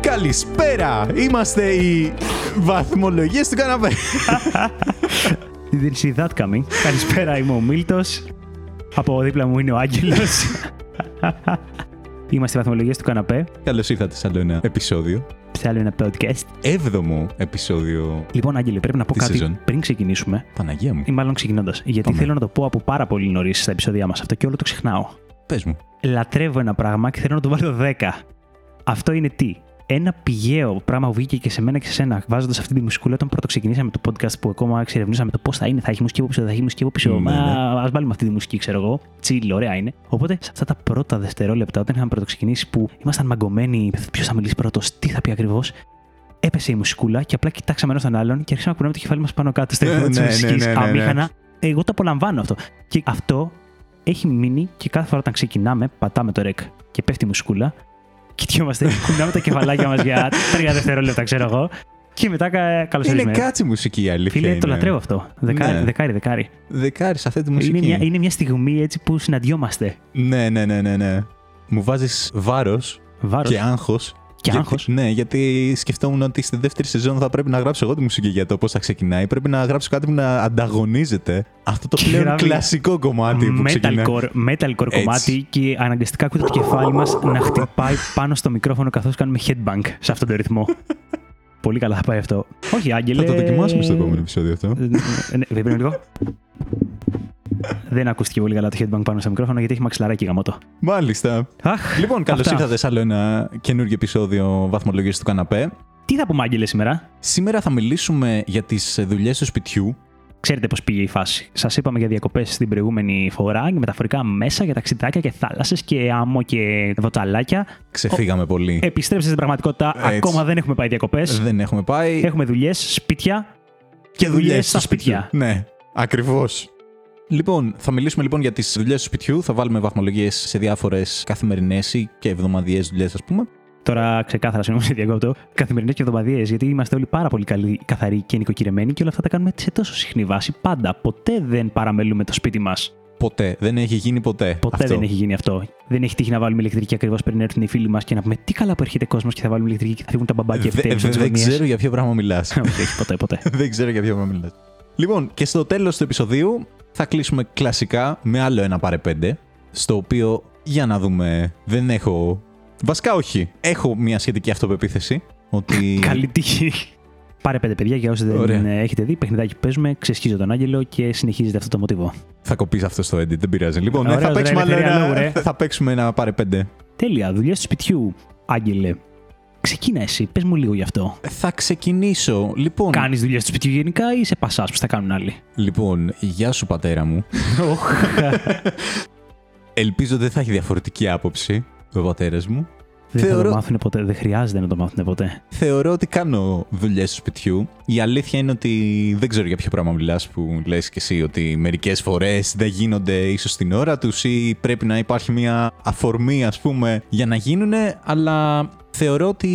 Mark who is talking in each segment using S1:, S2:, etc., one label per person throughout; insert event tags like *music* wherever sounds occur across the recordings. S1: Καλησπέρα! Είμαστε οι βαθμολογίες του καναπέ.
S2: Didn't see that coming. Καλησπέρα, είμαι ο Μίλτος. Από δίπλα μου είναι ο Άγγελος. Είμαστε οι βαθμολογίες του καναπέ.
S1: Καλώς ήρθατε σε άλλο ένα επεισόδιο.
S2: Σε άλλο ένα podcast.
S1: Έβδομο επεισόδιο.
S2: Λοιπόν, Άγγελε, πρέπει να πω
S1: Της
S2: κάτι
S1: season.
S2: πριν ξεκινήσουμε.
S1: Παναγία μου.
S2: Ή μάλλον ξεκινώντας. Γιατί
S1: Πάμε.
S2: θέλω να το πω από πάρα πολύ νωρίς στα επεισόδια μας αυτό και όλο το ξεχνάω.
S1: Πες μου.
S2: Λατρεύω ένα πράγμα και θέλω να το βάλω 10. Αυτό είναι τι. Ένα πηγαίο πράγμα που βγήκε και σε μένα και σε σένα, βάζοντας αυτή τη μουσικούλα όταν πρώτο ξεκινήσαμε το podcast που ακόμα εξερευνούσαμε το πώς θα είναι, θα έχει μουσική από πίσω, δεν θα έχει μουσική από πίσω.
S1: Ναι,
S2: Μα
S1: ναι.
S2: ας βάλουμε αυτή τη μουσική, ξέρω εγώ. Τσίλ, ωραία είναι. Οπότε σε αυτά τα πρώτα δευτερόλεπτα, όταν είχαμε πρωτοξεκινήσει, που ήμασταν μαγκωμένοι, ποιος θα μιλήσει πρώτος, τι θα πει ακριβώς, έπεσε η μουσικούλα και απλά κοιτάξαμε ένα τον άλλον και αρχίσαμε να κουνάμε το κεφάλι μας πάνω κάτω στο
S1: Ναι,
S2: ρυθμό της
S1: ναι, ναι,
S2: μουσική.
S1: ναι, ναι, ναι.
S2: Αμήχανα. Εγώ το απολαμβάνω αυτό. Και αυτό έχει μείνει και κάθε φορά όταν ξεκινάμε, πατάμε το ρεκ και πέφτει η μουσκούλα. Κοιτιόμαστε, κουνάμε τα κεφαλάκια μας για τρία δευτερόλεπτα, ξέρω εγώ. Και μετά καλώς
S1: Είναι
S2: ήρθατε.
S1: κάτσι μουσική η αλήθεια.
S2: ε? Φίλε,
S1: είναι.
S2: το λατρεύω αυτό. Δεκάρι,
S1: Ναι.
S2: δεκάρι. δεκάρι.
S1: Δεκάρι σε αυτή τη μουσική.
S2: Είναι, μια, είναι μια στιγμή έτσι που συναντιόμαστε.
S1: Ναι, ναι, ναι, ναι, ναι. Μου βάζεις βάρος
S2: Βάρος
S1: και
S2: και,
S1: άγχο.
S2: άγχος.
S1: Ναι, γιατί σκεφτόμουν ότι στη δεύτερη σεζόν θα πρέπει να γράψω εγώ τη μουσική για το πώς θα ξεκινάει. Πρέπει να γράψω κάτι που να ανταγωνίζεται αυτό το
S2: Και
S1: πλέον
S2: γράφει
S1: κλασικό κομμάτι που ξεκινάει.
S2: Metalcore, metalcore
S1: Έτσι.
S2: κομμάτι και αναγκαστικά ακούτε το κεφάλι μας να χτυπάει πάνω στο μικρόφωνο καθώς κάνουμε headbang σε αυτόν τον ρυθμό.
S1: *laughs*
S2: Πολύ καλά θα πάει αυτό. Όχι, Άγγελε.
S1: Θα το δοκιμάσουμε στο επόμενο επεισόδιο αυτό.
S2: Ε, ναι, Περίμενε λίγο. Δεν ακούστηκε πολύ καλά το headbang πάνω στο μικρόφωνο γιατί έχει μαξιλαράκι γαμώτο.
S1: Μάλιστα.
S2: Αχ,
S1: Λοιπόν, καλώς
S2: αυτά.
S1: ήρθατε σε άλλο ένα καινούργιο επεισόδιο βαθμολογίας του καναπέ.
S2: Τι θα πούμε, Άγγελε, σήμερα.
S1: Σήμερα θα μιλήσουμε για τις δουλειές του σπιτιού.
S2: Ξέρετε πώς πήγε η φάση. Σας είπαμε για διακοπές την προηγούμενη φορά και μεταφορικά μέσα για ταξιδάκια και θάλασσες και άμμο και βοταλάκια.
S1: Ξεφύγαμε πολύ.
S2: Επιστρέψτε στην πραγματικότητα.
S1: Έτσι.
S2: Ακόμα δεν έχουμε πάει διακοπές.
S1: Δεν έχουμε πάει.
S2: Έχουμε δουλειές, σπίτια και δουλειές
S1: δουλειές
S2: στα
S1: του σπιτιού.
S2: σπίτια.
S1: Ναι, ακριβώς. Λοιπόν, θα μιλήσουμε λοιπόν για τις δουλειές του σπιτιού. Θα βάλουμε βαθμολογίες σε διάφορες καθημερινές ή και εβδομαδιαίες δουλειές, ας πούμε.
S2: Τώρα ξεκάθαρα, συγγνώμη, σε διακόπτω. Καθημερινές και εβδομαδιαίες, γιατί είμαστε όλοι πάρα πολύ καλοί, καθαροί και νοικοκυρεμένοι και όλα αυτά τα κάνουμε σε τόσο συχνή βάση. Πάντα. Ποτέ δεν παραμελούμε το σπίτι μας.
S1: Ποτέ. Δεν έχει γίνει ποτέ.
S2: Ποτέ
S1: αυτό.
S2: δεν έχει γίνει αυτό. Δεν έχει τύχει να βάλουμε ηλεκτρική ακριβώς πριν έρθουν οι φίλοι μας και να πούμε τι καλά που έρχεται κόσμος και θα βάλουμε ηλεκτρική και θα φύγουν τα μπαμπάκια
S1: Ε, Δε-
S2: επιτέλου.
S1: Δεν ξέρω για ποιο πράγμα μιλάς.
S2: *laughs* Όχι, όχι, ποτέ, ποτέ.
S1: *laughs* δεν ξέρω για ποιο πράγμα μιλάς. Λοιπόν, και στο τέλος του επεισοδίου θα κλείσουμε κλασικά με άλλο ένα παρε πέντε. Στο οποίο για να δούμε. Δεν έχω. Βασικά όχι. Έχω μια σχετική αυτοπεποίθηση. Ότι.
S2: *laughs* Καλή τύχη. Πάρε πέντε παιδιά για όσοι δεν
S1: Ε. Ωραία.
S2: ε, έχετε δει. Παιχνιδάκι που παίζουμε, ξεσχίζω τον Άγγελο και συνεχίζεται αυτό το μοτίβο.
S1: Θα κοπείς αυτό στο edit, δεν πειράζει. Λοιπόν, ναι,
S2: Ωραίος,
S1: θα,
S2: ρε,
S1: παίξουμε άλλο
S2: ελευθερία
S1: ένα, ε,
S2: λόγου, ρε.
S1: θα- θα παίξουμε ένα πάρε πέντε.
S2: Τέλεια, δουλειά του σπιτιού, Άγγελε. Ξεκίνα εσύ, πες μου λίγο γι' αυτό.
S1: Θα ξεκινήσω. Λοιπόν,
S2: Κάνεις δουλειά του σπιτιού γενικά ή σε πασάς που θα κάνουν
S1: *laughs*
S2: άλλοι.
S1: λοιπόν γεια σου πατέρα μου.
S2: Οχ.
S1: Ελπίζω δεν θα έχει διαφορετική άποψη ο πατέρας μου.
S2: δεν θα το
S1: Θεωρώ-
S2: μάθουν ποτέ. Δεν χρειάζεται να το μάθουν ποτέ.
S1: Θεωρώ ότι κάνω δουλειές του σπιτιού. Η αλήθεια είναι ότι δεν ξέρω για ποιο πράγμα μιλάς που λες και εσύ ότι μερικές φορές δεν γίνονται ίσως την ώρα τους ή πρέπει να υπάρχει μια αφορμή, ας πούμε, για να γίνουν. Αλλά θεωρώ ότι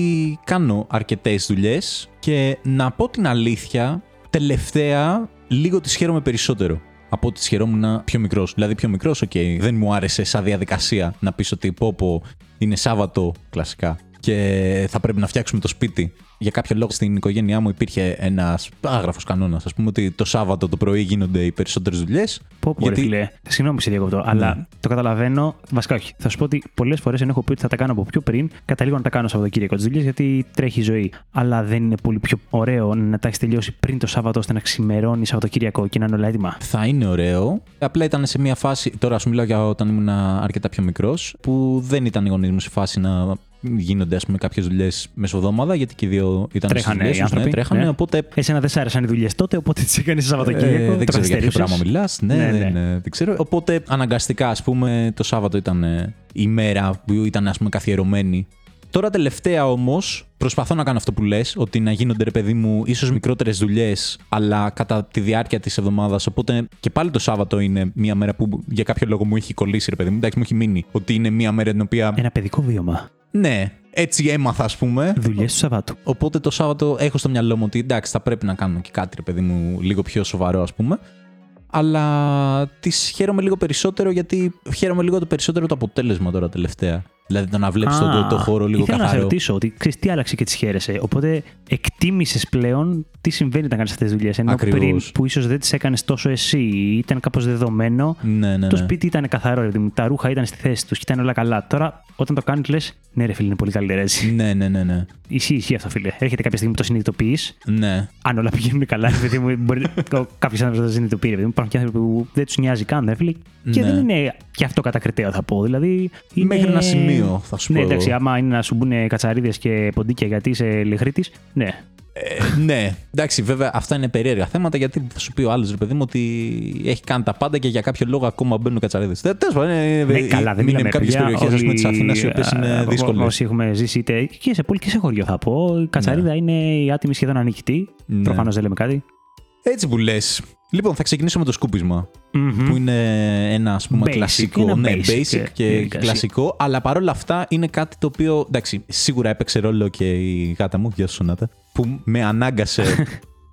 S1: κάνω αρκετές δουλειές και να πω την αλήθεια, τελευταία λίγο τις χαίρομαι περισσότερο. Από ό,τι τις χαιρόμουν πιο μικρός. Δηλαδή, πιο μικρός, οκ, δεν μου άρεσε σαν διαδικασία να πεις ότι πω, πω είναι Σάββατο, κλασικά, και θα πρέπει να φτιάξουμε το σπίτι. Για κάποιο λόγο στην οικογένειά μου υπήρχε ένας άγραφος κανόνας. Ας πούμε ότι το Σάββατο το πρωί γίνονται οι περισσότερες δουλειές.
S2: Πω, πω, Γιατί...
S1: Γιατί- Ναι.
S2: φίλε. Συγγνώμη που σε διακόπτω, αλλά το καταλαβαίνω. Βασικά, όχι. Θα σου πω ότι πολλές φορές ενώ έχω πει ότι θα τα κάνω από πιο πριν, καταλήγω να τα κάνω Σαββατοκύριακο τις δουλειές γιατί τρέχει η ζωή. Αλλά δεν είναι πολύ πιο ωραίο να τα έχεις τελειώσει πριν το Σάββατο ώστε να ξημερώνεις Σαββατοκύριακο και να είναι όλα έτοιμα.
S1: Θα είναι ωραίο. Απλά ήταν σε μια φάση. Τώρα σου μιλάω για όταν ήμουν αρκετά πιο μικρός, που δεν ήταν οι γονείς μου σε φάση να γίνονται ας πούμε, κάποιες δουλειές μεσοδόματα γιατί και οι δύο ήταν στις
S2: Τρέχανε
S1: δουλειές
S2: οι
S1: τους, ναι,
S2: άνθρωποι,
S1: τρέχανε,
S2: ναι.
S1: οπότε
S2: Εσένα δεν σ' άρεσαν οι δουλειές τότε, οπότε τις έκανες Σαββατοκύριακο.
S1: Ε,
S2: το
S1: δεν ξέρω για ποιο
S2: καθυστερούσες.
S1: πράγμα μιλάς. Ναι,
S2: Ναι,
S1: ναι,
S2: ναι.
S1: δεν ξέρω. Οπότε αναγκαστικά, ας πούμε, το Σάββατο ήταν ε, η μέρα που ήταν ας πούμε, καθιερωμένη. Τώρα τελευταία όμως, προσπαθώ να κάνω αυτό που λες, ότι να γίνονται ρε παιδί μου ίσως μικρότερες δουλειές, αλλά κατά τη διάρκεια της εβδομάδας. Οπότε και πάλι το Σάββατο είναι μια μέρα που για κάποιο λόγο μου έχει κολλήσει, ρε παιδί μου. Εντάξει, μου έχει μείνει. Ότι είναι μια μέρα την οποία.
S2: Ένα παιδικό βίωμα.
S1: Ναι, έτσι έμαθα, ας πούμε.
S2: Δουλειές του Σαββάτου.
S1: Οπότε το Σάββατο έχω στο μυαλό μου ότι εντάξει, θα πρέπει να κάνω και κάτι, ρε παιδί μου, λίγο πιο σοβαρό, ας πούμε. Αλλά τις χαίρομαι λίγο περισσότερο γιατί χαίρομαι λίγο το περισσότερο το αποτέλεσμα τώρα τελευταία. Δηλαδή το να βλέπεις τον,
S2: Α,
S1: το χώρο λίγο
S2: ήθελα να σε
S1: καθαρό.
S2: ρωτήσω ότι ξέρεις τι άλλαξε και τι χαίρεσαι. Οπότε εκτίμησες πλέον τι συμβαίνει όταν κάνεις αυτές τις δουλειές. Ενώ
S1: Ακριβώς.
S2: πριν που ίσως δεν τις έκανες τόσο εσύ ή ήταν κάπως δεδομένο.
S1: Ναι, ναι,
S2: Το
S1: ναι.
S2: σπίτι ήταν καθαρό, ρε παιδί μου, τα ρούχα ήταν στη θέση τους και ήταν όλα καλά. Τώρα, όταν το κάνεις, λες: Ναι, ρε φίλε, είναι πολύ καλύτερα έτσι.
S1: Ναι, ναι, ναι, ναι.
S2: Ισχύει, ισχύει αυτό, φίλε. Έρχεται κάποια στιγμή που το συνειδητοποιείς.
S1: Ναι,
S2: Αν όλα πηγαίνουν καλά, ρε παιδί μου, μπορεί κάποιος άνθρωπος να το συνειδητοποιεί. Ρε παιδί μου. Υπάρχουν και άνθρωποι που δεν τους νοιάζει καν, ρε φίλε. Και
S1: Ναι.
S2: δεν είναι και αυτό κατακριτέο, θα πω. Δηλαδή, είναι...
S1: Μέχρι ένα σημείο, θα σου
S2: ναι,
S1: πω.
S2: εντάξει, άμα είναι να σου μπουν κατσαρίδες και ποντίκια γιατί είσαι λεχρίτη, ναι.
S1: Ε, ναι. Εντάξει, βέβαια αυτά είναι περίεργα θέματα γιατί θα σου πει ο άλλος ρε παιδί μου ότι έχει κάνει τα πάντα και για κάποιο λόγο ακόμα μπαίνουν κατσαρίδες. Δεν τέλος πάντων. Είναι,
S2: Ναι, καλά, δεν μιλάμε
S1: κάποιες
S2: παιδιά,
S1: περιοχές
S2: όλοι-
S1: τη Αθήνας οι οποίες είναι
S2: ό-
S1: δύσκολες.
S2: Όσοι έχουμε ζήσει είτε και σε πόλη και σε χωριό, θα πω. Η κατσαρίδα είναι η άτιμη σχεδόν ανοιχτή.
S1: Ναι.
S2: Προφανώς δεν λέμε κάτι.
S1: Έτσι που λες. Λοιπόν, θα ξεκινήσω με το σκουπισμα
S2: Μμμ.
S1: Που είναι ένα ας πούμε
S2: Basic,
S1: κλασικό.
S2: ένα
S1: Ναι,
S2: basic,
S1: basic
S2: ε,
S1: και
S2: διαδικασία.
S1: κλασικό. Αλλά παρόλα αυτά είναι κάτι το οποίο. Εντάξει, σίγουρα έπαιξε ρόλο και η γάτα μου. Γεια σου, Σονάτα. Που με
S2: *laughs*
S1: ανάγκασε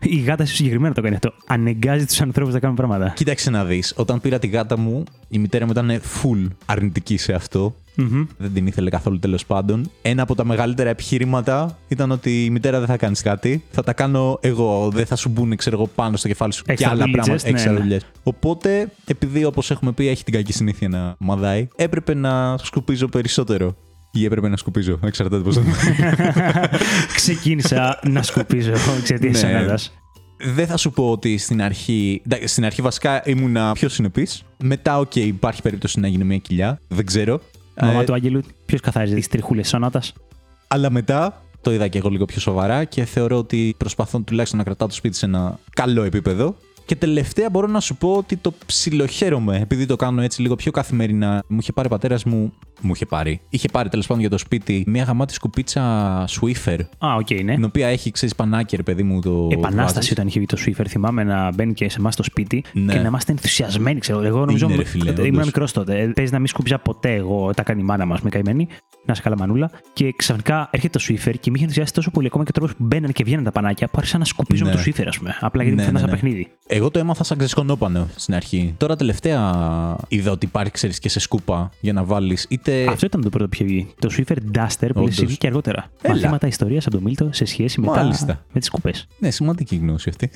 S2: Η γάτα σου συγκεκριμένα το κάνει αυτό. Αναγκάζει τους ανθρώπους να κάνουν πράγματα.
S1: Κοίταξε να δεις. Όταν πήρα τη γάτα μου, η μητέρα μου ήταν full αρνητική σε αυτο
S2: Μμμ.
S1: Δεν την ήθελε καθόλου τέλος πάντων. Ένα από τα μεγαλύτερα επιχείρηματα ήταν ότι η μητέρα δεν θα κάνεις κάτι. Θα τα κάνω εγώ. Δεν θα σου μπουν, ξέρω εγώ, πάνω στο κεφάλι σου
S2: Έξτρα
S1: και άλλα
S2: δουλίτσες,
S1: πράγματα.
S2: ναι,
S1: Έξτρα
S2: ναι.
S1: δουλειές. Οπότε, επειδή όπως έχουμε πει, έχει την κακή συνήθεια να μαδάει, έπρεπε να σκουπίζω περισσότερο. Ή έπρεπε να σκουπίζω. Εξαρτάται πώς θα
S2: Ξεκίνησα
S1: *laughs*
S2: να σκουπίζω εξαιτίας της
S1: Ναι.
S2: ανάδας.
S1: Δεν θα σου πω ότι στην αρχή. εντάξει, Στην αρχή βασικά ήμουνα πιο συνεπής. Μετά, οκ, υπάρχει περίπτωση να γίνει μια κοιλιά. Δεν ξέρω.
S2: Μαμά
S1: Ε,
S2: του Άγγελου, ποιος καθάριζε τις τριχούλες σονάτα.
S1: Αλλά μετά το είδα και εγώ λίγο πιο σοβαρά και θεωρώ ότι προσπαθώ τουλάχιστον να κρατάω το σπίτι σε ένα καλό επίπεδο. Και τελευταία μπορώ να σου πω ότι το ψιλοχαίρομαι, επειδή το κάνω έτσι λίγο πιο καθημερινά. Μου είχε πάρει ο πατέρας μου. Μου είχε πάρει. Είχε πάρει τέλος πάντων για το σπίτι μια γαμάτη σκουπίτσα Swiffer,
S2: Α, οκ, ναι.
S1: την οποία έχει, ξέρεις, πανάκερ, παιδί μου το.
S2: Επανάσταση
S1: βάζεις.
S2: όταν είχε βγει το Swiffer, θυμάμαι να μπαίνει και σε εμάς στο σπίτι
S1: Ναι.
S2: και να είμαστε ενθουσιασμένοι. Ξέρω. Εγώ νομίζω
S1: Είναι, ρε φίλε,
S2: ε, ήμουν
S1: όντως.
S2: μικρός τότε. Ε, Παίζει να μην σκουπιζα ποτέ εγώ. Τα κάνει η μάνα μας με καημένη. Να σε καλά μανούλα. Και ξαφνικά έρχεται το Swiffer και με είχε ενθουσιάσει τόσο πολύ ακόμα και ο τρόπος που μπαίνανε και βγαίνανε τα πανάκια που άρχισα να σκουπίζω
S1: Ναι.
S2: με το Swiffer, ας πούμε. Απλά γιατί
S1: Ναι,
S2: μου φαίνεται
S1: ναι,
S2: σαν
S1: ναι.
S2: παιχνίδι.
S1: Εγώ το έμαθα σαν ξεσκονόπανο στην αρχή. Τώρα τελευταία είδα ότι υπάρχει, ξέρεις, και σε σκούπα για να βάλεις είτε.
S2: Αυτό ήταν το πρώτο που είχε βγει. Το Swiffer Duster που λες,
S1: Ε. Όντως.
S2: βγήκε αργότερα.
S1: Έλα.
S2: Μαθήματα ιστορίας από τον Μίλτο σε σχέση με,
S1: Μάλιστα.
S2: τα... με τις κουπέ.
S1: Ναι, σημαντική γνώση αυτή.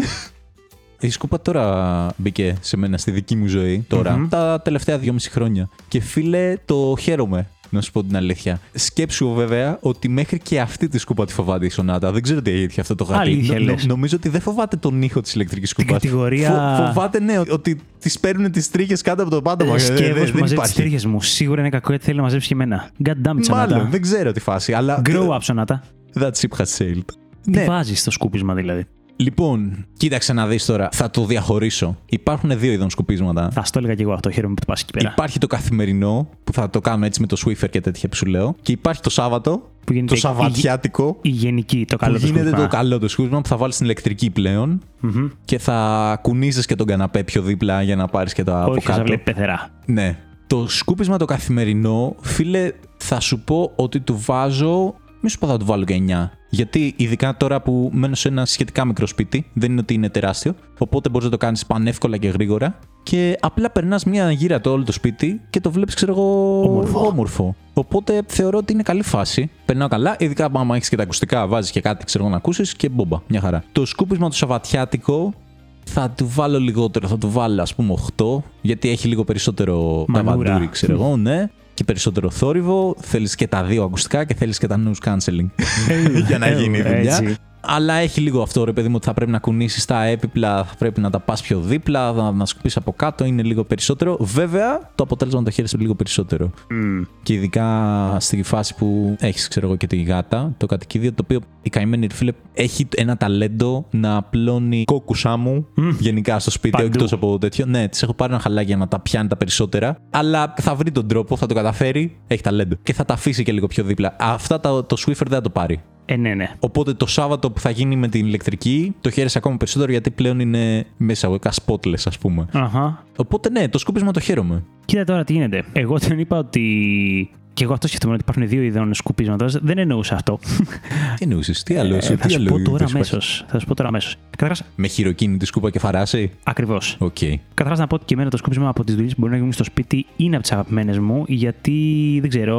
S1: Η σκούπα τώρα μπήκε σε μένα στη δική μου ζωή, τώρα,
S2: Μμμ.
S1: τα τελευταία δυόμιση χρόνια. Και φίλε, το χαίρομαι, να σου πω την αλήθεια. Σκέψου βέβαια ότι μέχρι και αυτή τη σκούπα τη φοβάται η Σονάτα. Δεν ξέρω τι έγινε αυτό το γάτι.
S2: Αλήθεια, λες.
S1: νομίζω ότι δεν φοβάται τον ήχο της ηλεκτρικής σκούπας.
S2: κατηγορία-
S1: φοβάται, ναι, ότι της παίρνουν τις τρίχες κάτω από το πάτωμα. Δεν- Ε, δεν-
S2: Σκεύο που
S1: δεν
S2: μαζεύει τις
S1: υπάρχει.
S2: τρίχες μου. Σίγουρα είναι κακό γιατί θέλει να μαζέψει και εμένα. God damn it,
S1: Μάλλον,
S2: Σανάτα.
S1: δεν ξέρω τη φάση, αλλά.
S2: Grow up, Σανάτα.
S1: That ship has sailed.
S2: Τι βάζεις στο σκούπισμα δηλαδή.
S1: Ναι, Λοιπόν, κοίταξε να δεις τώρα. Θα το διαχωρίσω. Υπάρχουν δύο είδων σκουπίσματα.
S2: Θα στο έλεγα και εγώ αυτό. Χαίρομαι που το πας εκεί πέρα.
S1: Υπάρχει το καθημερινό που θα το κάνω έτσι με το Swiffer και τέτοια που σου λέω. Και υπάρχει το Σάββατο,
S2: Που γίνεται
S1: το
S2: η-
S1: Σαββατιάτικο,
S2: Η γενική, το
S1: που
S2: καλό το
S1: γίνεται
S2: σκούπισμα.
S1: το καλό το σκούπισμα που θα βάλεις την ηλεκτρική πλέον
S2: Μμμ.
S1: και θα κουνίζεις και τον καναπέ πιο δίπλα για να πάρεις και τα από
S2: Όχι,
S1: κάτω.
S2: σα βλέπει πεθερά.
S1: Ναι. Το σκούπισμα το καθημερινό, φίλε, θα σου πω ότι του βάζω. Μη σου πω θα του βάλω και 9. Γιατί ειδικά τώρα που μένω σε ένα σχετικά μικρό σπίτι, δεν είναι ότι είναι τεράστιο. Οπότε μπορείς να το κάνεις πανεύκολα και γρήγορα. Και απλά περνάς μια γύρα το όλο το σπίτι και το βλέπεις, ξέρω εγώ,
S2: Όμορφο.
S1: όμορφο. Οπότε θεωρώ ότι είναι καλή φάση. Περνάω καλά, ειδικά άμα έχεις και τα ακουστικά, βάζεις και κάτι, ξέρω εγώ, να ακούσεις και μπόμπα. Μια χαρά. Το σκούπισμα το Σαββατιάτικο θα του βάλω λιγότερο, θα του βάλω ας πούμε 8, γιατί έχει λίγο περισσότερο
S2: Μανούρα.
S1: ταβαντούρι, ξέρω εγώ, ναι. Και περισσότερο θόρυβο, θέλεις και τα δύο ακουστικά και θέλεις και τα news cancelling *laughs* για να
S2: Ε,
S1: γίνει η
S2: ε,
S1: δουλειά.
S2: έτσι.
S1: Αλλά έχει λίγο αυτό ρε παιδί μου ότι θα πρέπει να κουνήσεις τα έπιπλα, θα πρέπει να τα πας πιο δίπλα, να, να σκουπείς από κάτω, είναι λίγο περισσότερο. Βέβαια, το αποτέλεσμα το χαίρεσαι λίγο περισσότερο.
S2: Μμ.
S1: Και ειδικά στη φάση που έχεις, ξέρω εγώ, και τη γάτα, το κατοικίδιο, το οποίο η καημένη ρε φίλε έχει ένα ταλέντο να απλώνει κόκουσά μου γενικά στο σπίτι,
S2: Παντού.
S1: εκτός από τέτοιο. Ναι, της έχω πάρει ένα χαλάκι για να τα πιάνει τα περισσότερα. Αλλά θα βρει τον τρόπο, θα το καταφέρει, έχει ταλέντο. Και θα τα αφήσει και λίγο πιο δίπλα. Αυτά τα, το Swiffer δεν θα το πάρει.
S2: Ε, ναι, ναι.
S1: Οπότε το Σάββατο που θα γίνει με την ηλεκτρική, το χαίρεσαι ακόμα περισσότερο γιατί πλέον είναι μέσα αγωγικά spotless, ας πούμε.
S2: Αχα.
S1: Οπότε ναι, το σκούπισμα το χαίρομαι.
S2: Κοίτα τώρα τι γίνεται. Εγώ δεν είπα ότι Και εγώ αυτό σκεφτόμουν ότι υπάρχουν δύο ειδών σκουπίσματο. Δεν εννοούσα αυτό.
S1: Τι εννοούσες, τι άλλο,
S2: Ε,
S1: είσαι,
S2: θα
S1: τι
S2: σου
S1: άλλο.
S2: πω τώρα
S1: είδος
S2: αμέσω.
S1: υπάρχει.
S2: Θα σου πω τώρα αμέσως. Καταρχάς,
S1: Με χειροκίνητη σκούπα και φαράση.
S2: ακριβώς.
S1: Οκ.
S2: Καταρχάς να πω ότι και εμένα το σκούπισμα από τις δουλειές που μπορεί να γίνουν στο σπίτι είναι από τις αγαπημένες μου, γιατί δεν ξέρω,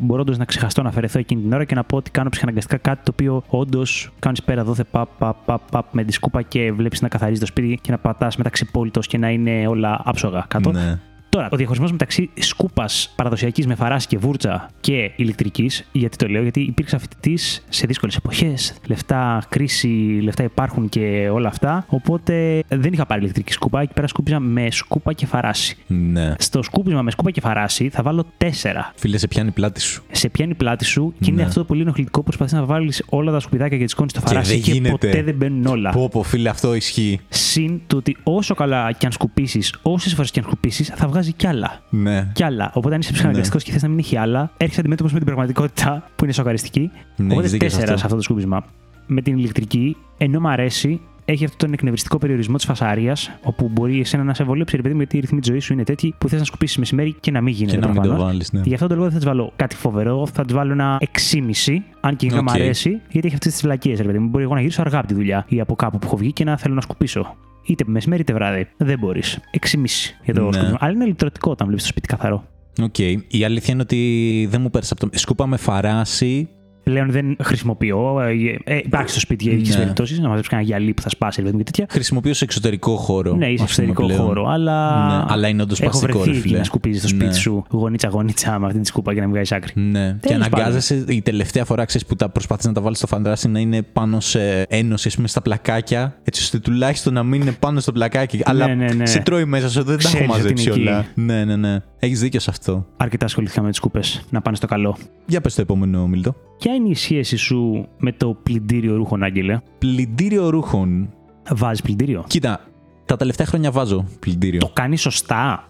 S2: μπορώ όντω να ξεχαστώ να αφαιρεθώ εκείνη την ώρα και να πω ότι κάνω ψυχαναγκαστικά κάτι το οποίο όντως κάνεις πέρα δόθε παπ, παπ, παπ, παπ με τη σκούπα και βλέπεις να καθαρίζεις το σπίτι και να πατάς μεταξύ πόλητο και να είναι όλα άψογα κάτω.
S1: Ναι.
S2: Τώρα, ο διαχωρισμός μεταξύ σκούπας παραδοσιακής με φαράση και βούρτσα και ηλεκτρικής, γιατί το λέω, γιατί υπήρξα φοιτητή σε δύσκολες εποχές, λεφτά, κρίση, λεφτά υπάρχουν και όλα αυτά. Οπότε δεν είχα πάρει ηλεκτρική σκούπα, εκεί πέρα σκούπιζα με σκούπα και φαράση.
S1: Ναι.
S2: Στο σκούπισμα με σκούπα και φαράση θα βάλω 4
S1: Φίλε, σε πιάνει πλάτη σου.
S2: σε πιάνει η πλάτη σου και είναι
S1: Ναι.
S2: αυτό το πολύ ενοχλητικό που προσπαθείς να βάλεις όλα τα σκουπιδάκια και τις κόνε στο
S1: Και
S2: φαράσι
S1: δεν
S2: και,
S1: γίνεται.
S2: ποτέ δεν μπαίνουν όλα.
S1: Πω, πω, φίλε, αυτό ισχύει.
S2: Συν το ότι όσο καλά κι αν σκουπίσεις, όσες φορές κι αν σκουπίσεις, θα βγάζει κι άλλα
S1: Ναι.
S2: κι άλλα. Οπότε αν είσαι ψυχαναγκαστικό και θες να μην έχει άλλα, έρχεσαι αντιμέτωπος με την πραγματικότητα που είναι σοκαριστική.
S1: Ναι, έχεις
S2: Οπότε
S1: δίκιο σε
S2: τέσσερα
S1: αυτό.
S2: σε αυτό το σκούπισμα. Με την ηλεκτρική, ενώ μ' αρέσει, έχει αυτόν τον εκνευριστικό περιορισμό της φασαρία, όπου μπορεί εσένα να σε βολέψει, ρε παιδί μου, γιατί η ρυθμή της ζωής σου είναι τέτοιοι που θες να σκουπίσεις μεσημέρι και να μην γίνεται.
S1: Και να μην το
S2: προφανώς.
S1: βάλεις. Ναι.
S2: Γι' αυτό το λόγο δεν θα της βάλω κάτι φοβερό. Θα της βάλω ένα 6,5, αν και να
S1: Οκ.
S2: μου αρέσει, γιατί έχει αυτές τις φυλακίες, ρε παιδί μου. Μπορεί εγώ να γυρίσω αργά από τη δουλειά ή από κάπου που έχω βγει και να θέλω να σκουπίσω. Είτε μεσημέρι είτε βράδυ. Δεν μπορείς. 6,5 για το
S1: Ναι.
S2: σκουπισμό. Αλλά είναι λιτρωτικό όταν βλέπεις το σπίτι καθαρό.
S1: Οκ. Η αλήθεια είναι ότι δεν μου πέρασε από το. Σκούπα με φαράση.
S2: Πλέον δεν χρησιμοποιώ. ε, ε, ε, υπάρχει στο σπίτι για ειδικέ
S1: Ναι.
S2: περιπτώσεις, να μαζέψει κανένα γυαλί που θα σπάσει, ρε παιδί μου και τέτοια.
S1: Χρησιμοποιώ σε εξωτερικό χώρο.
S2: Ναι, είσαι
S1: ας πούμε,
S2: εξωτερικό
S1: πλέον.
S2: χώρο, αλλά.
S1: Ναι, αλλά είναι όντως
S2: Έχω
S1: πλαστικό,
S2: βρεθεί
S1: ρε
S2: εκεί
S1: φίλε.
S2: να σκουπίζεις στο σπίτι
S1: Ναι.
S2: σου γονίτσα-γονίτσα με αυτή τη σκούπα και να μην βγάζεις άκρη.
S1: Ναι. Και
S2: Τέλος
S1: αναγκάζεσαι η τελευταία φορά ξέρεις, που τα προσπαθεί να τα βάλεις στο φαντράσι να είναι πάνω σε ένωση, ας πούμε, στα πλακάκια. Έτσι ώστε τουλάχιστον να μην είναι πάνω στο πλακάκι. Αλλά
S2: ναι, ναι.
S1: σε τρώει μέσα σου, δεν τα έχω
S2: Ξέρεις ότι
S1: μαζέψει
S2: είναι εκεί.
S1: όλα. Ναι, ναι, ναι. Έχεις δίκιο σε αυτό.
S2: Αρκετά ασχολήθηκα με τις κούπε. Να πάνε στο καλό.
S1: Για πες το επόμενο, Μίλτο.
S2: Ποια είναι η σχέση σου με το πλυντήριο ρούχων, Άγγελε.
S1: Πλυντήριο ρούχων.
S2: Βάζεις πλυντήριο.
S1: Κοίτα, τα τελευταία χρόνια βάζω πλυντήριο.
S2: Το κάνεις σωστά.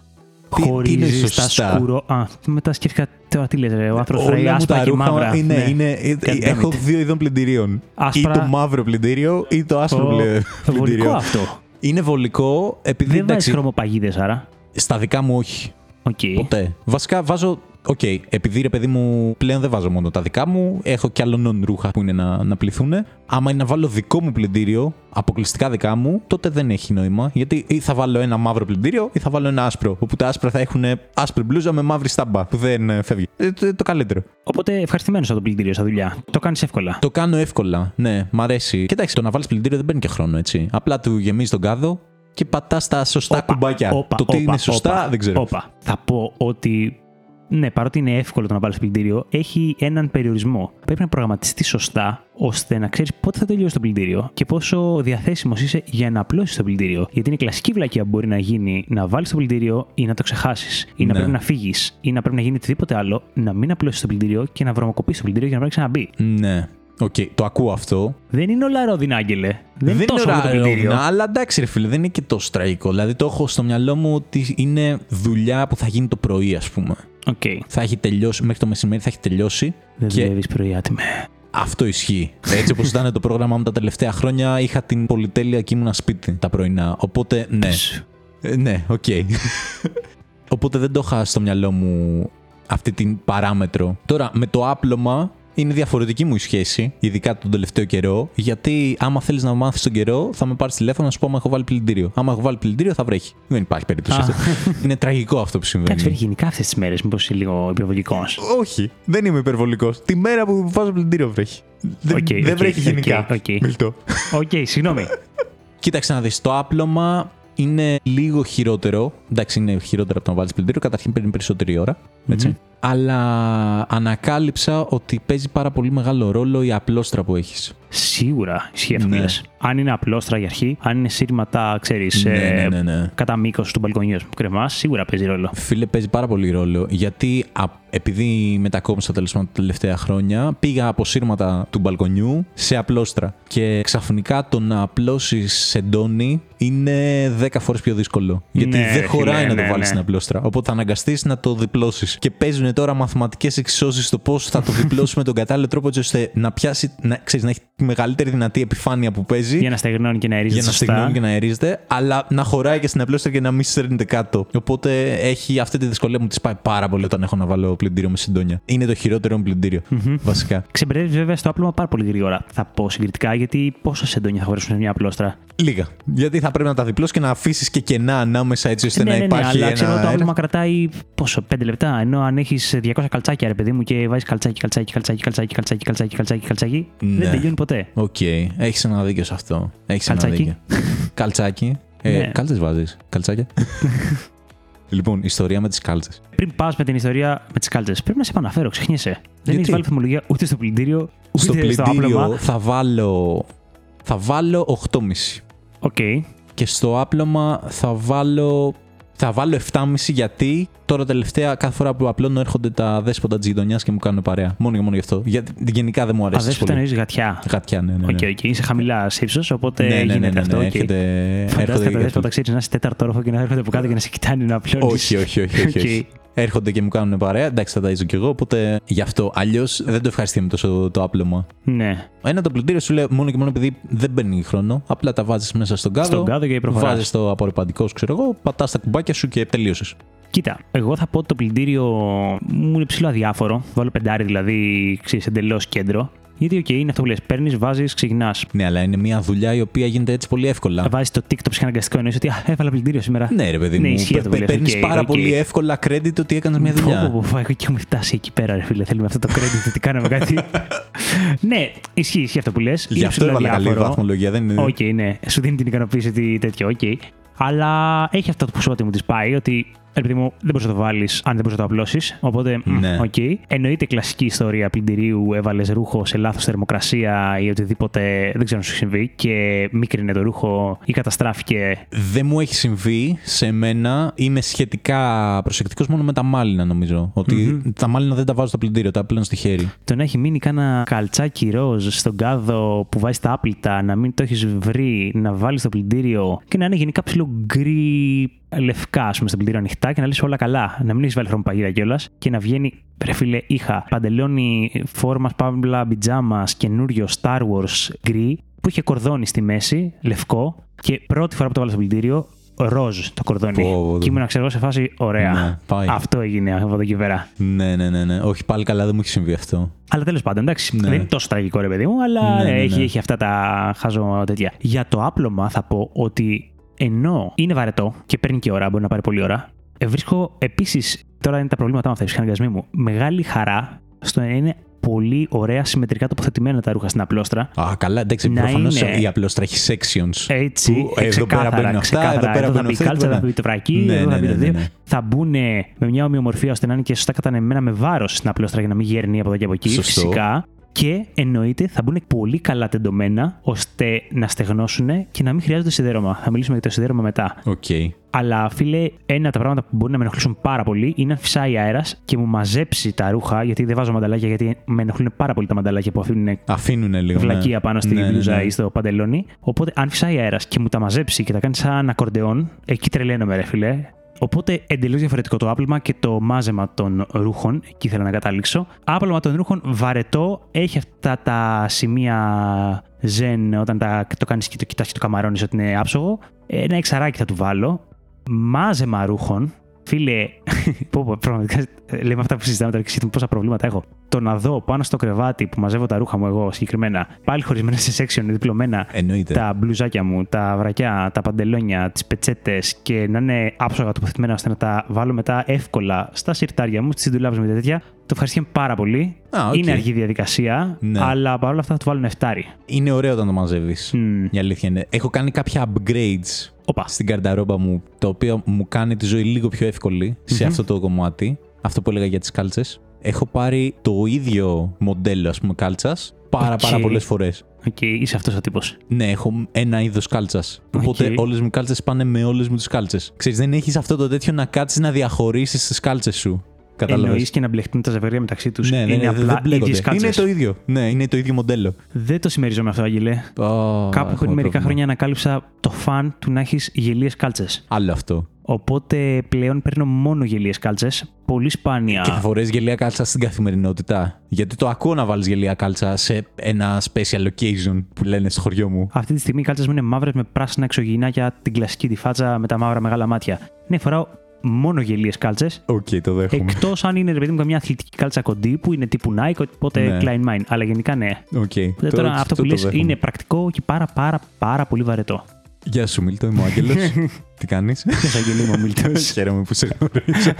S1: Τι- τι είναι
S2: Χωρίζεις τα
S1: σωστά? Ε,
S2: σκούρο. Α, μετά σκέφτηκα τώρα τι λες ρε. Ο άνθρωπος
S1: Όλα
S2: φρέει
S1: μου
S2: άσπρα
S1: τα
S2: και μαύρα.
S1: είναι,
S2: Ναι.
S1: είναι, ε,
S2: God damn
S1: έχω
S2: it.
S1: δύο είδων πλυντηρίων.
S2: Άσπρα-
S1: Ή το μαύρο πλυντήριο ή το άσπρο
S2: Ω,
S1: πλυ-
S2: Βολικό
S1: πλυντήριο.
S2: αυτό.
S1: Είναι βολικό επειδή
S2: Δεν βάζεις
S1: εντάξει,
S2: χρωμοπαγίδες άρα.
S1: στα δικά μου όχι.
S2: Οκ.
S1: Ποτέ. Βασικά βάζω. Οκ, επειδή ρε παιδί μου πλέον δεν βάζω μόνο τα δικά μου, έχω και άλλων ρούχα που είναι να, να πληθούν. Άμα είναι να βάλω δικό μου πλυντήριο, αποκλειστικά δικά μου, τότε δεν έχει νόημα. Γιατί ή θα βάλω ένα μαύρο πλυντήριο ή θα βάλω ένα άσπρο. Όπου τα άσπρα θα έχουν άσπρη μπλούζα με μαύρη στάμπα που δεν ε, φεύγει. Ε, το, το καλύτερο.
S2: Οπότε ευχαριστημένος από το πλυντήριο στα δουλειά. Το κάνεις εύκολα.
S1: Το κάνω εύκολα. Ναι, μ' αρέσει. Κοιτάξτε, το να βάλεις πλυντήριο δεν παίρνει και χρόνο, έτσι. Απλά του γεμίζεις τον κάδο και πατάς τα σωστά
S2: Όπα,
S1: κουμπάκια.
S2: όπα,
S1: το τι
S2: όπα,
S1: είναι σωστά
S2: όπα,
S1: δεν ξέρω.
S2: όπα. Θα πω ότι ναι, παρότι είναι εύκολο το να πάρει πλυντήριο, έχει έναν περιορισμό. Πρέπει να προγραμματιστείς σωστά ώστε να ξέρεις πότε θα τελειώσει το πλυντήριο και πόσο διαθέσιμος είσαι για να απλώσεις το πλυντήριο. Γιατί είναι η κλασική βλακία που μπορεί να γίνει να βάλεις το πλυντήριο ή να το ξεχάσεις, ή να
S1: Ναι.
S2: πρέπει να φύγεις, ή να πρέπει να γίνει οτιδήποτε άλλο, να μην απλώσεις το πλυντήριο και να βρωμοκοπήσεις το πλυντήριο για να πρέπει να ξαναμπεί.
S1: Ναι. Οκ, το ακούω αυτό.
S2: Δεν είναι όλα ρόδινα, Άγγελε. Δεν, είναι τόσο όλο το
S1: ωραίο,
S2: πλυντήριο.
S1: να, αλλά εντάξει, ρε φίλε, δεν είναι και τόσο τραγικό. Δηλαδή, το έχω στο μυαλό μου ότι είναι δουλειά που θα γίνει το πρωί, ας πούμε.
S2: Οκ.
S1: Θα έχει τελειώσει, μέχρι το μεσημέρι θα έχει τελειώσει.
S2: Δεν
S1: Και-
S2: δουλεύεις πρωί, άτιμε.
S1: Αυτό ισχύει. Έτσι όπως ήταν το πρόγραμμά μου τα τελευταία χρόνια, είχα την πολυτέλεια και ήμουνα σπίτι τα πρωινά. Οπότε, ναι.
S2: Ψ.
S1: Ε, ναι,
S2: *laughs*
S1: οκ. Οπότε δεν το είχα στο μυαλό μου αυτή την παράμετρο. Τώρα, με το άπλωμα είναι διαφορετική μου η σχέση, ειδικά τον τελευταίο καιρό. Γιατί άμα θέλεις να μάθεις τον καιρό, θα με πάρεις τηλέφωνο να σου πω άμα έχω βάλει πλυντήριο. Άμα έχω βάλει πλυντήριο, θα βρέχει. Δεν υπάρχει περίπτωση
S2: Α.
S1: αυτό. είναι τραγικό αυτό που
S2: Εντάξει,
S1: συμβαίνει.
S2: φέρει γενικά αυτέ τις μέρες. Μήπως είσαι λίγο υπερβολικός.
S1: *laughs* Όχι, δεν είμαι υπερβολικός. Τη μέρα που βάζω πλυντήριο βρέχει. Δεν,
S2: Οκ,
S1: δεν
S2: οκ,
S1: βρέχει
S2: οκ,
S1: γενικά.
S2: οκ.
S1: Μιλτό.
S2: Οκ, συγγνώμη.
S1: Κοίταξε να δεις, το άπλωμα είναι λίγο χειρότερο. Εντάξει, είναι χειρότερο από το να βάλεις πλυντήριο. Καταρχήν παίρνει περισσότερη ώρα, έτσι. Αλλά ανακάλυψα ότι παίζει πάρα πολύ μεγάλο ρόλο η απλόστρα που έχεις.
S2: Σίγουρα ισχύει αυτό που
S1: Ναι.
S2: λες. Αν είναι απλόστρα για αρχή, αν είναι σύρματα, ξέρεις,
S1: ναι.
S2: κατά μήκος του μπαλκονιού ας πούμε, που κρεμάς, σίγουρα παίζει ρόλο.
S1: Φίλε, παίζει πάρα πολύ ρόλο. Γιατί α, επειδή μετακόμισα τέλος πάντων τα τελευταία χρόνια, πήγα από σύρματα του μπαλκονιού σε απλόστρα. Και ξαφνικά το να απλώσεις σεντόνι είναι 10 φορές πιο δύσκολο. Γιατί
S2: Ναι,
S1: δεν χωράει
S2: φίλε,
S1: να το
S2: ναι,
S1: βάλεις
S2: ναι.
S1: στην απλόστρα. Οπότε θα αναγκαστείς να το διπλώσεις. Και παίζουν τώρα μαθηματικές εξισώσεις στο πώς θα το διπλώσει με τον κατάλληλο τρόπο, έτσι ώστε να πιάσει, να, ξέρεις, να έχει τη μεγαλύτερη δυνατή επιφάνεια που παίζει.
S2: Για να στεγνώνει και να αερίζει.
S1: για να στεγνώνει και να αερίζεται, αλλά να χωράει και στην απλώστρα και να μην σέρνεται κάτω. Οπότε έχει αυτή τη δυσκολία που μου της πάει πάρα πολύ όταν έχω να βάλω πλυντήριο με συντόνια. Είναι το χειρότερο μου πλυντήριο, βασικά.
S2: Ξεμπερδεύεις βέβαια στο άπλωμα πάρα πολύ γρήγορα. Θα πω συγκριτικά γιατί πόσα σεντόνια θα χωρέσουν σε μια απλόστρα.
S1: Λίγα. Γιατί θα πρέπει να τα διπλώσεις και να αφήσεις και κενά ανάμεσα έτσι ώστε να
S2: ναι, ναι,
S1: υπάρχει
S2: αλλά ξέρω
S1: ένα.
S2: το
S1: αέρα.
S2: άπλωμα κρατάει πόσο, 5 λεπτά. Ενώ αν έχεις 200 καλτσάκια, ρε παιδί μου, και βάζεις καλτσάκι, καλτσάκι, καλτσάκι, καλτσάκι, καλτσάκι, καλτσάκι, καλτσάκι, καλτσάκι
S1: Ναι.
S2: δεν τελειώνει ποτέ.
S1: Οκ, έχεις ένα δίκιο σε αυτό. Έχεις
S2: Καλτσάκι.
S1: Ένα δίκιο. Καλτσάκι. Ε,
S2: Ναι.
S1: Κάλτσες βάζεις.
S2: *laughs*
S1: Καλτσάκια. λοιπόν, ιστορία με τις κάλτσες.
S2: Πριν πας με την ιστορία με τις κάλτσες, πρέπει να σε επαναφέρω, ξεχνιέσαι. Δεν
S1: Γιατί?
S2: έχεις βάλει θυμολογία ούτε στο πλυντήριο, ούτε
S1: Στο
S2: άπλωμα.
S1: πλυντήριο θα βάλω. Θα βάλω 8,5.
S2: Οκ.
S1: Και στο άπλωμα θα βάλω. Θα βάλω 7,5 γιατί τώρα τελευταία κάθε φορά που απλώνω έρχονται τα δέσποτα της γειτονιάς και μου κάνουν παρέα. Μόνο και μόνο γι' αυτό. Γιατί γενικά δεν μου αρέσει.
S2: Αδέσου
S1: πολύ.
S2: ήταν εις γατιά.
S1: Γατιά, ναι, ναι. ναι.
S2: Οκ, οκ. Είσαι χαμηλά σε ύψο, οπότε
S1: Ναι, ναι, ναι,
S2: γίνεται
S1: ναι, ναι,
S2: αυτό. οκ.
S1: Έρχεται. έρχονται
S2: Φαντάζομαι
S1: και
S2: τα δέσποτα
S1: κάνουν-
S2: ξέρεις να είσαι τέταρτο όροφο και να έρχονται από κάτω και να σε κοιτάνε να απλώνεις.
S1: Όχι, όχι, όχι. όχι, όχι. Έρχονται και μου κάνουν παρέα. Εντάξει, θα τα ζω κι εγώ, οπότε γι' αυτό. Αλλιώς δεν το ευχαριστούμε τόσο το άπλωμα.
S2: Ναι.
S1: Ένα το πλυντήριο σου λέει μόνο και μόνο επειδή δεν μπαίνει χρόνο. Απλά τα βάζεις μέσα στον κάδο.
S2: Στον κάδο και προχωράς.
S1: Βάζεις το απορριπαντικό σου, ξέρω εγώ, πατάς τα κουμπάκια σου και τελείωσες.
S2: Κοίτα, εγώ θα πω ότι το πλυντήριο μου είναι ψηλό αδιάφορο. Βάλω πεντάρι δηλαδή, ξέρεις, εντελώς κέντρο. Γιατί, οκ, είναι αυτό που λες: Παίρνεις, βάζεις, ξεκινάς.
S1: Ναι, αλλά είναι μια δουλειά η οποία γίνεται έτσι πολύ εύκολα.
S2: Βάζεις το TikTok ψυχαναγκαστικό, εννοείς ότι «Α, έβαλα πλυντήριο σήμερα.
S1: Ναι, ρε παιδί
S2: Ναι,
S1: μου.
S2: ισχύει αυτό που λες.
S1: Παίρνεις
S2: Οκ,
S1: πάρα
S2: οκ.
S1: πολύ εύκολα credit ότι έκανες μια δουλειά.
S2: Πω, πω, πω, εγώ και έχουμε φτάσει εκεί πέρα, ρε φίλε. Θέλουμε αυτό το credit ότι
S1: *laughs*
S2: κάναμε κάτι. ναι, ισχύει, ισχύει αυτό που λες.
S1: Γι' αυτό έβαλα καλή δηλαδή. βαθμολογία. Δεν είναι.
S2: Οκ, ναι. Σου δίνει την ικανοποίηση ότι τέτοιο, οκ. Αλλά έχει αυτό το ποσό ότι μου της πάει, ότι ρε παιδί μου, δεν μπορείς να το βάλεις αν δεν μπορείς να το απλώσεις. Οπότε, μ,
S1: Ναι.
S2: οκ. Εννοείται κλασική ιστορία πλυντηρίου, έβαλες ρούχο σε λάθος θερμοκρασία ή οτιδήποτε, δεν ξέρω αν σου έχει συμβεί, και μίκρινε το ρούχο ή καταστράφηκε.
S1: Δεν μου έχει συμβεί σε μένα. Είμαι σχετικά προσεκτικός μόνο με τα μάλινα, νομίζω. Ότι τα μάλινα δεν τα βάζω στο πλυντήριο, τα πλένω στο χέρι.
S2: Το να έχει μείνει κάνα καλτσάκι ροζ στον κάδο που βάζει τα άπλυτα, να μην το έχεις βρει, να βάλεις στο πλυντήριο και να είναι γενικά ψηλό γκρι λευκά, ας πούμε, στο πλυντήριο ανοιχτά και να λε όλα καλά. Να μην έχεις βάλει χρωμοπαγίδα κιόλας και να βγαίνει, ρε φίλε, είχα παντελόνι φόρμας παύλα πιτζάμα καινούριο Star Wars γκρι που είχε κορδόνι στη μέση, λευκό και πρώτη φορά που το βάλα στο πλυντήριο. Ροζ το κορδόνι.
S1: Πω, πω,
S2: και ήμουν, ξέρω, εγώ, σε φάση ωραία.
S1: Ναι, πάει.
S2: Αυτό έγινε από εδώ και πέρα.
S1: Ναι, ναι, ναι, ναι. Όχι, πάλι καλά δεν μου έχει συμβεί αυτό.
S2: Αλλά τέλος πάντων, εντάξει.
S1: Ναι.
S2: Δεν είναι τόσο τραγικό, ρε παιδί μου, αλλά
S1: Ναι, ναι,
S2: ε,
S1: ναι.
S2: Έχει, έχει αυτά τα χάζω τέτοια. Για το άπλωμα θα πω ότι ενώ είναι βαρετό και παίρνει και ώρα, μπορεί να πάρει πολλή ώρα, ε, βρίσκω επίσης. Τώρα είναι τα προβλήματά μου αυτά, οι ψυχαναγκασμοί μου. Μεγάλη χαρά στο να είναι πολύ ωραία συμμετρικά τοποθετημένα τα ρούχα στην απλόστρα.
S1: Α, καλά, εντάξει,
S2: Να
S1: προφανώς
S2: είναι.
S1: η απλόστρα έχει sections.
S2: Έτσι,
S1: Που
S2: ε,
S1: εδώ πέρα
S2: ξεκάθαρα,
S1: μπαίνουν αυτά,
S2: ξεκάθαρα.
S1: εδώ πέρα
S2: θα
S1: μπαίνουν
S2: μπει η
S1: αυτά,
S2: κάλτσα,
S1: εδώ
S2: θα
S1: πέρα.
S2: μπει το βρακί,
S1: Ναι,
S2: εδώ
S1: ναι,
S2: θα μπει το
S1: ναι, ναι,
S2: δύο.
S1: ναι.
S2: Θα μπουν με μια ομοιομορφία ώστε να είναι και σωστά κατανεμένα με βάρος στην απλόστρα για να μην γέρνει από εδώ και από εκεί.
S1: Σωστό.
S2: Φυσικά. Και εννοείται θα μπουν πολύ καλά τεντωμένα ώστε να στεγνώσουν και να μην χρειάζονται σιδέρωμα. Θα μιλήσουμε για το σιδέρωμα μετά.
S1: Οκ.
S2: Αλλά φίλε, ένα από τα πράγματα που μπορεί να με ενοχλήσουν πάρα πολύ είναι αν φυσάει αέρας και μου μαζέψει τα ρούχα, γιατί δεν βάζω μανταλάκια, γιατί με ενοχλούν πάρα πολύ τα μανταλάκια που αφήνουν
S1: Αφήνουν λίγο. ναι.
S2: βλακεία πάνω στη
S1: Ναι, ναι,
S2: μπλουζά
S1: ναι.
S2: ή στο παντελόνι. Οπότε, αν φυσάει αέρας και μου τα μαζέψει και τα κάνει σαν ακορντεόν, εκεί τρελαίνομαι, ρε φιλέ. Οπότε, εντελώς διαφορετικό το άπλωμα και το μάζεμα των ρούχων. Εκεί ήθελα να κατάληξω. Άπλωμα των ρούχων βαρετό, έχει αυτά τα σημεία ζεν όταν τα, το κάνεις και το κοιτάς και το καμαρώνεις ότι είναι άψογο. Ε, Ένα εξαράκι θα του βάλω. Μάζεμα ρούχων. Φίλε, *laughs* πω, πω, πραγματικά ε, λέμε αυτά που συζητάμε τώρα και σκέφτομαι πόσα προβλήματα έχω. Το να δω πάνω στο κρεβάτι που μαζεύω τα ρούχα μου εγώ συγκεκριμένα, πάλι χωρισμένα σε section, διπλωμένα,
S1: Εννοείται.
S2: τα μπλουζάκια μου, τα βρακιά, τα παντελόνια, τις πετσέτες και να είναι άψογα τοποθετημένα ώστε να τα βάλω μετά εύκολα στα σιρτάρια μου, στις δουλάπε μου και τέτοια. Το ευχαριστούμε πάρα πολύ.
S1: Α, οκ.
S2: Είναι αργή διαδικασία,
S1: Ναι.
S2: αλλά παρόλα αυτά θα του βάλω ένα εφτάρι.
S1: Είναι ωραίο όταν το μαζεύεις.
S2: Μμμ.
S1: Η αλήθεια είναι. Έχω κάνει κάποια upgrades
S2: Όπα.
S1: στην καρταρόμπα μου, τα οποία μου κάνει τη ζωή λίγο πιο ευκολη σε αυτό το κομμάτι. Αυτό που έλεγα για τις κάλτσες. Έχω πάρει το ίδιο μοντέλο, ας πούμε, κάλτσας πάρα,
S2: Οκ.
S1: πάρα πολλές φορές.
S2: Οκ, είσαι αυτός ο τύπος.
S1: Ναι, έχω ένα είδος κάλτσας. Οπότε
S2: Οκ.
S1: όλες μου οι κάλτσες πάνε με όλες μου τις κάλτσες. Ξέρεις, δεν έχεις αυτό το τέτοιο να κάτσεις να διαχωρίσεις τις κάλτσες σου. Κατάλαβες.
S2: εννοείς και να μπλεχτούν τα ζευγάρια μεταξύ τους.
S1: Ναι, ναι,
S2: είναι
S1: ναι, δεν
S2: απλά
S1: μπλέκονται.
S2: ίδιες κάτσες.
S1: Είναι το ίδιο. Ναι, είναι το ίδιο μοντέλο.
S2: Δεν το συμμερίζομαι αυτό, Αγγελέ.
S1: Α,
S2: Κάπου
S1: έχουμε
S2: πριν μερικά
S1: πρόβλημα.
S2: χρόνια ανακάλυψα το φαν του να έχεις γελίες κάλτσες.
S1: Άλλο αυτό.
S2: Οπότε πλέον παίρνω μόνο γελίες κάλτσες. Πολύ σπάνια.
S1: Και θα φορές γελία κάλτσα στην καθημερινότητα. Γιατί το ακούω να βάλεις γελία κάλτσα σε ένα special occasion που λένε στο χωριό μου.
S2: Αυτή τη στιγμή οι κάλτσες μου είναι μαύρες με πράσινα εξωγενάκια, την κλασική τη φάτσα με τα μαύρα μεγάλα μάτια. Ναι, φοράω μόνο γελίες κάλτσες.
S1: Οκ, το δέχομαι.
S2: Εκτός αν είναι ρε παιδί μου καμιά αθλητική κάλτσα κοντή που είναι τύπου Nike, οπότε
S1: Ναι.
S2: Klein Mine. Αλλά γενικά ναι.
S1: Οκ,
S2: Δε
S1: το-
S2: τώρα αυτό που
S1: το
S2: λες
S1: δέχομαι.
S2: είναι πρακτικό και πάρα πάρα πάρα πολύ βαρετό.
S1: Γεια σου, Μίλτο, είμαι ο
S2: *laughs*
S1: Άγγελος. Τι κάνεις.
S2: Ποιο αγγελί μου, Μίλτο.
S1: *laughs* Χαίρομαι που σε
S2: *laughs*
S1: γνωρίζω.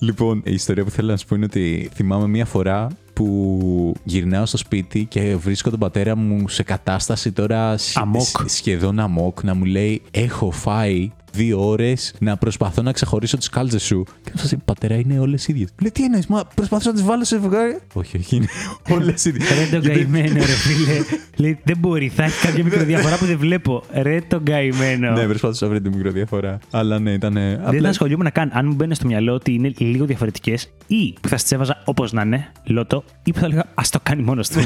S1: λοιπόν, η ιστορία που θέλω να σου πω είναι ότι θυμάμαι μία φορά που γυρνάω στο σπίτι και βρίσκω τον πατέρα μου σε κατάσταση τώρα σ-
S2: Αμόκ.
S1: σ- σχεδόν αμόκ να μου λέει έχω φάει δύο ώρες να προσπαθώ να ξεχωρίσω τις κάλτσες σου. Και μου λέει Πατέρα, είναι όλες ίδιες. Λέει τι εννοείς, Μα προσπαθώ να τις βάλω σε ζευγάρι. Όχι, όχι,
S2: *laughs*
S1: είναι όλες ίδιες.
S2: Ρε τον καημένο, ρε φίλε. Λέει δεν μπορεί, θα έχει κάποια μικροδιαφορά που δεν βλέπω. Ρε τον καημένο.
S1: Ναι, προσπάθησα να βρω τη μικροδιαφορά. Αλλά ναι, ήταν.
S2: Δεν θα ασχολιούμουν καν αν μου μπαίνει στο μυαλό ότι είναι λίγο διαφορετικές ή που θα τις έβαζα όπως να είναι, λότο, ή που θα έλεγα Ας το κάνει μόνος
S1: *laughs*
S2: του.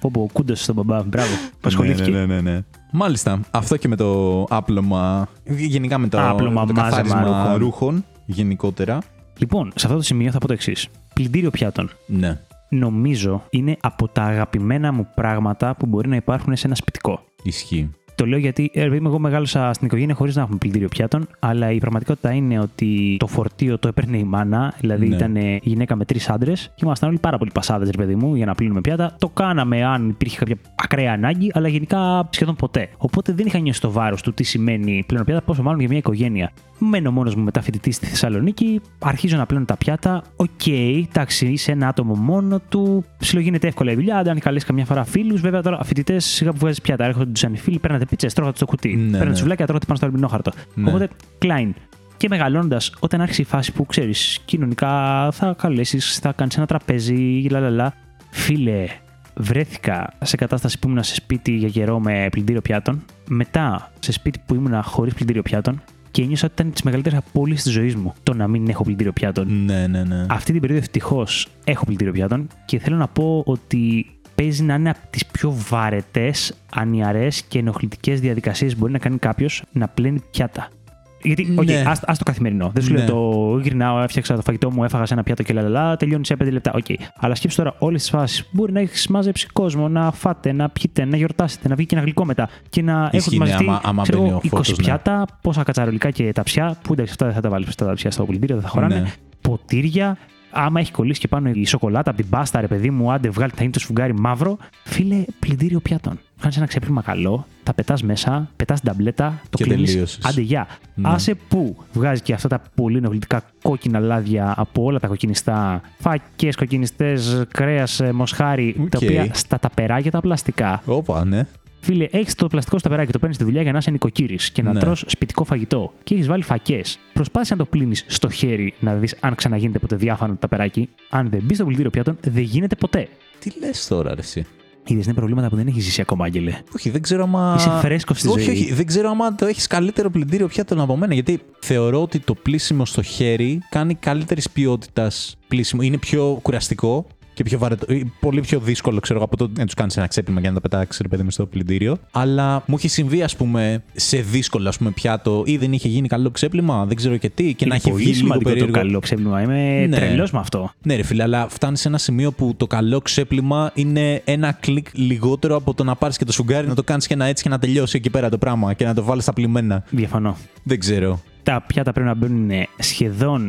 S2: Πω πω, κούντο στον μπαμπά, μπράβο. Που ασχολήθηκε.
S1: Ναι, ναι, ναι, ναι. Μάλιστα. Αυτό και με το άπλωμα. Γενικά με το,
S2: Άπλωμα,
S1: το
S2: μάζεμα
S1: καθάρισμα
S2: ρούχων.
S1: γενικότερα.
S2: Λοιπόν, σε αυτό το σημείο θα πω το εξής. Πλυντήριο πιάτων.
S1: Ναι.
S2: Νομίζω είναι από τα αγαπημένα μου πράγματα που μπορεί να υπάρχουν σε ένα σπιτικό.
S1: Ισχύει.
S2: Το λέω γιατί ε, ρε παιδί μου, εγώ μεγάλωσα στην οικογένεια χωρίς να έχουμε πλυντήριο πιάτων, αλλά η πραγματικότητα είναι ότι το φορτίο το έπαιρνε η μάνα, δηλαδή
S1: Ναι.
S2: ήταν ε, γυναίκα με τρεις άντρες και ήμασταν όλοι πάρα πολύ πασάδες, ρε παιδί μου, για να πλύνουμε πιάτα. Το κάναμε αν υπήρχε κάποια ακραία ανάγκη, αλλά γενικά σχεδόν ποτέ. Οπότε δεν είχα νιώσει το βάρος του τι σημαίνει πλέον πιάτα, πόσο μάλλον για μια οικογένεια. Μένω μόνος μου μετά φοιτητή στη Θεσσαλονίκη, αρχίζω να πλένω τα πιάτα. Οκ, εντάξει, είσαι ένα άτομο μόνο του. Συλλογίνεται εύκολα η δουλειά. Αν καλέσει καμιά φορά φίλους, βέβαια τώρα φοιτητές σιγά που βγάζεις πιάτα. Έρχονται τους ανηφίλοι, παίρνατε πίτσε, τρώγατε στο κουτί.
S1: Ναι,
S2: παίρνατε
S1: ναι.
S2: σουβλάκια, τρώγατε πάνω στο αλμινόχαρτο.
S1: Ναι.
S2: Οπότε, κλάιν. Και μεγαλώντας, όταν άρχισε η φάση που ξέρεις, κοινωνικά θα καλέσεις, θα κάνεις ένα τραπέζι, λαλαλα. Φίλε, βρέθηκα σε κατάσταση που ήμουνα σε σπίτι για καιρό με πλυντήριο πιάτων. Μετά σε σπίτι που ήμουνα χωρίς πλυντήριο πιάτων και ένιωσα ότι ήταν τι μεγαλύτερε απώλειε της ζωής μου το να μην έχω πλυντήριο πιάτων.
S1: Ναι, ναι, ναι.
S2: Αυτή την περίοδο ευτυχώς έχω πλυντήριο πιάτων και θέλω να πω ότι παίζει να είναι από τις πιο βαρετές, ανιαρές και ενοχλητικές διαδικασίες που μπορεί να κάνει κάποιος να πλένει πιάτα. Γιατί, οκ,
S1: Ναι.
S2: ας, ας το καθημερινό. Δεν σου λέω
S1: Ναι.
S2: το γυρνάω, έφτιαξα το φαγητό μου, έφαγα σε ένα πιάτο και λαλαλά, τελειώνει σε 5 λεπτά. Οκ. Αλλά σκέψει τώρα όλες τις φάσεις. Μπορεί να έχεις μαζέψει κόσμο, να φάτε, να πιείτε, να γιορτάσετε, να βγει και ένα γλυκό μετά. Και να έχουν
S1: Ισχύει, ναι,
S2: μαζευτεί
S1: άμα- άμα
S2: ξέρω,
S1: μπαίνει ο
S2: 20
S1: φώτος, ναι.
S2: πιάτα, πόσα κατσαρολικά και ταψιά. Που εντάξει, αυτά δεν θα τα βάλεις τα ταψιά στο πολιτήριο, δεν θα χωράνε
S1: Ναι.
S2: ποτήρια. Άμα έχει κολλήσει και πάνω η σοκολάτα από την πάστα, ρε παιδί μου, άντε βγάλει, θα γίνει το σφουγγάρι μαύρο. Φίλε, πλυντήριο πιάτων. Κάνεις ένα ξέπλυμα καλό, τα πετάς μέσα, πετάς την ταμπλέτα, το
S1: Και
S2: κλείνεις.
S1: τελείωσες.
S2: Άντε, γεια.
S1: Ναι.
S2: Άσε που βγάζει και αυτά τα πολύ ενοχλητικά κόκκινα λάδια από όλα τα κοκκινιστά. Φακές, κοκκινιστές, κρέας, ε, μοσχάρι, τα
S1: Οκ.
S2: οποία στα ταπεράκια τα πλαστικά.
S1: Όπα, ναι.
S2: Φίλε, έχεις το πλαστικό στο ταπεράκι, το παίρνεις στη δουλειά για να είσαι νοικοκύρης και να
S1: Ναι.
S2: τρως σπιτικό φαγητό. Και έχεις βάλει φακές. Προσπάθησε να το πλύνεις στο χέρι να δεις αν ξαναγίνεται ποτέ διάφανο το ταπεράκι. Αν δεν μπεις στο πλυντήριο πιάτων, δεν γίνεται ποτέ.
S1: Τι λες τώρα, ρε. εσύ.
S2: Είδες είναι προβλήματα που δεν έχεις ζήσει ακόμα, Άγγελε.
S1: Όχι, δεν ξέρω άμα.
S2: Είσαι φρέσκος στη
S1: όχι,
S2: ζωή.
S1: Όχι, δεν ξέρω άμα το έχεις καλύτερο πλυντήριο πιάτων από μένα. Γιατί θεωρώ ότι το πλήσιμο στο χέρι κάνει καλύτερης ποιότητας πλήσιμο. Είναι πιο κουραστικό και πιο βαρετό. ε, Πολύ πιο δύσκολο, ξέρω εγώ, από το να τους κάνεις ένα ξέπλυμα και να τα πετάξεις, ρε παιδί μου, στο πλυντήριο. Αλλά μου έχει συμβεί, ας πούμε, σε δύσκολο ας πούμε, πιάτο ή δεν είχε γίνει καλό ξέπλυμα, δεν ξέρω και τι, και να έχει
S2: πολύ
S1: βγει λίγο
S2: σημαντικό
S1: περίεργο.
S2: το καλό ξέπλυμα. Είμαι
S1: Ναι.
S2: τρελός με αυτό.
S1: Ναι, ρε φίλε, αλλά φτάνεις σε ένα σημείο που το καλό ξέπλυμα είναι ένα κλικ λιγότερο από το να πάρεις και το σουγκάρι, να το κάνεις και να έτσι και να τελειώσει εκεί πέρα το πράγμα και να το βάλεις στα πλημμένα.
S2: Διαφωνώ.
S1: Δεν ξέρω.
S2: τα πιάτα πρέπει να μπαίνουν σχεδόν.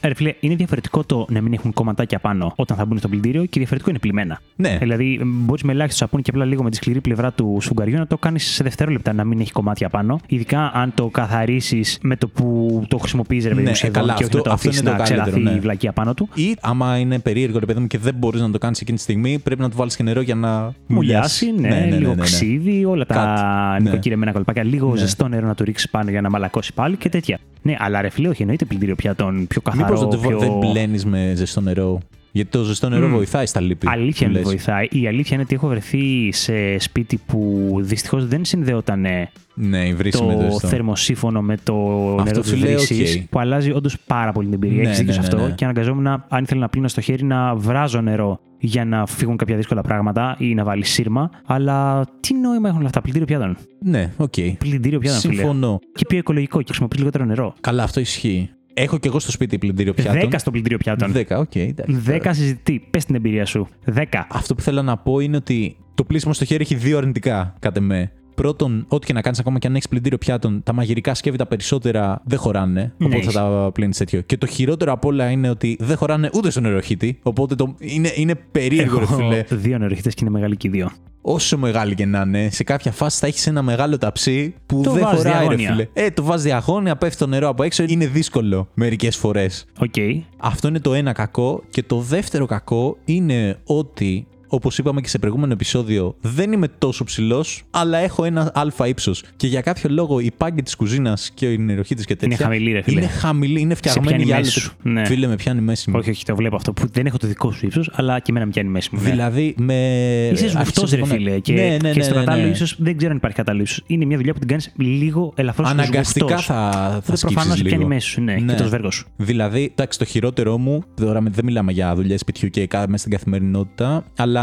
S2: Ε, Ρε φίλε, είναι διαφορετικό το να μην έχουν κομματάκια πάνω όταν θα μπουν στο πλυντήριο και διαφορετικό είναι πλημμένα.
S1: Ναι.
S2: Δηλαδή, μπορείς με ελάχιστο σαπούνι και απλά λίγο με τη σκληρή πλευρά του σουγκαριού να το κάνεις σε δευτερόλεπτα να μην έχει κομμάτια πάνω. Ειδικά αν το καθαρίσεις με το που το χρησιμοποιείς, ρε παιδί
S1: Ναι,
S2: μου, σχεδόν,
S1: καλά,
S2: και όχι
S1: αυτό-
S2: να το
S1: αυτό
S2: αφήσει
S1: είναι
S2: να
S1: το καλύτερο,
S2: ξελαθεί
S1: ναι.
S2: η βλακία πάνω του.
S1: Ή άμα είναι περίεργο, ρε παιδί μου, και δεν μπορείς να το κάνεις εκείνη τη στιγμή, πρέπει να του βάλεις και νερό για να
S2: Μουλιάσει, ναι, λίγο ξύδι, όλα τα
S1: Κάτι, ναι.
S2: νοικοκυρεμένα κολπάκια. Λίγο
S1: Ναι.
S2: ζεστό νερό να το ρίξεις πάνω για να μαλακώσει πάλι και τέτοια. Ναι, αλλά ρε φίλε, όχι, εννοείται πλυντήριο πιάτων πιο καθαρό.
S1: Μήπω
S2: πιο...
S1: δεν μπλένει με ζεστό νερό Γιατί το ζεστό νερό
S2: Μμμ.
S1: βοηθάει στα λίπη.
S2: Αλήθεια
S1: που
S2: με
S1: λες.
S2: βοηθάει. Η αλήθεια είναι ότι έχω βρεθεί σε σπίτι που δυστυχώς δεν συνδεόταν ε,
S1: Ναι, η βρύση με το
S2: το
S1: ζεστό.
S2: θερμοσύφωνο με το νερό
S1: Αυτό
S2: της
S1: σου λέει,
S2: βρύσης.
S1: οκ.
S2: Που αλλάζει όντως πάρα πολύ την εμπειρία.
S1: Ναι,
S2: Έχεις δίκιο
S1: ναι,
S2: σε
S1: ναι,
S2: αυτό.
S1: ναι.
S2: Και αναγκαζόμουν, αν ήθελα να πλύνω στο χέρι, να βράζω νερό για να φύγουν κάποια δύσκολα πράγματα ή να βάλει σύρμα. Αλλά τι νόημα έχουν όλα αυτά. Πλυντήριο πιάτων.
S1: Ναι, οκ.
S2: Πλυντήριο πιάτων, φίλε.
S1: Συμφωνώ.
S2: Και πιο οικολογικό και χρησιμοποιείς λιγότερο νερό.
S1: Καλά, αυτό ισχύει. Έχω και εγώ στο σπίτι πλυντήριο πιάτων.
S2: 10 στο πλυντήριο πιάτων.
S1: 10, οκ. εντάξει.
S2: 10 συζητητή. Πες την εμπειρία σου. 10.
S1: Αυτό που θέλω να πω είναι ότι το πλήσιμο στο χέρι έχει δύο αρνητικά, κατά με. Πρώτον, ό,τι και να κάνεις, ακόμα και αν έχεις πλυντήριο πιάτων, τα μαγειρικά σκεύη τα περισσότερα δεν χωράνε. Οπότε
S2: Ναι,
S1: θα τα πλύνεις τέτοιο. Και το χειρότερο απ' όλα είναι ότι δεν χωράνε ούτε στον νεροχύτη. Οπότε το... είναι, είναι περίεργο, ρε
S2: Έχω
S1: φίλε.
S2: δύο νεροχητέ και είναι μεγάλη και οι δύο.
S1: Όσο μεγάλη και να είναι, σε κάποια φάση θα έχεις ένα μεγάλο ταψί που
S2: Το
S1: δεν
S2: βάζεις
S1: χωράει,
S2: διαγώνια.
S1: ρε φίλε. Ε, το βάζεις διαγώνια, πέφτει το νερό από έξω. Είναι δύσκολο μερικές φορές.
S2: Οκ.
S1: Αυτό είναι το ένα κακό. Και το δεύτερο κακό είναι ότι, όπως είπαμε και σε προηγούμενο επεισόδιο, δεν είμαι τόσο ψηλός, αλλά έχω ένα αλφα ύψος. Και για κάποιο λόγο η πάγκη της κουζίνας και η νεροχή της και τέτοια.
S2: Είναι χαμηλή, ρε φίλε.
S1: Είναι χαμηλή, είναι φτιαγμένη
S2: πιάνει
S1: για
S2: μέση
S1: άλλο.
S2: σου. Ναι.
S1: Φίλε, με πιάνει μέση μου.
S2: Όχι, όχι, το βλέπω αυτό που δεν έχω το δικό σου ύψος, αλλά και εμένα με πιάνει μέση μου. ναι.
S1: Δηλαδή, με.
S2: Είσαι σβουφτό,
S1: Άρχισε
S2: ρε
S1: να πονάει.
S2: φίλε. Και,
S1: ναι, ναι, ναι,
S2: και στο
S1: ναι, ναι.
S2: κατάλληλο, ίσως δεν ξέρω αν υπάρχει κατάλληλο ύψος. Είναι μια δουλειά που την κάνεις λίγο ελαφρώς
S1: Αναγκαστικά θα, θα
S2: Προφανώ
S1: σκύψεις λίγο.
S2: πιάνει μέση σου, ναι,
S1: Ναι.
S2: και το σβέργο σου.
S1: Δηλαδή, εντάξει, το χειρότερό μου, τώρα με- δεν μιλάμε για δουλειές σπιτιού και κα- μέσα στην καθημερινότητα, αλλά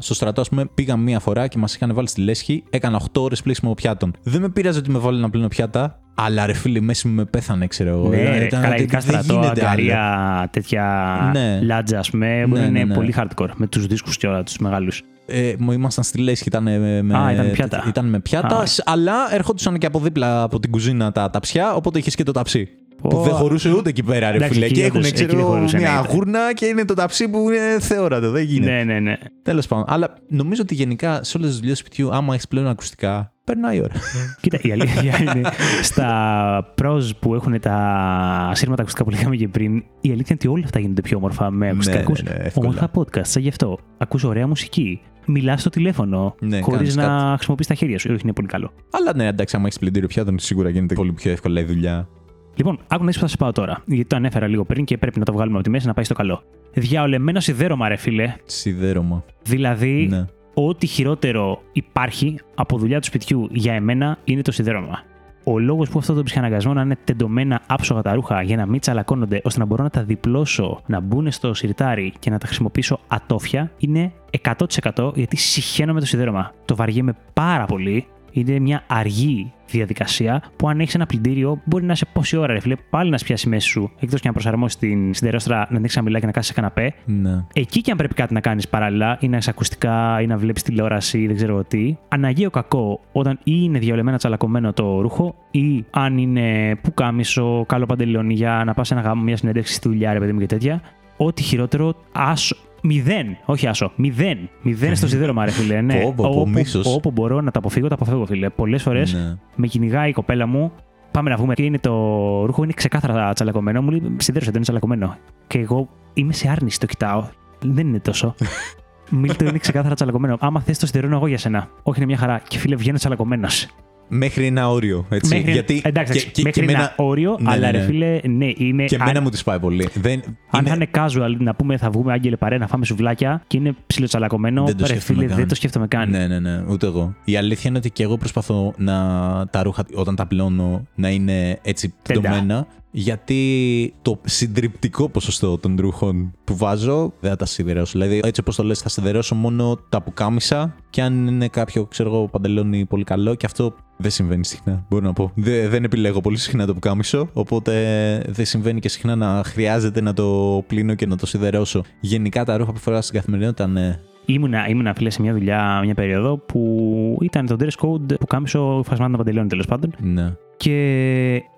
S1: στο στρατό, ας πούμε, πήγα μία φορά και μας είχαν βάλει στη λέσχη, έκανα 8 ώρες πλήσιμο πιάτων. Δεν με πείραζε ότι με βάλει να πλύνω πιάτα, αλλά ρε φίλε, η μέση μου με πέθανε, ξέρω εγώ.
S2: Ναι,
S1: Ε, Ήταν
S2: ρε,
S1: ότι
S2: καλά, ειδικά
S1: δεν
S2: στρατό,
S1: γίνεται άλλο.
S2: αγκαρία, τέτοια
S1: Ναι.
S2: λάτζα, ας πούμε, που
S1: Ναι, ναι,
S2: είναι
S1: ναι.
S2: πολύ hardcore με τους δίσκους και όλα τους μεγάλους.
S1: Ε, μου ήμασταν στη λέσχη, ήταν με, με-
S2: Α, ήταν με πιάτα.
S1: ήταν με πιάτα,
S2: Α.
S1: σ- αλλά ερχόντουσαν και από δίπλα από την κουζίνα τα ταψιά, οπότε είχες και το ταψί. Που δεν χωρούσε ούτε εκεί πέρα, ρε
S2: Εντάξει,
S1: φίλε.
S2: εκεί
S1: Και έχουν
S2: όντως, εκεί δεν
S1: ξέρω,
S2: χωρούσε, ναι,
S1: μια
S2: ήταν.
S1: γούρνα και είναι το ταψί που είναι θεόρατο. Δεν γίνεται.
S2: Ναι, ναι, ναι.
S1: Τέλος πάντων. Αλλά νομίζω ότι γενικά σε όλες τις δουλειές σπιτιού, άμα έχεις πλέον ακουστικά, περνάει η ώρα.
S2: Κοίτα,
S1: *laughs*
S2: η αλήθεια είναι στα pros που έχουν τα σύρματα ακουστικά που λέγαμε και πριν, η αλήθεια είναι ότι όλα αυτά γίνονται πιο όμορφα με ακουστικά.
S1: ναι,
S2: Ακούς
S1: ναι, εύκολα.
S2: όμορφα podcast, σαν γι' αυτό. Ακούς ωραία μουσική. Μιλάς στο τηλέφωνο
S1: Ναι,
S2: χωρίς
S1: κάνεις
S2: να χρησιμοποιείς τα χέρια σου. Ε, Όχι, είναι πολύ καλό.
S1: Αλλά ναι, εντάξει, άμα έχεις πλυντήριο πιάτων, σίγουρα γίνεται πολύ πιο εύκολα η δουλειά.
S2: Λοιπόν, άκου να δεις που θα σου πάω τώρα. Γιατί το ανέφερα λίγο πριν και πρέπει να το βγάλουμε από τη μέση να πάει στο καλό. Διαολεμένο σιδέρωμα, ρε φίλε.
S1: Σιδέρωμα.
S2: Δηλαδή,
S1: Ναι.
S2: ό,τι χειρότερο υπάρχει από δουλειά του σπιτιού για εμένα είναι το σιδέρωμα. Ο λόγος που αυτό το ψυχαναγκασμό να είναι τεντωμένα άψογα τα ρούχα για να μην τσαλακώνονται ώστε να μπορώ να τα διπλώσω, να μπουν στο σιρτάρι και να τα χρησιμοποιήσω ατόφια είναι 100% γιατί συχαίνω με το σιδέρωμα. Το βαριέμαι πάρα πολύ. Είναι μια αργή διαδικασία που αν έχεις ένα πλυντήριο μπορεί να σε πόση ώρα, ρε φίλε, πάλι να σπιάσει μέση σου. Εκτός και να προσαρμόσεις την σιδερόστρα, να την έχει χαμηλά και να κάτσει σε καναπέ,
S1: Ναι.
S2: Εκεί και αν πρέπει κάτι να κάνεις παράλληλα, ή να έχεις ακουστικά, ή να βλέπεις τηλεόραση, ή δεν ξέρω εγώ τι. Αναγκαίο κακό όταν ή είναι διαολεμένα τσαλακωμένο το ρούχο, ή αν είναι πουκάμισο, καλό παντελόνι για να πας ένα γάμο, μια συνέντευξη στη δουλειά, ρε παιδί μου και τέτοια. Ό,τι χειρότερο, άσο. Μηδέν, όχι άσο. Μηδέν.
S1: *laughs*
S2: Μηδέν στο σιδέρωμα, ρε φίλε. Ναι.
S1: Πω, πω, πω,
S2: όπου,
S1: μίσος.
S2: όπου μπορώ να τα αποφύγω, τα αποφεύγω, φίλε. Πολλές φορές
S1: ναι.
S2: με κυνηγάει η κοπέλα μου. Πάμε να βγούμε. Και είναι το ρούχο είναι ξεκάθαρα τσαλακωμένο. Μου λέει Σιδέρωσε, δεν είναι τσαλακωμένο. Και εγώ είμαι σε άρνηση, το κοιτάω. Δεν είναι
S1: *laughs*
S2: τόσο. Μίλτο είναι ξεκάθαρα τσαλακωμένο. Άμα θες το σιδερώνω εγώ για σένα. Όχι, είναι μια χαρά. Και φίλε, βγαίνω τσαλακωμένος.
S1: Μέχρι ένα όριο. Έτσι. Γιατί
S2: εντάξει,
S1: και-
S2: εντάξει,
S1: και-
S2: μέχρι
S1: και
S2: ένα
S1: εμένα-
S2: όριο,
S1: Ναι,
S2: αλλά
S1: ναι,
S2: ρε
S1: ναι.
S2: φίλε, ναι, είναι.
S1: Και εμένα
S2: αν,
S1: μου τη πάει πολύ. Δεν,
S2: αν θα
S1: είναι-
S2: είναι casual, να πούμε θα βγούμε άγγελε παρέ, να φάμε σουβλάκια και είναι ψιλοτσαλακωμένο,
S1: Δεν το
S2: ρε
S1: σκέφτομαι
S2: φίλε,
S1: καν.
S2: δεν το σκέφτομαι καν.
S1: Ναι, ναι, ναι, ούτε εγώ. Η αλήθεια είναι ότι και εγώ προσπαθώ να τα ρούχα όταν τα πλώνω να είναι έτσι
S2: Τέντα.
S1: τεντωμένα. Γιατί το συντριπτικό ποσοστό των ρούχων που βάζω δεν θα τα σιδερώσω. Δηλαδή, έτσι όπως το λες, θα σιδερώσω μόνο τα πουκάμισα και αν είναι κάποιο, ξέρω εγώ, παντελόνι πολύ καλό. Και αυτό δεν συμβαίνει συχνά, μπορώ να πω. Δε- δεν επιλέγω πολύ συχνά το πουκάμισο. Οπότε δεν συμβαίνει και συχνά να χρειάζεται να το πλύνω και να το σιδερώσω. Γενικά τα ρούχα που φοράω στην καθημερινότητα, ναι.
S2: Ήμουνα, ήμουνα φίλε σε μια δουλειά, μια περίοδο που ήταν το dress code που κάμισο φασμάτων παντελόνι τέλος πάντων.
S1: ναι.
S2: Και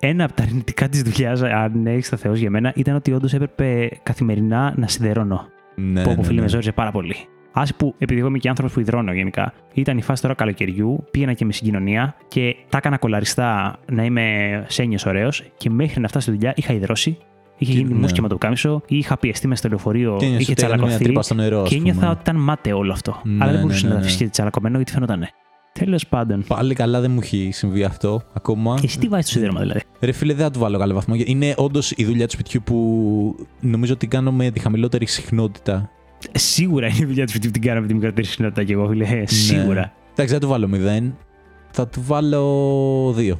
S2: ένα από τα αρνητικά της δουλειάς, αν έχεις τα Θεός για μένα, ήταν ότι όντως έπρεπε καθημερινά να σιδερώνω.
S1: Ναι,
S2: που
S1: ναι,
S2: όπου φίλε
S1: ναι.
S2: με ζόριζε πάρα πολύ. Άσε που, επειδή εγώ είμαι και άνθρωπος που υδρώνω γενικά, ήταν η φάση τώρα καλοκαιριού, πήγαινα και με συγκοινωνία και τα έκανα κολαριστά να είμαι σένιος ωραίος και μέχρι να φτάσω στη δουλειά είχα υδρώσει. Είχε
S1: Και-
S2: γίνει
S1: ναι.
S2: μουσική με το κάμισο, είχα πιεστεί μες στο λεωφορείο,
S1: Και νιώθω
S2: είχε
S1: ότι έκανε μια
S2: τσαλακωθεί.
S1: τρύπα στο νερό, ας
S2: Και ένιωθα
S1: πούμε.
S2: ότι ήταν μάταιο όλο αυτό.
S1: Ναι,
S2: Αλλά δεν
S1: ναι,
S2: μπορούσε
S1: ναι,
S2: να
S1: ναι.
S2: αφήσει και τσαλακωμένο γιατί φαινόταν. Τέλος πάντων.
S1: Πάλι καλά δεν μου έχει συμβεί αυτό ακόμα.
S2: Εσύ τι βάζεις στο σίδερμα δηλαδή.
S1: Ρε φίλε, δεν θα του βάλω καλό βαθμό. Είναι όντως η δουλειά του σπιτιού που νομίζω ότι κάνω με τη χαμηλότερη συχνότητα.
S2: Σίγουρα είναι η δουλειά του σπιτιού που την κάναμε τη μικρότερη συχνότητα και εγώ, φίλε. Ε, Σίγουρα.
S1: Εντάξει, δεν του βάλω 0. Θα του βάλω 2.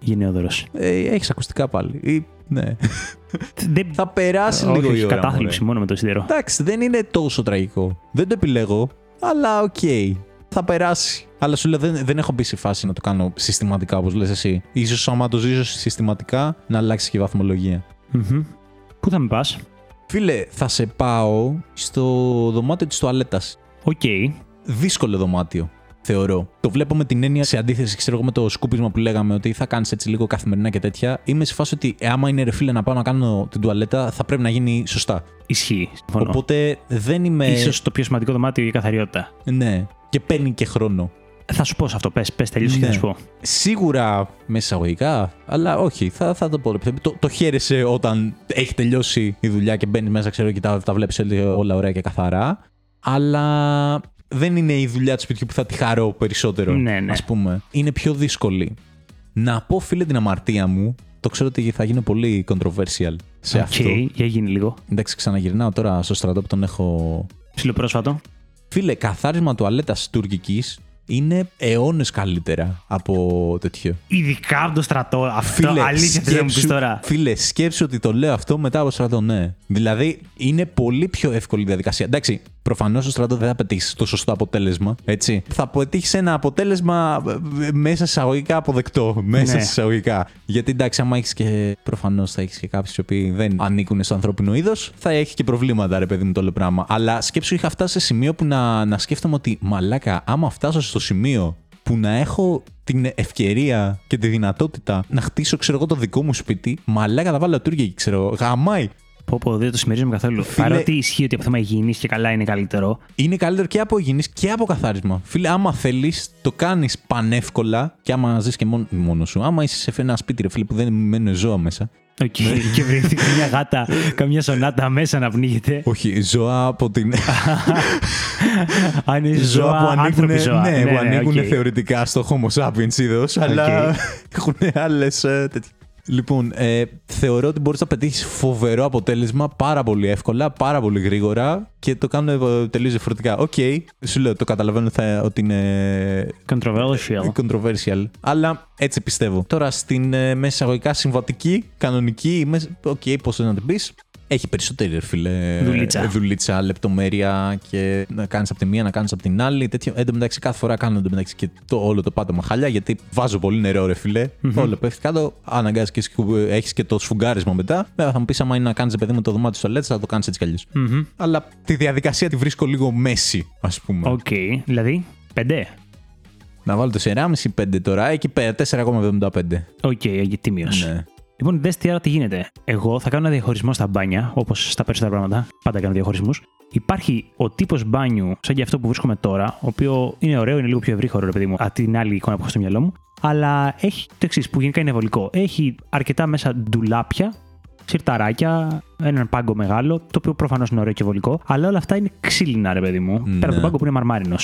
S2: Γενναιόδωρος.
S1: Ε, Έχεις ακουστικά πάλι. Ή,
S2: *laughs*
S1: ναι.
S2: Δεν
S1: θα περάσει
S2: Όχι,
S1: λίγο η
S2: όχι,
S1: ώρα.
S2: κατάθλιψη
S1: μωρέ.
S2: μόνο με το σίδερο.
S1: Εντάξει, δεν είναι τόσο τραγικό. Δεν το επιλέγω, αλλά οκ. Θα περάσει. Αλλά σου λέω, δεν, δεν έχω μπει σε φάση να το κάνω συστηματικά όπως λες εσύ. Ίσως άμα το ζήσω συστηματικά να αλλάξει και η βαθμολογία.
S2: Μμμ. Πού θα με πας.
S1: Φίλε, θα σε πάω στο δωμάτιο της τουαλέτας.
S2: Οκ.
S1: Δύσκολο δωμάτιο, θεωρώ. Το βλέπω με την έννοια σε αντίθεση, ξέρω εγώ, με το σκούπισμα που λέγαμε ότι θα κάνεις έτσι λίγο καθημερινά και τέτοια. Είμαι σε φάση ότι ε, άμα είναι ρε φίλε να πάω να κάνω την τουαλέτα, θα πρέπει να γίνει σωστά.
S2: Ισχύει. Συμφωνώ.
S1: Οπότε δεν είμαι.
S2: Ίσως το πιο σημαντικό δωμάτιο για καθαριότητα.
S1: Ναι. Και παίρνει και χρόνο.
S2: Θα σου πω σε αυτό. Πες, πες, τελείωσε και θα
S1: Ναι.
S2: σου πω.
S1: Σίγουρα μέσα εισαγωγικά, αλλά όχι, θα, θα το πω. Το, το χαίρεσαι όταν έχει τελειώσει η δουλειά και μπαίνεις μέσα, ξέρω και τα, τα βλέπει όλα ωραία και καθαρά. Αλλά δεν είναι η δουλειά του σπιτιού που θα τη χαρώ περισσότερο.
S2: Ναι, ναι.
S1: Ας πούμε. Είναι πιο δύσκολη. Να πω, φίλε, την αμαρτία μου. Το ξέρω ότι θα γίνω πολύ controversial σε
S2: Οκ,
S1: αυτό.
S2: για γίνει λίγο.
S1: Εντάξει, ξαναγυρνάω τώρα στο στρατό που τον έχω
S2: Ψιλοπρόσφατο.
S1: Φίλε, καθάρισμα τουαλέτας τουρκικής είναι αιώνες καλύτερα από τέτοιο.
S2: Ειδικά από το στρατό. Αυτό
S1: Φίλε,
S2: αλήθεια δεν μου πεις
S1: σκέψου-
S2: τώρα.
S1: Φίλε, σκέψου ότι το λέω αυτό μετά από στρατό, ναι. Δηλαδή, είναι πολύ πιο εύκολη η διαδικασία. Εντάξει, προφανώς στο στρατό δεν θα πετύχει το σωστό αποτέλεσμα, έτσι. Θα πετύχει ένα αποτέλεσμα ε, ε, μέσα σε εισαγωγικά αποδεκτό. Μέσα
S2: Ναι.
S1: σε εισαγωγικά. Γιατί εντάξει, άμα έχεις και. Προφανώς θα έχεις και κάποιους οι οποίοι δεν ανήκουν στο ανθρώπινο είδος, θα έχει και προβλήματα, ρε παιδί μου, το όλο πράγμα. Αλλά σκέψου, είχα φτάσει σε σημείο που να, να σκέφτομαι ότι μαλάκα, άμα φτάσω στο σημείο που να έχω την ευκαιρία και τη δυνατότητα να χτίσω, ξέρω εγώ, το δικό μου σπίτι, μαλάκα θα βάλω Τούρκια, ξέρω εγώ. Γαμάει.
S2: Πω, πω, δεν το συμμερίζομαι καθόλου.
S1: Φίλε-
S2: Παρότι ισχύει ότι από θέμα υγιεινής και καλά είναι καλύτερο.
S1: Είναι καλύτερο και από υγιεινής και από καθάρισμα. Φίλε, άμα θέλεις, το κάνεις πανεύκολα και άμα ζεις και μόνο, μόνος σου. Άμα είσαι σε ένα σπίτι, ρε φίλε, που δεν μένουν ζώα μέσα.
S2: Οκ. και
S1: *laughs*
S2: βρέθηκε μια γάτα, καμιά σονάτα μέσα να πνίγεται.
S1: Όχι, ζώα από την.
S2: Αν είναι
S1: ζώα
S2: ζώα,
S1: που ανοίγουν,
S2: άνθρωποι ζώα.
S1: ναι, που ανοίγουν
S2: οκ.
S1: θεωρητικά στο Homo sapiens είδος, αλλά *laughs* έχουν άλλε τέτοιε. Λοιπόν, ε, θεωρώ ότι μπορείς να πετύχεις φοβερό αποτέλεσμα πάρα πολύ εύκολα, πάρα πολύ γρήγορα και το κάνω τελείως διαφορετικά. Οκ, σου λέω, το καταλαβαίνω θα, ότι είναι
S2: Controversial.
S1: controversial, αλλά έτσι πιστεύω. Τώρα στην ε, μέσα εισαγωγικά συμβατική, κανονική, μες- οκ, πώς να την πεις. Έχει περισσότερη ρε φίλε.
S2: Δουλίτσα.
S1: ε, δουλίτσα, λεπτομέρεια και να κάνεις από τη μία, να κάνεις από την άλλη. Τέτοιο. Εν τω μεταξύ, κάθε φορά κάνω εν τω μεταξύ και το, όλο το πάτωμα χαλιά γιατί βάζω πολύ νερό, ρε φιλε Όλο πέφτει κάτω. Αναγκάζεις και έχεις και το σφουγγάρισμα μετά. Βέβαια, θα μου πεις άμα είναι να κάνεις παιδί μου το δωμάτιο στο λέτσα, θα το κάνεις έτσι κι αλλιω Αλλά τη διαδικασία τη βρίσκω λίγο μέση, ας πούμε.
S2: Οκ. Δηλαδή, πέντε.
S1: Να βάλω το 4,5-5 τώρα, εκεί πέρα 4,75.
S2: Οκ, τίμιο.
S1: Ναι.
S2: Λοιπόν, δες τι άρα τι γίνεται. Εγώ θα κάνω ένα διαχωρισμό στα μπάνια, όπως στα περισσότερα πράγματα. Πάντα κάνω διαχωρισμούς. Υπάρχει ο τύπος μπάνιου, σαν και αυτό που βρίσκομαι τώρα, ο οποίο είναι ωραίο, είναι λίγο πιο ευρύχωρο, ρε παιδί μου, από την άλλη εικόνα που έχω στο μυαλό μου. Αλλά έχει το εξής, που γενικά είναι βολικό. Έχει αρκετά μέσα ντουλάπια, σιρταράκια, έναν πάγκο μεγάλο, το οποίο προφανώς είναι ωραίο και βολικό. Αλλά όλα αυτά είναι ξύλινα, ρε παιδί μου. Πέρα από τον πάγκο που είναι μαρμάρινος.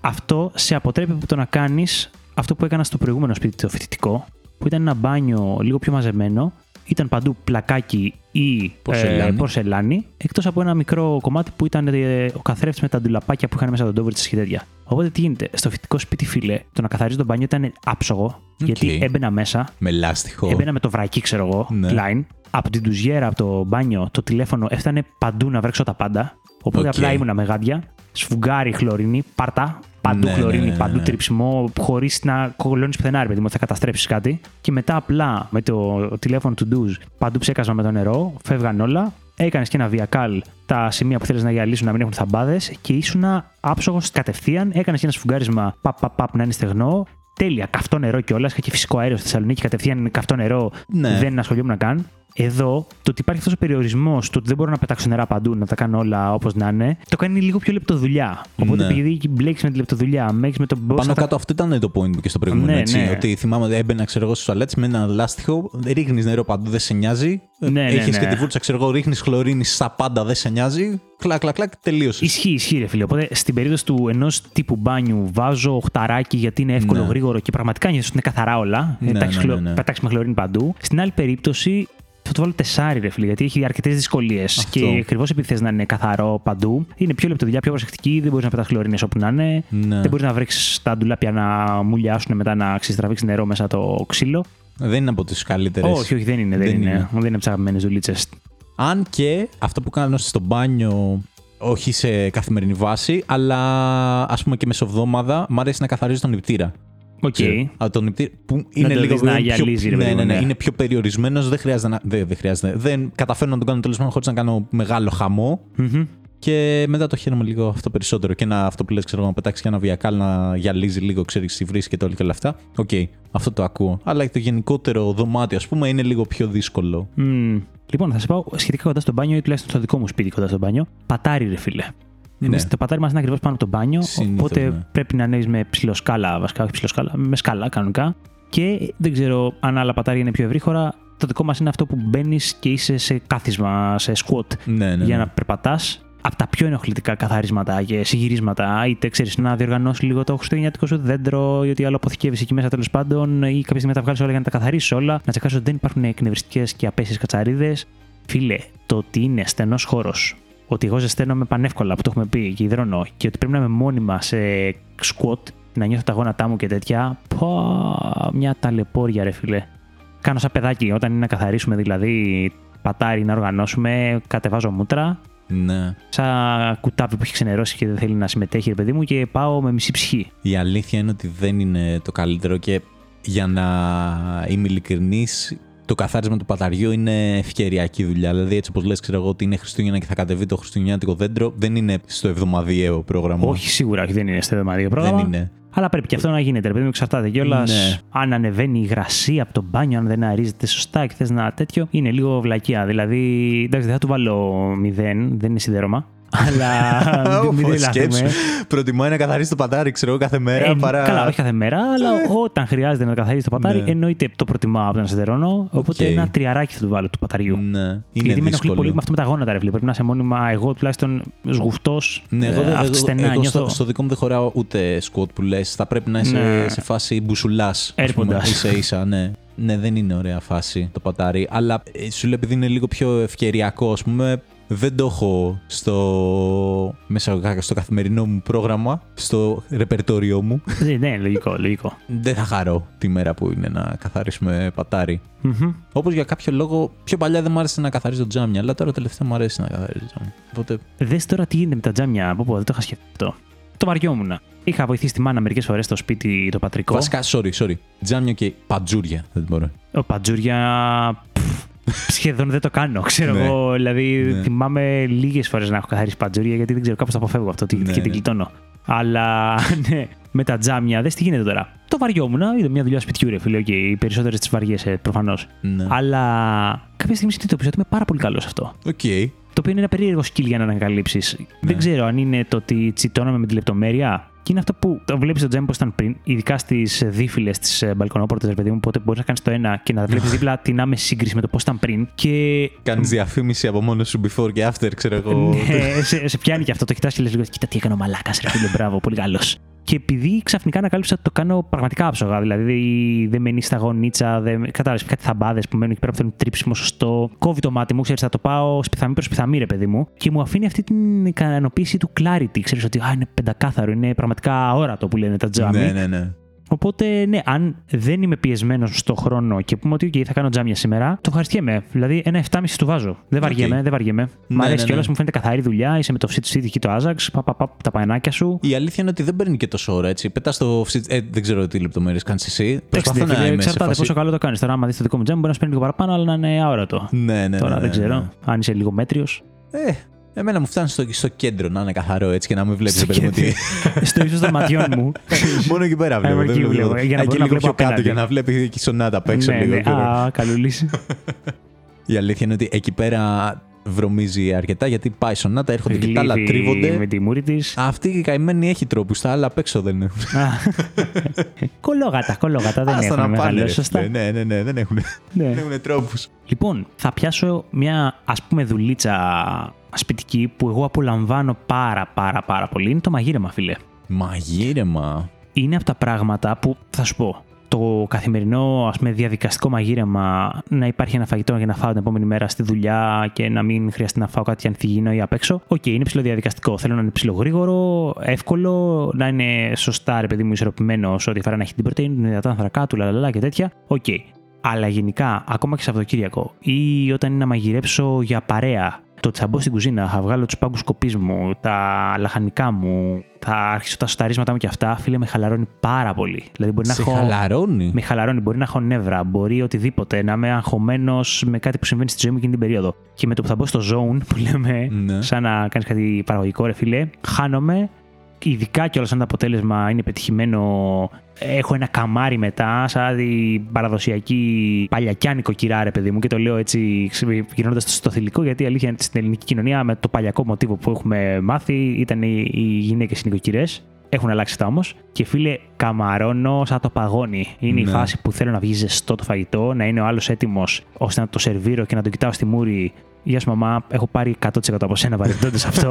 S2: Αυτό σε αποτρέπει από το να κάνεις αυτό που έκανα στο προηγούμενο σπίτι, το φοιτητικό, που ήταν ένα μπάνιο λίγο πιο μαζεμένο. Ήταν παντού πλακάκι ή
S1: Πορσελάνη.
S2: ε, πορσελάνη, εκτός από ένα μικρό κομμάτι που ήταν ε, ο καθρέφτης με τα ντουλαπάκια που είχαν μέσα τον τόβριτ και τέτοια. Οπότε τι γίνεται, στο φοιτητικό σπίτι, φίλε, το να καθαρίζει το μπάνιο ήταν άψογο, γιατί έμπαινα μέσα,
S1: Με λάστιχο.
S2: έμπαινα με το βρακί, ξέρω εγώ,
S1: Ναι.
S2: line, από την τουζιέρα, από το μπάνιο, το τηλέφωνο, έφτανε παντού να βρέξω τα πάντα. Οπότε
S1: Οκ.
S2: απλά ήμουνα με γάντια, σφουγγάρι, χλωρίνη, πάρτα, παντού
S1: Ναι, ναι,
S2: χλωρίνη,
S1: ναι, ναι,
S2: παντού
S1: ναι.
S2: τριψιμό, χωρίς να κολώνεις πουθενά, ρε παιδί μου, ότι θα καταστρέψεις κάτι. Και μετά απλά με το τηλέφωνο του ντουζ, παντού ψέκασμα με το νερό, φεύγαν όλα. Έκανες και ένα βιακάλ τα σημεία που θέλεις να γυαλίσουν να μην έχουν θαμπάδες και ήσουν άψογος κατευθείαν. Έκανες και ένα σφουγγάρισμα παπ, παπ, παπ, να είναι στεγνό. Τέλεια, καυτό νερό κιόλας. Είχα και φυσικό αέριο στη Θεσσαλονίκη κατευθείαν καυτό νερό.
S1: Ναι.
S2: Δεν ασχολιόμουν καν. Εδώ το ότι υπάρχει αυτός ο περιορισμός, το ότι δεν μπορώ να πετάξω νερά παντού, να τα κάνω όλα όπως να είναι, το κάνει λίγο πιο λεπτοδουλειά. Οπότε
S1: Ναι.
S2: επειδή μπλέξεις με τη λεπτοδουλειά, μπλέξεις με τον
S1: Πάνω κάτω αυτό ήταν το point μου και στο προηγούμενο.
S2: Ναι,
S1: έτσι,
S2: ναι.
S1: Ότι θυμάμαι ότι έμπαινα ξέρω εγώ στο σαλάτσι με ένα λάστιχο, ρίχνεις νερό παντού, δεν σε νοιάζει.
S2: Ναι, ναι,
S1: Έχεις
S2: ναι.
S1: και τη βούρτσα, ξέρω εγώ, ρίχνεις χλωρίνη στα πάντα, δεν σε νοιάζει. Κλακ, κλακ, κλακ, τελείωσες.
S2: Ισχύει, ισχύει, ρε φίλε. Οπότε στην περίπτωση του ενός τύπου μπάνιου βάζω οχταράκι γιατί είναι εύκολο,
S1: Ναι.
S2: γρήγορο και πραγματικά νιώθω ότι είναι καθαρά όλα. Ε,
S1: Ναι,
S2: Εντάξει,
S1: ναι, ναι,
S2: χλω-
S1: ναι.
S2: Πετάξεις με χλωρίνη παντού. Στην άλλη περίπτωση θα το βάλω τεσάρι, ρε φίλε, γιατί έχει αρκετές δυσκολίες.
S1: Αυτό.
S2: Και ακριβώς επειδή θες να είναι καθαρό παντού, είναι πιο λεπτοδουλειά, πιο προσεκτική, δεν μπορείς να πετάς χλωρίνες όπου να είναι.
S1: Ναι.
S2: Δεν μπορείς να βρέξει τα ντουλάπια να μουλιάσουν μετά να ξεστραβήξεις νερό μέσα το ξύλο.
S1: Δεν είναι από τις καλύτερες.
S2: Όχι, όχι, δεν είναι. Δεν, είναι. Δεν είναι από τις αγαπημένες δουλίτσες.
S1: Αν και αυτό που κάνω στο μπάνιο όχι σε καθημερινή βάση, αλλά ας πούμε και μεσοβδόμαδα, μου αρέσει να καθαρίζω τον νηπτήρα.
S2: Οκ.
S1: Ξέρω. Α, το νηπτήρα που είναι
S2: το
S1: λίγο
S2: δεις να γυαλίζει, ρε
S1: ναι,
S2: παιδί
S1: ναι,
S2: μου,
S1: ναι,
S2: ναι.
S1: είναι πιο περιορισμένος, δεν χρειάζεται να. Δεν, δεν χρειάζεται. Δεν καταφέρω να τον κάνω τέλος πάντων χωρίς να κάνω μεγάλο χαμό.
S2: Μμμ.
S1: Και μετά το χαίρομαι λίγο αυτό περισσότερο. Και να, αυτό που λες, ξέρω, να πετάξει και ένα βιακάλ να γυαλίζει λίγο, ξέρεις τη βρύση και το όλο και όλα αυτά. Οκ, αυτό το ακούω. Αλλά το γενικότερο δωμάτιο, ας πούμε, είναι λίγο πιο δύσκολο.
S2: Μμμ. Λοιπόν, θα σα πάω σχετικά κοντά στο μπάνιο ή τουλάχιστον στο δικό μου σπίτι κοντά στο μπάνιο. Πατάρι, ρε φίλε. Εμείς το πατάρι μας είναι ακριβώς πάνω από το μπάνιο.
S1: Ναι. Συνήθως,
S2: οπότε
S1: ναι.
S2: πρέπει να ανέβεις με ψηλοσκάλα, βασικά, όχι ψηλοσκάλα, με σκάλα κανονικά. Και δεν ξέρω αν άλλα πατάρια είναι πιο ευρύχωρα. Το δικό μας είναι αυτό που μπαίνεις και είσαι σε κάθισμα, σε squat,
S1: Ναι, ναι, ναι.
S2: για να περπατάς. Από τα πιο ενοχλητικά καθαρίσματα και συγυρίσματα, είτε ξέρεις να διοργανώσεις λίγο το χριστουγεννιάτικο σου δέντρο ή ότι άλλο αποθηκεύεις εκεί μέσα τέλος πάντων, ή κάποια στιγμή να τα βγάλεις όλα για να τα καθαρίσει όλα, να τσεκάσει ότι δεν υπάρχουν εκνευριστικές και απέσιες κατσαρίδες. Φίλε, το ότι είναι στενός χώρος, ότι εγώ ζεσταίνομαι πανεύκολα που το έχουμε πει και υδρώνω, και ότι πρέπει να είμαι μόνιμα σε σκουότ, να νιώθω τα γόνατά μου και τέτοια. Πω, μια ταλαιπώρια, ρε φίλε. Κάνω σαν παιδάκι, όταν είναι να καθαρίσουμε δηλαδή πατάρι να οργανώσουμε, κατεβάζω μούτρα,
S1: ναι.
S2: σαν κουτάβι που έχει ξενερώσει και δεν θέλει να συμμετέχει, ρε παιδί μου, και πάω με μισή ψυχή.
S1: Η αλήθεια είναι ότι δεν είναι το καλύτερο και για να είμαι ειλικρινής, το καθάρισμα του παταριού είναι ευκαιριακή δουλειά. Δηλαδή, έτσι όπως λες ξέρω εγώ, ότι είναι Χριστούγεννα και θα κατεβεί το Χριστουγεννιάτικο δέντρο, δεν είναι στο εβδομαδιαίο πρόγραμμα.
S2: Όχι, σίγουρα όχι, δεν είναι στο εβδομάδιο
S1: δεν
S2: πρόγραμμα.
S1: είναι.
S2: Αλλά πρέπει και αυτό να γίνεται, ρε παιδί μου, εξαρτάται κιόλας.
S1: Ναι.
S2: Αν ανεβαίνει η υγρασία από τον μπάνιο, αν δεν αερίζεται σωστά και θε να τέτοιο, είναι λίγο βλακεία. Δηλαδή, εντάξει, δεν θα του βάλω μηδέν, δεν είναι σιδέρωμα.
S1: *laughs*
S2: Αλλά μην
S1: Ω,
S2: τρελαθούμε.
S1: σκέψου. Προτιμάει να καθαρίσει το πατάρι, ξέρω εγώ, κάθε μέρα
S2: Ε,
S1: παρά. Ε.
S2: Καλά, όχι κάθε μέρα, αλλά όταν χρειάζεται να καθαρίσει το πατάρι,
S1: Ναι.
S2: εννοείται το προτιμάω από το να σιδερώνω. Οπότε
S1: Οκ.
S2: ένα τριαράκι θα του βάλω του παταριού.
S1: Ναι, είναι
S2: Γιατί με ενοχλεί
S1: δύσκολο.
S2: πολύ με αυτό με τα γόνατα, ρε φίλε. Πρέπει να είσαι μόνιμα εγώ τουλάχιστον σγουφτός.
S1: Ναι, εγώ, δεν- εγώ,
S2: Ε, στενά,
S1: εγώ
S2: νιώθω.
S1: στο, στο δικό μου δεν χωράω ούτε σκοτ που λες. Θα πρέπει να είσαι
S2: Ναι.
S1: σε φάση μπουσουλάς.
S2: Έρποντας.
S1: Ίσα ίσα, ναι. Ναι, δεν είναι ωραία φάση το πατάρι. Αλλά ε, σου λέω επειδή είναι λίγο πιο ευκαιριακό, ας πούμε, δεν το έχω στο, μέσα στο καθημερινό μου πρόγραμμα, στο ρεπερτόριό μου.
S2: Ναι, ναι, λογικό, λογικό.
S1: δεν θα χαρώ τη μέρα που είναι να καθαρίσουμε πατάρι.
S2: Μμμ.
S1: Όπως για κάποιο λόγο, πιο παλιά δεν μου άρεσε να καθαρίζω τζάμια, αλλά τώρα τελευταία μου αρέσει να καθαρίζω τζάμια. Οπότε.
S2: Δες τώρα τι γίνεται με τα τζάμια από πω, δεν το είχα σκεφτεί. αυτό. Το βαριόμουν. Είχα βοηθήσει τη μάνα μερικές φορές στο σπίτι το πατρικό.
S1: Βασικά, sorry, sorry. Τζάμια και πατζούρια. Δεν μπορώ.
S2: Ο Πατζούρια. πφ, Σχεδόν δεν το κάνω, ξέρω
S1: Ναι.
S2: εγώ. Δηλαδή,
S1: Ναι.
S2: θυμάμαι λίγες φορές να έχω καθαρίσει πατζούρια γιατί δεν ξέρω, κάπως το αποφεύγω αυτό τι-
S1: Ναι,
S2: και
S1: ναι.
S2: την κλειτώνω. Αλλά *laughs* ναι, με τα τζάμια, δες τι γίνεται τώρα. Το βαριόμουν, είδα μια δουλειά σπιτιού, ρε φίλε, και οι περισσότερες τις βαριέσαι προφανώς.
S1: Ναι.
S2: Αλλά κάποια στιγμή συνειδητοποίησα ότι είμαι πάρα πολύ καλός σε αυτό.
S1: Οκ.
S2: Το οποίο είναι ένα περίεργο σκύλ για να ανακαλύψεις. Δεν ξέρω αν είναι το ότι τσιτώναμε με τη λεπτομέρεια. Και είναι αυτό που το βλέπεις το τζέμι πώς ήταν πριν, ειδικά στις δίφυλε τη μπαλκονόπορτα, ε, ρε παιδί μου. Οπότε μπορείς να κάνεις το ένα και να βλέπεις δίπλα την άμεση σύγκριση με το πώς ήταν πριν. Και.
S1: Κάνεις διαφήμιση από μόνος σου before και after, ξέρω εγώ.
S2: Ναι,
S1: *laughs*
S2: σε, σε πιάνει και αυτό. Το κοιτάς και λες λίγο. Κοίτα τι έκανε ο μαλάκας, ρε φίλε, μπράβο, πολύ καλός. Και επειδή ξαφνικά ανακάλυψα ότι το κάνω πραγματικά άψογα, δηλαδή δεν μένει στα γονίτσα, δεν... κατάλαβε κάτι θαμπάδες που μένουν εκεί πέρα που θέλουν τρύψιμο σωστό, κόβει το μάτι μου, ξέρεις, θα το πάω σπιθαμή προ σπιθαμή, ρε παιδί μου, και μου αφήνει αυτή την ικανοποίηση του clarity. Ξέρεις ότι α, είναι πεντακάθαρο, είναι πραγματικά αόρατο που λένε τα τζάμι.
S1: ναι, ναι, ναι.
S2: Οπότε, ναι, αν δεν είμαι πιεσμένος στο χρόνο και πούμε ότι «Οκ, θα κάνω τζάμια σήμερα, το ευχαριστιέμαι. Δηλαδή, ένα 7,5 του βάζω. Δεν βαριέμαι, δεν βαριέμαι. Μ'
S1: Ναι,
S2: αρέσει
S1: ναι,
S2: κιόλας,
S1: ναι.
S2: μου φαίνεται καθαρή δουλειά. Είσαι με το ψήτη ψήτη και το άζαξ. Πα, πα, πα, τα πανάκια σου.
S1: Η αλήθεια είναι ότι δεν παίρνει και τόσο ώρα, έτσι. Πετάς το. ψι- Ε, δεν ξέρω τι λεπτομέρειες κάνεις εσύ. Προσπαθώ
S2: Εντάξει,
S1: να είμαι σε
S2: εξαρτάται
S1: φάση.
S2: πόσο καλό το κάνεις. Τώρα, άμα δεις το δικό μου τζάμι, μπορεί να σου παίρνει λίγο παραπάνω, αλλά να είναι αόρατο.
S1: Ναι, ναι,
S2: Τώρα
S1: ναι,
S2: δεν
S1: ναι,
S2: ξέρω.
S1: ναι.
S2: Αν είσαι λίγο μέτριος.
S1: Ε, εμένα μου φτάνει στο, στο κέντρο να είναι καθαρό έτσι και να μην βλέπεις.
S2: *laughs* στο ύψος των ματιών μου.
S1: *laughs* Μόνο εκεί πέρα βλέπω.
S2: Εγώ
S1: δεν
S2: εκεί βλέπω, για να
S1: Α, και
S2: μπορώ να
S1: λίγο
S2: βλέπω
S1: πιο κάτω
S2: απέναντι.
S1: για να βλέπεις και η σονάτα απ' έξω
S2: ναι,
S1: λίγο.
S2: ναι.
S1: ξέρω.
S2: Α, καλούλη.
S1: Η αλήθεια είναι ότι εκεί πέρα βρωμίζει αρκετά γιατί πάει σονάτα, έρχονται και τα άλλα
S2: Γλύβει Με
S1: τρίβονται.
S2: τη μούρη της.
S1: *laughs* Αυτή η καημένη έχει τρόπους, τα άλλα απ' έξω δεν έχουν.
S2: κολόγατα, κολόγατα. Δεν
S1: Άστα
S2: έχουν
S1: να πάνε. ρε,
S2: μεγαλώσει σωστά.
S1: φίλε. Ναι, ναι, ναι, δεν έχουν,
S2: Ναι.
S1: δεν έχουν τρόπους.
S2: Λοιπόν, θα πιάσω μια ας πούμε δουλίτσα σπιτική που εγώ απολαμβάνω πάρα πάρα πάρα πολύ. Είναι το μαγείρεμα, φίλε.
S1: Μαγείρεμα.
S2: Είναι από τα πράγματα που θα σου πω. Το καθημερινό ας πούμε, διαδικαστικό μαγείρεμα να υπάρχει ένα φαγητό για να φάω την επόμενη μέρα στη δουλειά και να μην χρειαστεί να φάω κάτι ανθυγιεινό ή απ' έξω. Οκ, είναι ψηλοδιαδικαστικό. Θέλω να είναι ψηλογρήγορο, εύκολο, να είναι σωστά ρε παιδί μου ισορροπημένο σε ό,τι αφορά να έχει την πρωτενη, την υδατά ανθρακά του, λαλαλά και τέτοια. Οκ. Αλλά γενικά, ακόμα και Σαββατοκύριακο ή όταν είναι να μαγειρέψω για παρέα, το τσαμπό στην κουζίνα, θα βγάλω τους πάγκους κοπής μου, τα λαχανικά μου, θα αρχίσω τα σοταρίσματά μου και αυτά, φίλε, με χαλαρώνει πάρα πολύ. Δηλαδή, μπορεί να
S1: Σε
S2: έχω.
S1: χαλαρώνει.
S2: Με χαλαρώνει, μπορεί να έχω νεύρα, μπορεί οτιδήποτε, να είμαι αγχωμένος με κάτι που συμβαίνει στη ζωή μου εκείνη την περίοδο. Και με το που θα μπω στο zone, που λέμε,
S1: Ναι.
S2: σαν να κάνεις κάτι παραγωγικό, ρε φίλε. Χάνομαι. Ειδικά κιόλας αν το αποτέλεσμα είναι πετυχημένο, έχω ένα καμάρι μετά, σαν την παραδοσιακή παλιακιά νοικοκυρά, ρε παιδί μου. Και το λέω έτσι, γυρνώντα στο θηλυκό, γιατί η αλήθεια είναι ότι στην ελληνική κοινωνία με το παλιακό μοτίβο που έχουμε μάθει ήταν οι, οι γυναίκες νοικοκυρές. Έχουν αλλάξει τα όμως. Και φίλε, καμαρώνω σαν το παγώνι. Είναι η
S1: Ναι.
S2: φάση που θέλω να βγει ζεστό το φαγητό, να είναι ο άλλος έτοιμος ώστε να το σερβίρω και να το κοιτάω στη μούρη. Γεια σου, μαμά, έχω πάρει 100% από σένα παρεμπιπτόντω αυτό.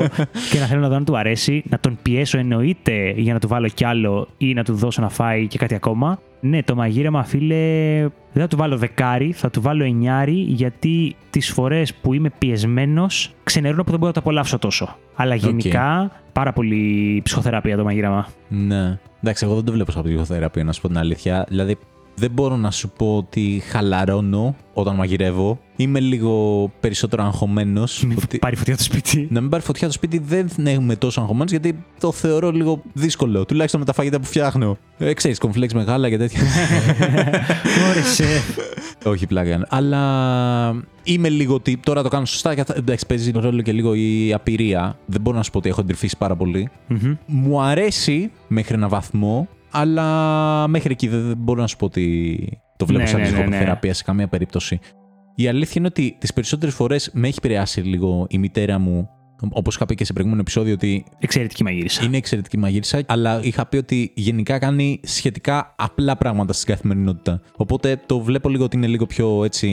S2: και να θέλω να δω αν του αρέσει, να τον πιέσω εννοείται για να του βάλω κι άλλο ή να του δώσω να φάει και κάτι ακόμα. Ναι, το μαγείρεμα, φίλε, δεν θα του βάλω δεκάρι, θα του βάλω εννιάρι, γιατί τις φορές που είμαι πιεσμένος, ξενερώνω που δεν μπορώ να το απολαύσω τόσο. Αλλά γενικά, πάρα πολύ ψυχοθεραπεία το μαγείρεμα.
S1: Ναι. Εντάξει, εγώ δεν το βλέπω σαν ψυχοθεραπεία, να σου πω την αλήθεια. Δηλαδή, δεν μπορώ να σου πω ότι χαλαρώνω όταν μαγειρεύω. Είμαι λίγο περισσότερο αγχωμένος.
S2: Μην πάρει φωτιά το σπίτι.
S1: Να μην πάρει φωτιά το σπίτι δεν είμαι τόσο αγχωμένος γιατί το θεωρώ λίγο δύσκολο. Τουλάχιστον με τα φαγητά που φτιάχνω. Ε, ξέρεις, κομφλέξ με γάλα και τέτοια.
S2: Ωρεσέ.
S1: Όχι, πλάκα. Αλλά είμαι λίγο ότι τώρα το κάνω σωστά. και αυτά- Εντάξει, παίζει ρόλο και λίγο η απειρία. Δεν μπορώ να σου πω ότι έχω εντρυφήσει πάρα πολύ.
S2: Μμμ.
S1: Μου αρέσει μέχρι ένα βαθμό, αλλά μέχρι εκεί δεν δεν μπορώ να σου πω ότι το βλέπω
S2: Ναι,
S1: σαν
S2: ναι, ναι, ναι.
S1: ψυχοθεραπεία σε καμία περίπτωση. Η αλήθεια είναι ότι τις περισσότερες φορές με έχει επηρεάσει λίγο η μητέρα μου. Όπως είχα πει και σε προηγούμενο επεισόδιο, ότι
S2: Εξαιρετική μαγείρισα.
S1: είναι εξαιρετική μαγείρισα, αλλά είχα πει ότι γενικά κάνει σχετικά απλά πράγματα στην καθημερινότητα. Οπότε το βλέπω λίγο ότι είναι λίγο πιο έτσι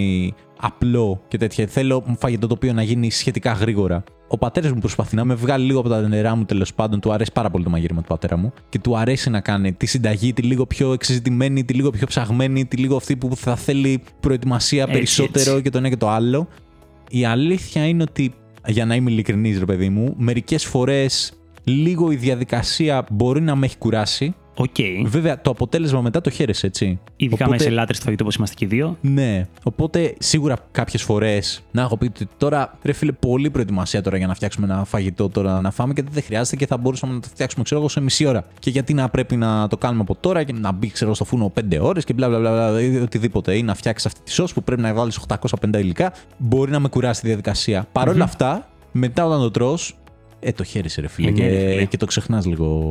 S1: απλό και τέτοια. Θέλω φαγητό το οποίο να γίνει σχετικά γρήγορα. Ο πατέρας μου προσπαθεί να με βγάλει λίγο από τα νερά μου τέλος πάντων. Του αρέσει πάρα πολύ το μαγείρεμα του πατέρα μου και του αρέσει να κάνει τη συνταγή τη λίγο πιο εξειδικευμένη, τη λίγο πιο ψαγμένη, τη λίγο αυτή που θα θέλει προετοιμασία
S2: Έτσι,
S1: περισσότερο
S2: έτσι.
S1: και το ένα και το άλλο. Η αλήθεια είναι ότι, για να είμαι ειλικρινής, ρε παιδί μου, μερικές φορές λίγο η διαδικασία μπορεί να με έχει κουράσει.
S2: Οκ.
S1: Βέβαια, το αποτέλεσμα μετά το χαίρεσαι, έτσι.
S2: Mm. Ειδικά
S1: Οπότε-
S2: με σε λάτρε του φαγητού όπω είμαστε και οι δύο.
S1: Ναι. Οπότε σίγουρα κάποιες φορές να έχω πει ότι τώρα ρε φίλε, πολλή προετοιμασία τώρα για να φτιάξουμε ένα φαγητό τώρα να φάμε και δεν χρειάζεται και θα μπορούσαμε να το φτιάξουμε, ξέρω εγώ, σε μισή ώρα. Και γιατί να πρέπει να το κάνουμε από τώρα και να μπει, ξέρω, στο φούρνο 5 ώρες και μπλα μπλα μπλα, μπλα ή οτιδήποτε. Ή να φτιάξεις αυτή τη σος που πρέπει να βάλεις 850 υλικά. Μπορεί να με κουράσει τη διαδικασία. Παρ' όλα αυτά, μετά όταν το τρως, ε, το χαίρεσαι, ρε φίλε.
S2: Ε, ναι,
S1: και,
S2: ρε φίλε.
S1: και το ξεχνάς λίγο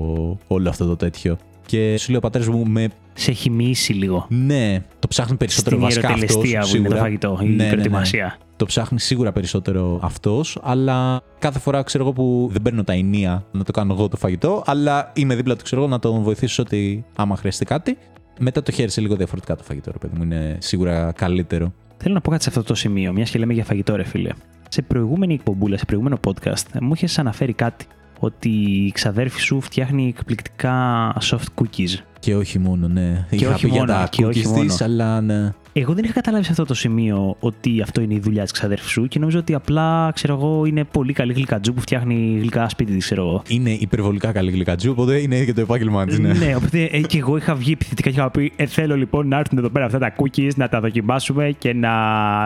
S1: όλο αυτό το τέτοιο. Και σου λέει ο πατέρας μου, με
S2: Σε έχει μοιήσει λίγο.
S1: ναι, το ψάχνει περισσότερο
S2: Στην
S1: βασικά Ναι, αυτό.
S2: ιεροτελεστία που είναι το φαγητό, η προετοιμασία.
S1: Το ψάχνει σίγουρα περισσότερο αυτός, αλλά κάθε φορά ξέρω εγώ που δεν παίρνω τα ενία να το κάνω εγώ το φαγητό, αλλά είμαι δίπλα του, ξέρω εγώ, να τον βοηθήσω ότι άμα χρειαστεί κάτι. Μετά το χέρι σε λίγο διαφορετικά το φαγητό, ρε παιδί μου. Είναι σίγουρα καλύτερο.
S2: Θέλω να πω κάτι σε αυτό το σημείο, μιας και λέμε για φαγητό, ρε φίλε. Σε προηγούμενη εκπομπούλα, σε προηγούμενο podcast, ε, μου είχες αναφέρει κάτι. Ότι η ξαδέρφη σου φτιάχνει εκπληκτικά soft cookies.
S1: Και όχι μόνο, ναι. Είχα
S2: όχι
S1: πει
S2: μόνο,
S1: για τα
S2: και όχι
S1: cookies
S2: μόνο.
S1: της, αλλά ναι.
S2: Εγώ δεν είχα καταλάβει σε αυτό το σημείο ότι αυτό είναι η δουλειά της ξαδέρφη σου και νομίζω ότι απλά, ξέρω εγώ, είναι πολύ καλή γλυκατζού που φτιάχνει γλυκά σπίτι της, ξέρω εγώ.
S1: Είναι υπερβολικά καλή γλυκατζού, οπότε είναι και το επάγγελμά της, ναι.
S2: Ναι, οπότε ε, και εγώ είχα βγει επιθετικά και είχα πει: ε, Θέλω λοιπόν να έρθουν εδώ πέρα αυτά τα cookies, να τα δοκιμάσουμε και να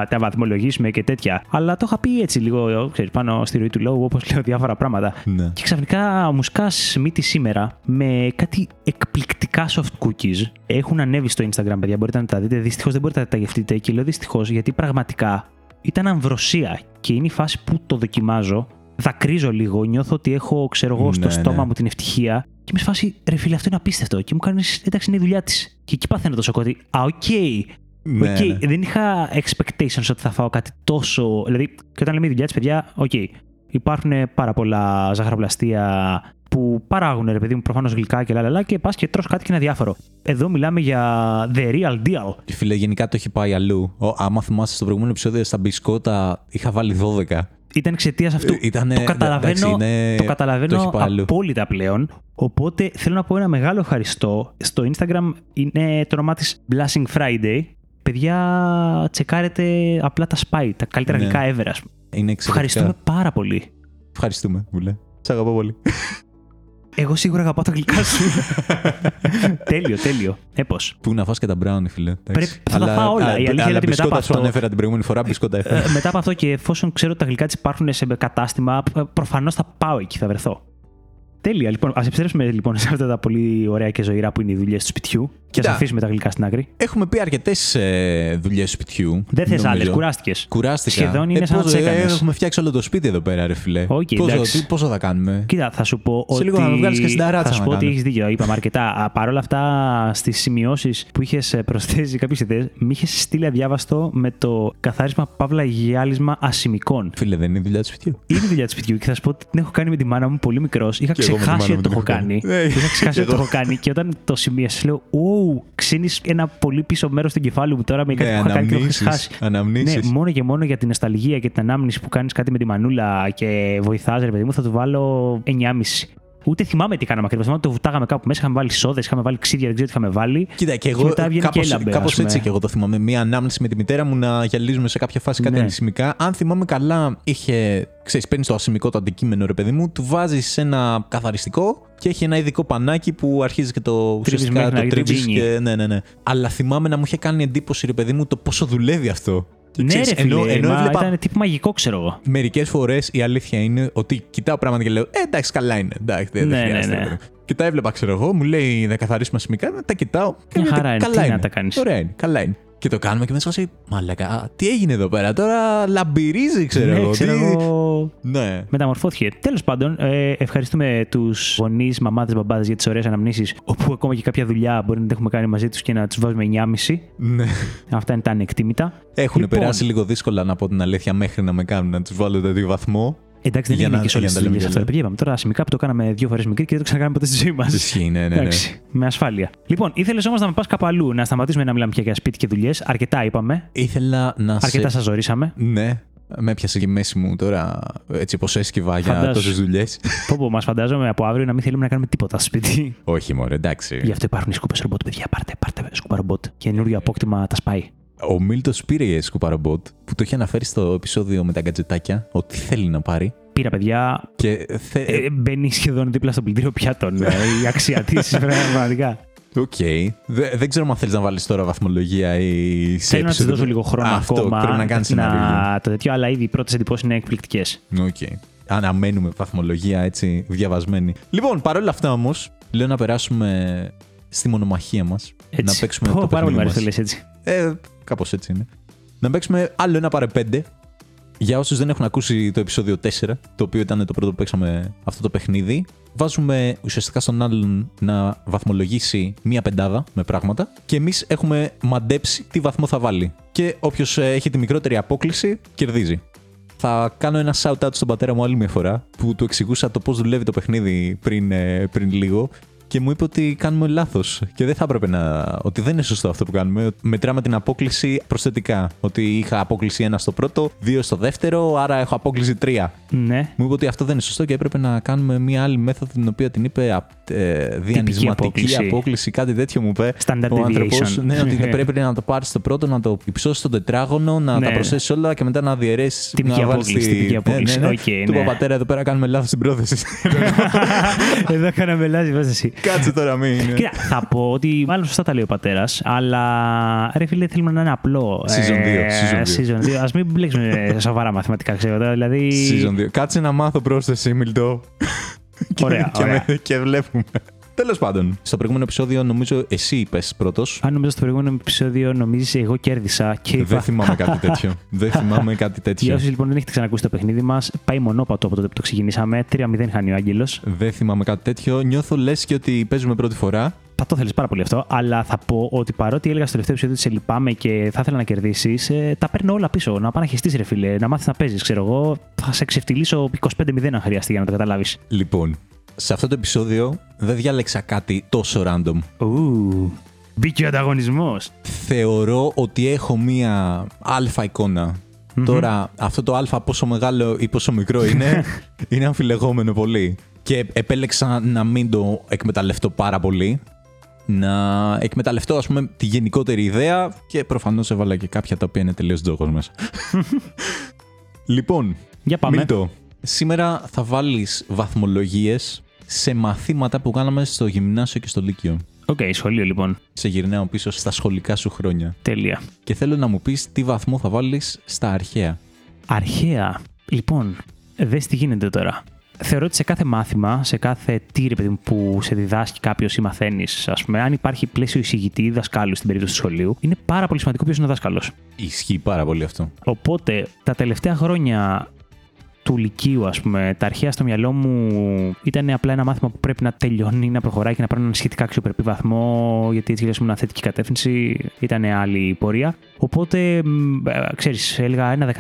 S2: τα βαθμολογήσουμε και τέτοια. Αλλά το είχα πει έτσι λίγο, ξέρεις, πάνω στη ροή του λόγου, όπως λέω διάφορα πράγματα.
S1: Ναι.
S2: Και ξαφνικά μου σκά μύτη σήμερα με κάτι εκπληκτικά soft cookies. Έχουν ανέβει στο Instagram, παιδιά. Μπορείτε να τα δείτε. Δυστυχώς δεν μπορείτε να τα γευτείτε. Και λέω δυστυχώς γιατί πραγματικά ήταν αμβροσία. Και είναι η φάση που το δοκιμάζω. Δακρύζω λίγο. Νιώθω ότι έχω, ξέρω εγώ, στο
S1: Ναι,
S2: στόμα
S1: ναι.
S2: μου την ευτυχία. Και με σε φάση, ρε φίλε, αυτό είναι απίστευτο. Και μου κάνει, εντάξει, είναι η δουλειά της. Και εκεί παθαίνω το σοκ ότι, α, οκ,
S1: Ναι,
S2: Okay,
S1: ναι.
S2: Δεν είχα expectations ότι θα φάω κάτι τόσο. Δηλαδή, και όταν λέμε η δουλειά της, παιδιά, οκ. υπάρχουν πάρα πολλά ζαχαροπλαστεία που παράγουν, ρε παιδί μου, προφανώς γλυκά και λαλαλά και πας και τρως κάτι και είναι διάφορο. Εδώ μιλάμε για the real deal.
S1: Και φίλε, γενικά το έχει πάει αλλού. Ο, άμα θυμάστε στο προηγούμενο επεισόδιο στα μπισκότα είχα βάλει 12.
S2: Ήταν εξαιτίας αυτού.
S1: Ε, ήτανε-
S2: το καταλαβαίνω,
S1: εντάξει, είναι-
S2: το καταλαβαίνω
S1: το έχει πάει αλλού.
S2: απόλυτα πλέον. Οπότε θέλω να πω ένα μεγάλο ευχαριστώ. Στο Instagram είναι το όνομά της Blushing Friday. Παιδιά, τσεκάρετε απλά τα spy, τα καλύτερα
S1: Ναι.
S2: γλυκά ever, ας πούμε.
S1: Είναι εξαιρετικά.
S2: Ευχαριστούμε πάρα πολύ.
S1: Ευχαριστούμε, βουλέ. Σ' αγαπώ πολύ.
S2: Εγώ σίγουρα αγαπάω τα γλυκά
S1: *laughs*
S2: σου. τέλειο, τέλειο. Έπω.
S1: Πού να φας και τα μπράουνι, φίλε. εντάξει.
S2: Πρέπει- θα τα φάω όλα. Η
S1: α,
S2: αλήθεια
S1: αλλά
S2: είναι ότι μετά Ε,
S1: μπισκότα
S2: από
S1: σου
S2: αυτό-
S1: ανέφερα την προηγούμενη φορά, μπισκότα έφερα.
S2: μετά από αυτό και εφόσον ξέρω ότι τα γλυκά της υπάρχουν σε κατάστημα, προφανώς θα πάω εκεί, θα βρεθώ. Τέλεια, λοιπόν. Ας επιστρέψουμε λοιπόν σε αυτά τα πολύ ωραία και ζωηρά που είναι οι δουλειές του σπιτιού και ας
S1: Κοίτα.
S2: αφήσουμε τα γλυκά στην άκρη.
S1: Έχουμε πει αρκετές ε, δουλειές σπιτιού.
S2: Δεν θες
S1: νομίζω.
S2: άλλες, κουράστηκες.
S1: Κουράστηκα. Ε,
S2: Σχεδόν είναι σαν να
S1: πόσο-
S2: τις έκανες.
S1: Έχουμε φτιάξει όλο το σπίτι εδώ πέρα, ρε φιλέ.
S2: Οκ,
S1: πόσο,
S2: εντάξει.
S1: τι- πόσο θα κάνουμε.
S2: Κοίτα, θα σου πω ότι.
S1: Σε λίγο να με βγάλεις και στην ταράτσα
S2: Θα σου
S1: να
S2: πω ότι
S1: κάνω.
S2: έχεις δίκιο. Είπαμε αρκετά. Α, Παρ' όλα αυτά, στις σημειώσεις που είχες προσθέσει κάποιες ιδέες, μη είχες στείλει αδιάβαστο με το καθάρισμα παύλα γυάλισμα ασημικών.
S1: Φίλε, δεν είναι η δουλειά του σπιτιού.
S2: Είναι δουλειά του σπιτιού και θα σου πω ότι την έχω κάνει με τη μάνα μου πολύ μικρός. Είχα
S1: Και εγώ με τη μάνα
S2: ξεχάσει
S1: μου
S2: ότι το
S1: την
S2: έχω
S1: έχω
S2: κάνει.
S1: κάνει. Ε,
S2: Είχα
S1: και
S2: ξεχάσει ότι το
S1: εγώ.
S2: έχω κάνει και όταν το σημείωσα, λέω: Ου, ξύνεις ένα πολύ πίσω μέρος του κεφάλου μου τώρα με κάτι
S1: Ναι,
S2: που είχα κάνει και το είχα
S1: αναμνήσεις.
S2: ξεχάσει. Ναι,
S1: Αναμνήσεις.
S2: μόνο και μόνο για την νοσταλγία και την ανάμνηση που κάνεις κάτι με τη μανούλα και βοηθάς, ρε παιδί μου, θα του βάλω 9,5. Ούτε θυμάμαι τι κάναμε ακριβώς. Θυμάμαι ότι το βουτάγαμε κάπου μέσα, είχαμε βάλει σόδες, είχαμε βάλει ξύδια, δεν ξέρω τι είχαμε βάλει.
S1: Κοίτα, και
S2: Και
S1: εγώ
S2: μετά βγαίνει
S1: κάπως,
S2: και έλαμπε, ας
S1: κάπως
S2: πούμε.
S1: έτσι και εγώ το θυμάμαι. Μία ανάμνηση με τη μητέρα μου να γυαλίζουμε σε κάποια φάση κάτι
S2: Ναι.
S1: ανησημικά. Αν θυμάμαι καλά, είχε. Ξέρεις, παίρνει το ασημικό το αντικείμενο, ρε παιδί μου, του βάζει ένα καθαριστικό και έχει ένα ειδικό πανάκι που αρχίζει και το ουσιαστικά
S2: μέχρι
S1: το
S2: να γίνει το
S1: τρίβεις
S2: τζίνι.
S1: Και, ναι, ναι, ναι. Αλλά θυμάμαι να μου είχε κάνει εντύπωση, ρε παιδί μου, το πόσο δουλεύει αυτό.
S2: Ναι,
S1: Ξέρεις,
S2: ρε φίλε,
S1: ενώ, ενώ
S2: μα
S1: έβλεπα
S2: ήταν τύπου μαγικό, ξέρω εγώ.
S1: Μερικές φορές η αλήθεια είναι ότι κοιτάω πράγματα και λέω «Ε, εντάξει, καλά είναι. Εντάξει, δεν
S2: Ναι,
S1: ναι,
S2: ναι,
S1: χρειάζεται.
S2: ναι.
S1: Ναι, Και τα έβλεπα, ξέρω εγώ, μου λέει να καθαρίσουμε σημικά, τα κοιτάω. Και
S2: Μια
S1: λέω,
S2: χαρά είναι,
S1: Καλά
S2: τι να
S1: είναι.
S2: τα κάνεις».
S1: Ωραία είναι, καλά είναι. Και το κάνουμε και μέσα σε φάση, Μαλακά, τι έγινε εδώ πέρα τώρα, λαμπυρίζει, ξέρω
S2: Ναι,
S1: εγώ.
S2: ξέρω
S1: τι-
S2: εγώ.
S1: Ναι.
S2: Μεταμορφώθηκε. Τέλος πάντων, ε, ευχαριστούμε τους γονείς, μαμάδες, μπαμπάδες για τις ωραίες αναμνήσεις όπου ακόμα και κάποια δουλειά μπορεί να την έχουμε κάνει μαζί τους και να τους βάζουμε 9,5.
S1: ναι.
S2: Αυτά είναι τα ανεκτήμητα.
S1: Έχουν
S2: Λοιπόν.
S1: περάσει λίγο δύσκολα να πω την αλήθεια μέχρι να με κάνουν να τους βάλω τέτοιο βαθμό.
S2: Εντάξει, δεν
S1: Για
S2: είναι
S1: να-
S2: και σε όλες
S1: για
S2: τι
S1: να τα λέμε
S2: δουλειέ
S1: και
S2: αυτό.
S1: όλα.
S2: Επειδή είπαμε τώρα σημικά που το κάναμε δύο φορές μικρή και δεν το ξανακάναμε ποτέ στη ζωή μας.
S1: Ισχύει, ναι, ναι, ναι.
S2: Εντάξει, με ασφάλεια. Λοιπόν, ήθελες όμως να με πας κάπου αλλού, να σταματήσουμε να μιλάμε πια για σπίτι και δουλειές. Αρκετά είπαμε.
S1: Ήθελα να
S2: Αρκετά
S1: σε.
S2: σα
S1: *laughs*
S2: ζωρίσαμε.
S1: Ναι. Με έπιασε και η μέση μου τώρα έτσι πως έσκυβα για
S2: Φαντάσου.
S1: τόσες δουλειές.
S2: Πόπο, μας φαντάζομαι από αύριο να μην θέλουμε να κάνουμε τίποτα στο σπίτι.
S1: Όχι, μωρέ, εντάξει.
S2: Γι' αυτό υπάρχουν οι σκούπες ρομπότ, παιδιά. Πάρτε, πάρτε σκούπα ρομπότ. Καινούριο απόκτημα τα σπάει.
S1: Ο Μίλτος πήρε σκουπαρομπότ που το είχε αναφέρει στο επεισόδιο με τα γκατζετάκια ότι θέλει να πάρει.
S2: Πήρα, παιδιά.
S1: Και θε...
S2: Ε, μπαίνει σχεδόν δίπλα στο πλυντήριο πιάτων. ε, η αξία
S1: *laughs*
S2: της πραγματικά.
S1: Οκ. Δε- δεν ξέρω αν θέλεις να βάλεις τώρα βαθμολογία ή σε
S2: Θέλω να της
S1: επεισόδιο.
S2: δώσω λίγο χρόνο
S1: Α, Αυτό,
S2: ακόμα.
S1: πρέπει να κάνεις ένα
S2: το τέτοιο, αλλά ήδη οι πρώτες εντυπώσεις είναι εκπληκτικές.
S1: review. Οκ. Αναμένουμε βαθμολογία έτσι διαβασμένη. Λοιπόν, παρόλα αυτά όμως, λέω να περάσουμε στη μονομαχία μας. Να παίξουμε
S2: Πω,
S1: το
S2: πάρα πολύ
S1: παιχνίδι
S2: μου αρέσει
S1: μας.
S2: το λες έτσι.
S1: Ε, κάπως έτσι είναι. Να παίξουμε άλλο ένα παρεπέντε. Για όσους δεν έχουν ακούσει το επεισόδιο 4, το οποίο ήταν το πρώτο που παίξαμε αυτό το παιχνίδι, βάζουμε ουσιαστικά στον άλλον να βαθμολογήσει μία πεντάδα με πράγματα και εμείς έχουμε μαντέψει τι βαθμό θα βάλει. Και όποιος έχει τη μικρότερη απόκληση κερδίζει. Θα κάνω ένα shout-out στον πατέρα μου άλλη μια φορά που του εξηγούσα το πώς δουλεύει το παιχνίδι πριν, ε, πριν λίγο και μου είπε ότι κάνουμε λάθος και δεν θα έπρεπε να. ότι δεν είναι σωστό αυτό που κάνουμε. ότι Μετράμε την απόκληση προσθετικά. Ότι είχα απόκληση 1 στο πρώτο, 2 στο δεύτερο, άρα έχω απόκληση 3.
S2: Ναι. *laughs*
S1: Μου είπε ότι αυτό δεν είναι σωστό και έπρεπε να κάνουμε μια άλλη μέθοδο την οποία την είπε α, ε, διανυσματική
S2: απόκληση.
S1: απόκληση. κάτι τέτοιο μου είπε.
S2: Standard
S1: ο άνθρωπος.
S2: deviation.
S1: Ναι, ότι
S2: *laughs* Ναι.
S1: πρέπει να το πάρεις στο πρώτο, να το υψώσεις στο τετράγωνο, να
S2: Ναι.
S1: τα προσθέσεις όλα και μετά να διαιρέσεις.
S2: Τυπική
S1: να βάλεις
S2: απόκληση,
S1: τη-
S2: τυπική απόκληση.
S1: Ναι, ναι, ναι.
S2: Οκ,
S1: Του
S2: ναι.
S1: είπα πατέρα εδώ πέρα κάνουμε λάθος την
S2: *laughs*
S1: πρόθεση.
S2: Εδώ κάναμε λάθη βάση.
S1: Κάτσε τώρα μην. είναι.
S2: Κοίτα, θα πω ότι μάλλον σωστά τα λέει ο πατέρας, αλλά ρε φίλε, θέλουμε να είναι απλό. ε,
S1: Season δύο, season δύο.
S2: Ας μην μπλέξουμε ε, σοβαρά μαθηματικά, ξέρω. τώρα, Δηλαδή.
S1: Season 2. Κάτσε να μάθω πρόσθεση, Μιλτό. Και-
S2: Ωραία,
S1: *laughs* και,
S2: ωραία.
S1: με- και βλέπουμε. Τέλος πάντων, στο προηγούμενο επεισόδιο νομίζω εσύ είπες πρώτος.
S2: Αν νομίζω στο προηγούμενο επεισόδιο νομίζεις εγώ κέρδισα και είπα.
S1: Δεν θυμάμαι κάτι τέτοιο.
S2: *laughs*
S1: Δεν θυμάμαι κάτι
S2: Για
S1: τέτοιο.
S2: όσους λοιπόν δεν έχετε ξανακούσει το παιχνίδι μας, πάει μονόπατο από τότε που το ξεκινήσαμε. 3-0 χάνει ο Άγγελος.
S1: Δεν θυμάμαι κάτι τέτοιο. Νιώθω λες και ότι παίζουμε πρώτη φορά.
S2: Θα το θέλεις πάρα πολύ αυτό, αλλά θα πω ότι παρότι έλεγα στο τελευταίο επεισόδιο ότι σε λυπάμαι και θα ήθελα να κερδίσεις, ε, τα παίρνω όλα πίσω. Να πάω να χεστεί, ρε φίλε, να μάθεις να παίζεις, ξέρω εγώ. Θα σε ξεφτυλίσω 25-0 αν χρειαστεί για να το καταλάβεις.
S1: Λοιπόν, σε αυτό το επεισόδιο δεν διάλεξα κάτι τόσο random.
S2: Ου, μπήκε ο ανταγωνισμός.
S1: Θεωρώ ότι έχω μία αλφα εικόνα. Τώρα, αυτό το αλφα πόσο μεγάλο ή πόσο μικρό
S2: *laughs*
S1: είναι, είναι αμφιλεγόμενο πολύ. Και επέλεξα να μην το εκμεταλλευτώ πάρα πολύ. Να εκμεταλλευτώ, ας πούμε, τη γενικότερη ιδέα και προφανώς έβαλα και κάποια τα οποία είναι τελείως ντόκος
S2: *laughs*
S1: μέσα. λοιπόν,
S2: Για πάμε.
S1: Μίλτο, σήμερα θα βάλεις βαθμολογίες σε μαθήματα που κάναμε στο γυμνάσιο και στο λύκειο.
S2: Οκ, σχολείο λοιπόν.
S1: Σε γυρνάω πίσω στα σχολικά σου χρόνια.
S2: Τέλεια.
S1: Και θέλω να μου πεις τι βαθμό θα βάλεις στα αρχαία.
S2: Αρχαία. Λοιπόν, δες τι γίνεται τώρα. Θεωρώ ότι σε κάθε μάθημα, σε κάθε τι ρε παιδί μου, που σε διδάσκει κάποιος ή μαθαίνεις, ας πούμε, αν υπάρχει πλαίσιο εισηγητή ή δασκάλου στην περίπτωση του σχολείου, είναι πάρα πολύ σημαντικό ποιος είναι ο δάσκαλος.
S1: Ισχύει πάρα πολύ αυτό.
S2: Οπότε τα τελευταία χρόνια του Λυκείου, ας πούμε, τα αρχαία στο μυαλό μου ήταν απλά ένα μάθημα που πρέπει να τελειώνει, να προχωράει και να πάρει έναν σχετικά αξιοπρεπή βαθμό, γιατί έτσι ήμουν θετική κατεύθυνση, ήταν άλλη η πορεία. Οπότε, ξέρεις, έλεγα ένα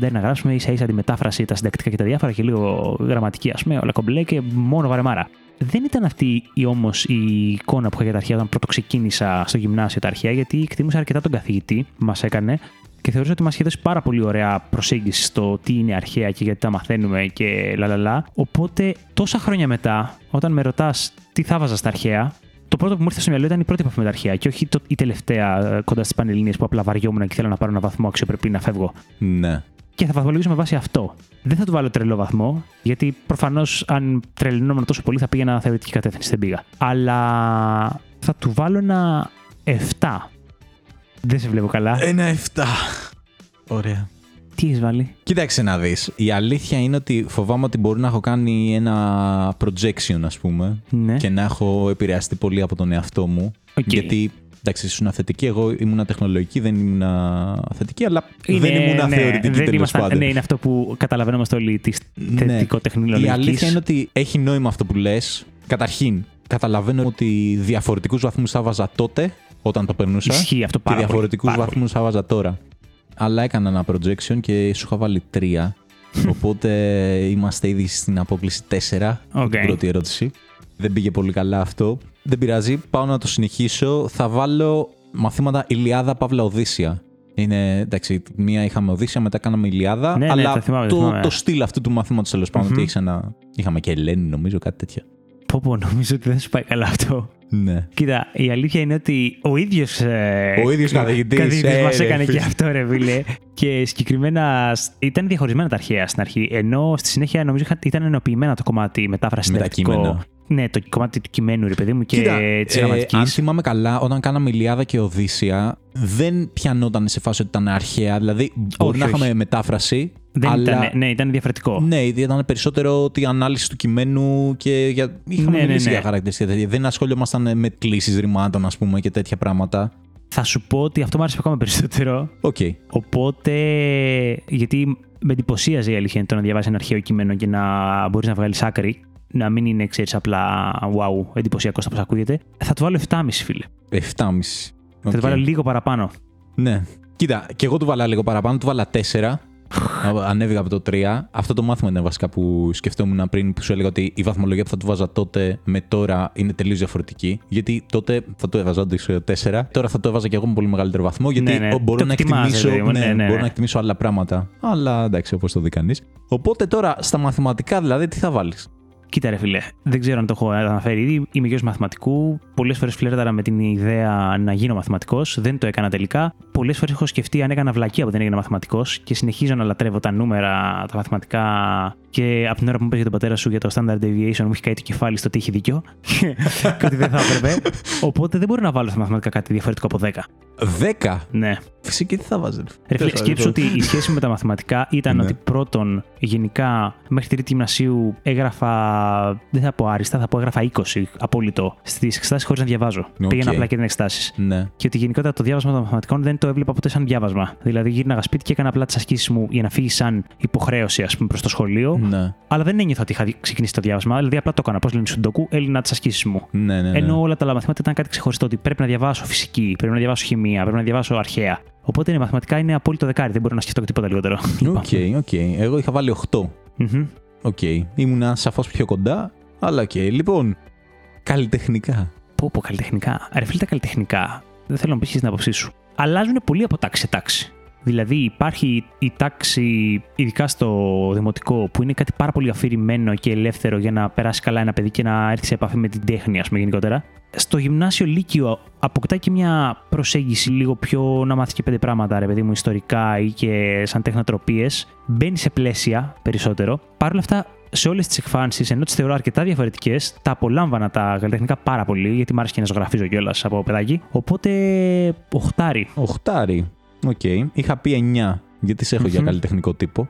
S2: 14-15 να γράψουμε, ίσα ίσα τη μετάφραση, τα συντακτικά και τα διάφορα και λίγο γραμματική, ας πούμε, όλα κομπλέ και μόνο βαρεμάρα. Δεν ήταν αυτή η όμως η εικόνα που είχα για τα αρχαία όταν πρώτο ξεκίνησα στο γυμνάσιο τα αρχαία, γιατί εκτιμούσα αρκετά τον καθηγητή που μας έκανε και θεωρούσα ότι μας είχε δώσει πάρα πολύ ωραία προσέγγιση στο τι είναι αρχαία και γιατί τα μαθαίνουμε και λαλαλά. Οπότε, τόσα χρόνια μετά, όταν με ρωτάς τι θα βάζα στα αρχαία, το πρώτο που μου ήρθε στο μυαλό ήταν η πρώτη επαφή με τα αρχαία και όχι το, η τελευταία ε, κοντά στις πανελληνίες που απλά βαριόμουν και θέλω να πάρω ένα βαθμό αξιοπρεπή να φεύγω.
S1: Ναι.
S2: Και θα βαθμολογήσω με βάση αυτό. Δεν θα του βάλω τρελό βαθμό, γιατί προφανώς αν τρελνόμουν τόσο πολύ θα πήγαινα θεωρητική κατεύθυνση, δεν πήγα. Αλλά θα του βάλω ένα 7. Δεν σε βλέπω καλά.
S1: Ένα 7. Ωραία.
S2: Τι έχεις βάλει.
S1: Κοίταξε να δεις. Η αλήθεια είναι ότι φοβάμαι ότι μπορεί να έχω κάνει ένα projection, ας πούμε,
S2: Ναι.
S1: και να έχω επηρεαστεί πολύ από τον εαυτό μου.
S2: Οκ.
S1: Γιατί, εντάξει, ήσουν θετική, εγώ ήμουν τεχνολογική, δεν ήμουν θετική, αλλά δεν
S2: Είναι-
S1: ήμουν
S2: ναι,
S1: θεωρητική
S2: δεν
S1: τέλος
S2: ήμασταν-
S1: πάντων.
S2: Ναι, είναι αυτό που καταλαβαίνόμαστε όλοι της
S1: Ναι. Η αλήθεια είναι ότι έχει νόημα αυτό που λες. Καταρχήν, καταλαβαίνω ότι διαφορετικούς βαθμούς θα βάζα τότε, όταν το περνούσα.
S2: Ισχύει αυτό
S1: και
S2: πάρα πολύ,
S1: διαφορετικούς
S2: πάρα
S1: βαθμού θα βάζα τώρα. Αλλά έκανα ένα projection και σου είχα βάλει τρία.
S2: Hm.
S1: Οπότε είμαστε ήδη στην απόκληση 4.
S2: Οκ.
S1: Την πρώτη ερώτηση. Δεν πήγε πολύ καλά αυτό. Δεν πειράζει. Πάω να το συνεχίσω. Θα βάλω μαθήματα Ηλιάδα Παύλα Οδύσσια. Είναι εντάξει, μία είχαμε Οδύσσια, μετά κάναμε Ηλιάδα.
S2: Ναι, ναι,
S1: αλλά
S2: τα θυμάμαι, τα
S1: το,
S2: θυμάμαι.
S1: το στυλ αυτού του μαθήματος τέλος πάντων.
S2: Μμμ.
S1: Ότι έχεις ένα... Είχαμε και Ελένη, νομίζω, κάτι τέτοιο.
S2: Πω, πω, νομίζω ότι δεν σου πάει καλά αυτό.
S1: Ναι.
S2: Κοίτα, η αλήθεια είναι ότι ο ίδιος.
S1: Ο ίδιος καθηγητής, ε,
S2: μα
S1: ρε,
S2: έκανε
S1: φίλε.
S2: και αυτό, ρε βίλε. και συγκεκριμένα σ- ήταν διαχωρισμένα τα αρχαία στην αρχή. Ενώ στη συνέχεια νομίζω είχα- ήταν ενοποιημένα το κομμάτι μετάφρασης
S1: Με τα
S2: συντακτικό.
S1: κείμενα.
S2: Ναι, το κομμάτι του κειμένου, ρε παιδί μου, και
S1: Κοίτα,
S2: της
S1: ε,
S2: γραμματικής.
S1: αν θυμάμαι καλά, όταν κάναμε Ηλιάδα και Οδύσσια, δεν πιανόταν σε φάση ότι ήταν αρχαία. Δηλαδή, μπορεί
S2: Όχι,
S1: να
S2: όχι.
S1: είχαμε μετάφραση.
S2: Δεν
S1: αλλά...
S2: ήταν, ναι, ήταν διαφορετικό.
S1: Ναι, γιατί ήταν περισσότερο ότι η ανάλυση του κειμένου και για... είχαμε
S2: Ναι, ναι,
S1: μιλήσει
S2: ναι.
S1: για χαρακτηριστικά τέτοια. Δεν ασχολιόμασταν με κλήσεις ρημάτων, ας πούμε, και τέτοια πράγματα.
S2: Θα σου πω ότι αυτό μου άρεσε ακόμα περισσότερο.
S1: Οκ.
S2: Οπότε, γιατί με εντυπωσίαζε η αλήθεια είναι το να διαβάσει ένα αρχαίο κείμενο και να μπορείς να βγάλεις άκρη. Να μην είναι, ξέρεις, απλά wow, εντυπωσιακό όπω ακούγεται. Θα του βάλω 7,5 φίλε.
S1: 7,5.
S2: Θα του
S1: Οκ.
S2: βάλω λίγο παραπάνω.
S1: Ναι. Κοίτα, και εγώ του βάλα λίγο παραπάνω, του βάλα 4. Ανέβηκα από το 3. Αυτό το μάθημα ήταν βασικά που σκεφτόμουν πριν που σου έλεγα ότι η βαθμολογία που θα του βάζα τότε με τώρα είναι τελείως διαφορετική. Γιατί τότε θα το έβαζα όντως 4. Τώρα θα το έβαζα και εγώ με πολύ μεγαλύτερο βαθμό. Γιατί
S2: Ναι, ναι.
S1: ο- μπορώ,
S2: Το
S1: να
S2: εκτιμάς,
S1: εκτιμήσω,
S2: ρε παιδί μου. Ναι, ναι,
S1: μπορώ
S2: ναι.
S1: να εκτιμήσω άλλα πράγματα. Αλλά εντάξει, όπως το δει κανείς. Οπότε τώρα στα μαθηματικά δηλαδή τι θα βάλεις.
S2: Κοίτα, ρε φίλε, δεν ξέρω αν το έχω αναφέρει ήδη. Είμαι γιος μαθηματικού. Πολλές φορές φλέρταρα με την ιδέα να γίνω μαθηματικός. Δεν το έκανα τελικά. Πολλές φορές έχω σκεφτεί αν έκανα βλακία που δεν έγινα μαθηματικός και συνεχίζω να λατρεύω τα νούμερα, τα μαθηματικά. Και από την ώρα που μου είπε για τον πατέρα σου για το standard deviation, μου έχει καεί το κεφάλι στο ότι έχει δίκιο. *laughs* και ότι δεν θα έπρεπε. Οπότε δεν μπορώ να βάλω στα μαθηματικά κάτι διαφορετικό από 10.
S1: 10.
S2: Ναι.
S1: Φυσική τι θα βάζεις.
S2: Ρε φίλε, σκέψου ότι η σχέση μου με τα μαθηματικά ήταν
S1: Ναι.
S2: ότι πρώτον, γενικά, μέχρι τρίτη γυμνασίου έγραφα. Δεν θα πω άριστα, θα πω έγραφα 20 απόλυτο στις εξετάσεις χωρίς να διαβάζω.
S1: Οκ.
S2: Πήγαινα απλά και δεν εξετάσεις.
S1: Ναι.
S2: Και ότι γενικότερα το διάβασμα των μαθηματικών δεν το έβλεπα ποτέ σαν διάβασμα. Δηλαδή, γύρναγα σπίτι και έκανα απλά τις ασκήσεις μου για να φύγει σαν υποχρέωση, ας πούμε, προς το σχολείο.
S1: Ναι.
S2: Αλλά δεν ένιωθα ότι είχα ξεκινήσει το διάβασμα. Δηλαδή, απλά το έκανα. Πώ λένε Σουντοκού, Έλληνα τη ασκήσεις μου.
S1: Ναι, ναι, ναι.
S2: Ενώ όλα τα άλλα μαθήματα ήταν κάτι ξεχωριστό. Ότι πρέπει να διαβάσω φυσική, πρέπει να διαβάσω χημεία, πρέπει να διαβάσω αρχαία. Οπότε ναι, μαθηματικά είναι απόλυτο δεκάρι, δεν μπορώ να σκεφτώ τίποτα λιγότερο. Λοιπόν.
S1: Οκ, οκ. Εγώ είχα βάλει 8.
S2: Μμμ.
S1: Οκ. Ήμουνα σαφώς πιο κοντά, αλλά οκ. Λοιπόν, καλλιτεχνικά.
S2: Πω, πω, καλλιτεχνικά. Ρε φίλε, τα καλλιτεχνικά. Δεν θέλω να πεις την άποψή σου. Αλλάζουν πολύ από τάξη σε τάξη. Δηλαδή, υπάρχει η τάξη, ειδικά στο δημοτικό, που είναι κάτι πάρα πολύ αφηρημένο και ελεύθερο για να περάσει καλά ένα παιδί και να έρθει σε επαφή με την τέχνη, ας πούμε, γενικότερα. Στο γυμνάσιο Λύκειο αποκτά και μια προσέγγιση λίγο πιο να μάθει και πέντε πράγματα, ρε παιδί μου, ιστορικά ή και σαν τεχνοτροπίες. Μπαίνει σε πλαίσια περισσότερο. Παρ' όλα αυτά, σε όλες τις εκφάνσεις, ενώ τις θεωρώ αρκετά διαφορετικές, τα απολάμβανα τα καλλιτεχνικά πάρα πολύ, γιατί μου άρεσε και να ζωγραφίζω κιόλας από παιδάκι. Οπότε, οχτάρι.
S1: Οχτάρι. Οκ. Είχα πει 9, γιατί σε έχω για
S2: Μμμ.
S1: καλλιτεχνικό τύπο.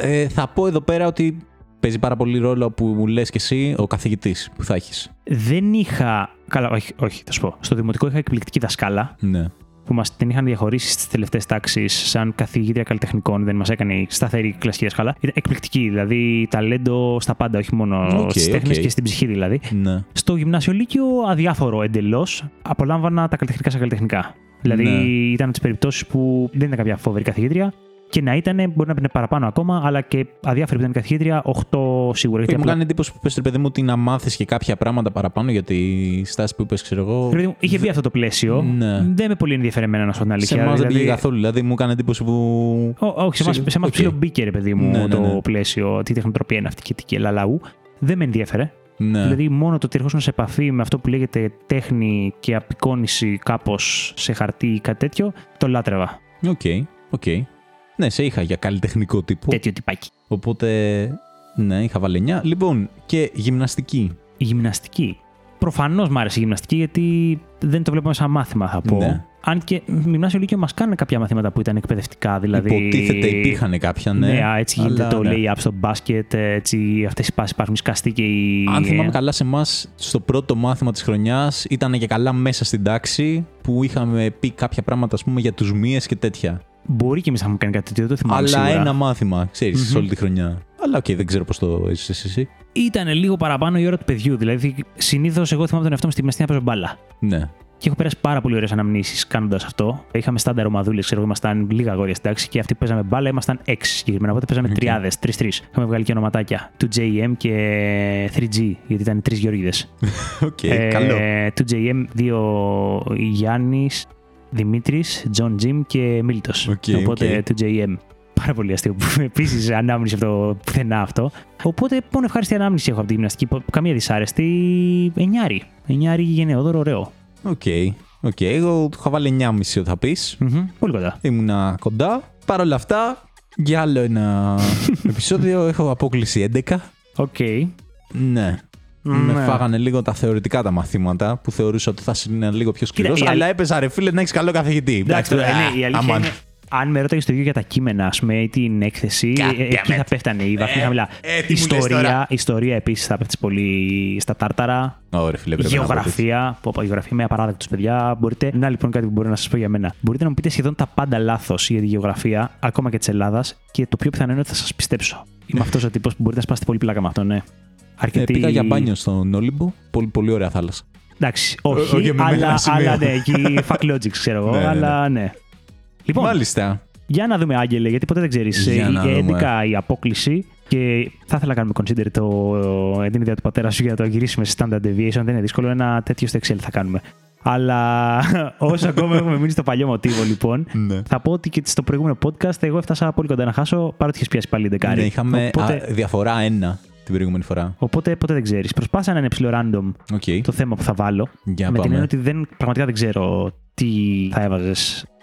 S1: Ε, θα πω εδώ πέρα ότι παίζει πάρα πολύ ρόλο που μου λες και εσύ ο καθηγητής που θα έχεις.
S2: Δεν είχα. Καλά, όχι, όχι, θα σου πω. Στο δημοτικό είχα εκπληκτική δασκάλα
S1: Ναι.
S2: που μας την είχαν διαχωρίσει στις τελευταίες τάξεις σαν καθηγήτρια καλλιτεχνικών. Δεν μας έκανε η σταθερή κλασική δασκάλα. Ήταν εκπληκτική, δηλαδή ταλέντο στα πάντα, όχι μόνο
S1: Οκ,
S2: στις στι τέχνε
S1: οκ.
S2: και στην ψυχή δηλαδή.
S1: Ναι.
S2: Στο γυμνάσιο Λύκειο, αδιάφορο εντελώς. Απολάμβανα τα καλλιτεχνικά σαν καλλιτεχνικά. Δηλαδή,
S1: Ναι.
S2: ήταν τις περιπτώσεις που δεν ήταν κάποια φοβερή καθηγήτρια και να ήταν, μπορεί να ήταν παραπάνω ακόμα, αλλά και αδιάφορη που ήταν η καθηγήτρια, 8 σίγουρα.
S1: Και
S2: Γιατί
S1: μου
S2: απλά-
S1: κάνει εντύπωση που πες, ρε παιδί μου, ότι να μάθεις και κάποια πράγματα παραπάνω για τη στάση που είπες, ξέρω εγώ.
S2: Ρε παιδί μου, είχε βγει αυτό το πλαίσιο.
S1: Ναι.
S2: Δεν με πολύ ενδιαφέρει εμένα να σου πω την αλήθεια.
S1: Σε εμάς δεν
S2: δηλαδή-
S1: πήγε καθόλου. Δηλαδή μου έκανε εντύπωση που.
S2: Ό, όχι, σε εμάς-
S1: Σίγουρα.
S2: σε εμάς
S1: Οκ.
S2: ψηλό μπήκε, ρε παιδί μου,
S1: Ναι, ναι,
S2: το
S1: ναι.
S2: πλαίσιο, τι τεχνοτροπία είναι αυτή και τι και λαλαού. Δεν με ενδιαφέρε.
S1: Ναι.
S2: Δηλαδή, μόνο το ότι ερχόσουν σε επαφή με αυτό που λέγεται τέχνη και απεικόνηση κάπως σε χαρτί ή κάτι τέτοιο, το λάτρευα.
S1: Οκ. Οκ. Ναι, σε είχα για καλλιτεχνικό τύπο.
S2: Τέτοιο τυπάκι.
S1: Οπότε. Ναι, είχα βάλει 9. Λοιπόν, και γυμναστική.
S2: Η γυμναστική. Προφανώς μ' άρεσε η γυμναστική γιατί δεν το βλέπουμε σαν μάθημα, θα πω.
S1: Ναι.
S2: Αν και γυμνάσιο Λύκειο μας κάνανε κάποια μαθήματα που ήταν εκπαιδευτικά, δηλαδή.
S1: Υποτίθεται υπήρχαν κάποια, ναι.
S2: Ναι, α, έτσι γίνεται
S1: αλλά
S2: το
S1: ναι.
S2: lay-up στο μπάσκετ, ε, έτσι, αυτές οι πάσεις υπάρχουν σκαστή και η...
S1: Αν θυμάμαι
S2: ε,
S1: καλά σε εμάς, στο πρώτο μάθημα της χρονιάς ήταν και καλά μέσα στην τάξη που είχαμε πει κάποια πράγματα, ας πούμε, για τους μύες και τέτοια.
S2: Μπορεί και εμείς να έχουμε κάνει κάτι τέτοιο, δεν το θυμάμαι
S1: Αλλά
S2: σίγουρα.
S1: ένα μάθημα, ξέρεις,
S2: Μμμ.
S1: σε όλη τη χρονιά. Αλλά οκ, δεν ξέρω πώς το είσαι εσύ.
S2: Ήταν λίγο παραπάνω η ώρα του παιδιού, δηλαδή συνήθως εγώ θυμάμαι τον εαυτό μου στη μεστή να παίζω μπάλα.
S1: Ναι.
S2: Και έχω περάσει πάρα πολύ ωραίες αναμνήσεις κάνοντας αυτό. Είχαμε στάνταρ ομαδούλες, ξέρω εγώ, ήμασταν λίγα αγόρια στην τάξη και αυτοί που παίζαμε μπάλα ήμασταν 6 συγκεκριμένα. Οπότε παίζαμε
S1: Οκ.
S2: τριάδες, τρει-τρει. Είχαμε βγάλει και ονοματάκια. 2JM και 3G, γιατί ήταν τρεις Γεωργίδες. Ε,
S1: Οκ, καλό.
S2: 2JM, δύο Γιάννης, Δημήτρης, Τζον Τζιμ και Μίλτος.
S1: Οκ,
S2: Οπότε
S1: οκ.
S2: 2JM. Πάρα πολύ αστείο που *laughs* επίσης ανάμνηση από το πουθενά αυτό. Οπότε μόνο ευχάριστη ανάμνηση έχω από τη γυμναστική. πο- Καμία δυσάρεστη. Εννιάρη. Εννιάρη γενναιόδωρο, ωραίο.
S1: Οκ. Οκ, εγώ του είχα βάλει 9,5 ότι θα πεις.
S2: Μμμ, Πολύ κοντά.
S1: Ήμουνα κοντά. Παρ' όλα αυτά, για άλλο
S2: *laughs*
S1: ένα επεισόδιο έχω απόκληση 11.
S2: Οκ.
S1: Ναι. Με φάγανε λίγο τα θεωρητικά τα μαθήματα που θεωρούσα ότι θα είναι λίγο πιο σκληρός.
S2: η αλ-
S1: Αλλά έπαιζα ρε φίλε να έχεις καλό καθηγητή.
S2: Εντάξει, τώρα,
S1: α,
S2: ναι, η αλήθεια
S1: αμάν.
S2: είναι, αν με ρώταγες το ίδιο για τα κείμενα, ας πούμε, ή την έκθεση,
S1: God
S2: ε, εκεί
S1: damn it.
S2: θα πέφτανε η βαθμοί χαμηλά.
S1: ε, τι μου λες
S2: ιστορία,
S1: τώρα.
S2: ιστορία επίσης θα πέφτεις πολύ στα τάρταρα.
S1: Ωραία, φίλε, πρέπει να απαντήσεις.
S2: Γεωγραφία. Πω, πω, γεωγραφία είμαι απαράδεκτος, παιδιά. Μπορείτε. Να λοιπόν κάτι που μπορώ να σας πω για μένα. Μπορείτε να μου πείτε σχεδόν τα πάντα λάθος για τη γεωγραφία, ακόμα και της Ελλάδας, και το πιο πιθανό είναι ότι θα σας πιστέψω. Είμαι αυτός ο τύπος που μπορείτε να σπάσετε πολύ πλάκα με αυτό, ναι.
S1: Ε,
S2: Αρκετή...
S1: πήγα για μπάνιο στον Όλυμπο. Πολύ, πολύ ωραία θάλασσα.
S2: Εντάξει,
S1: Ό,
S2: όχι,
S1: όχι, με
S2: αλλά,
S1: ένα σημείο.
S2: αλλά ναι, εκεί fuck logic ξέρω εγώ,
S1: Ναι, ναι, ναι.
S2: αλλά ναι. Λοιπόν,
S1: Μάλιστα.
S2: για να δούμε, Άγγελε, γιατί ποτέ δεν ξέρεις.
S1: Για να
S2: Η
S1: δούμε.
S2: 11 η απόκληση και θα ήθελα να κάνουμε consider το ε, την ιδέα του πατέρα σου για να το γυρίσουμε σε standard deviation. Δεν είναι δύσκολο, ένα τέτοιο στο Excel θα κάνουμε. Αλλά *laughs* όσο ακόμα έχουμε μείνει στο παλιό μοτίβο, λοιπόν,
S1: Ναι.
S2: θα πω ότι και στο προηγούμενο podcast εγώ έφτασα πολύ κοντά να χάσω, παρότι είχες πιάσει πάλι
S1: Ναι,
S2: δεκάρι.
S1: είχαμε
S2: οπότε,
S1: α, διαφορά ένα την προηγούμενη φορά.
S2: οπότε ποτέ δεν ξέρεις. Προσπάθησα να είναι ψηλό random
S1: Οκ.
S2: το θέμα που θα βάλω.
S1: Για
S2: με την
S1: πάμε.
S2: έννοια ότι δεν, πραγματικά δεν ξέρω τι θα έβαζες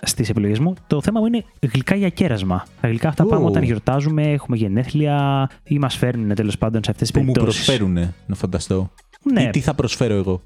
S2: στις επιλογές μου. Το θέμα μου είναι γλυκά για κέρασμα. Τα γλυκά αυτά
S1: Ου.
S2: πάμε όταν γιορτάζουμε, έχουμε γενέθλια ή μας φέρνουν τέλος πάντων σε αυτές τις
S1: Που μου
S2: περιπτώσεις.
S1: προσφέρουνε, να φανταστώ.
S2: Ναι,
S1: Ή τι θα προσφέρω εγώ.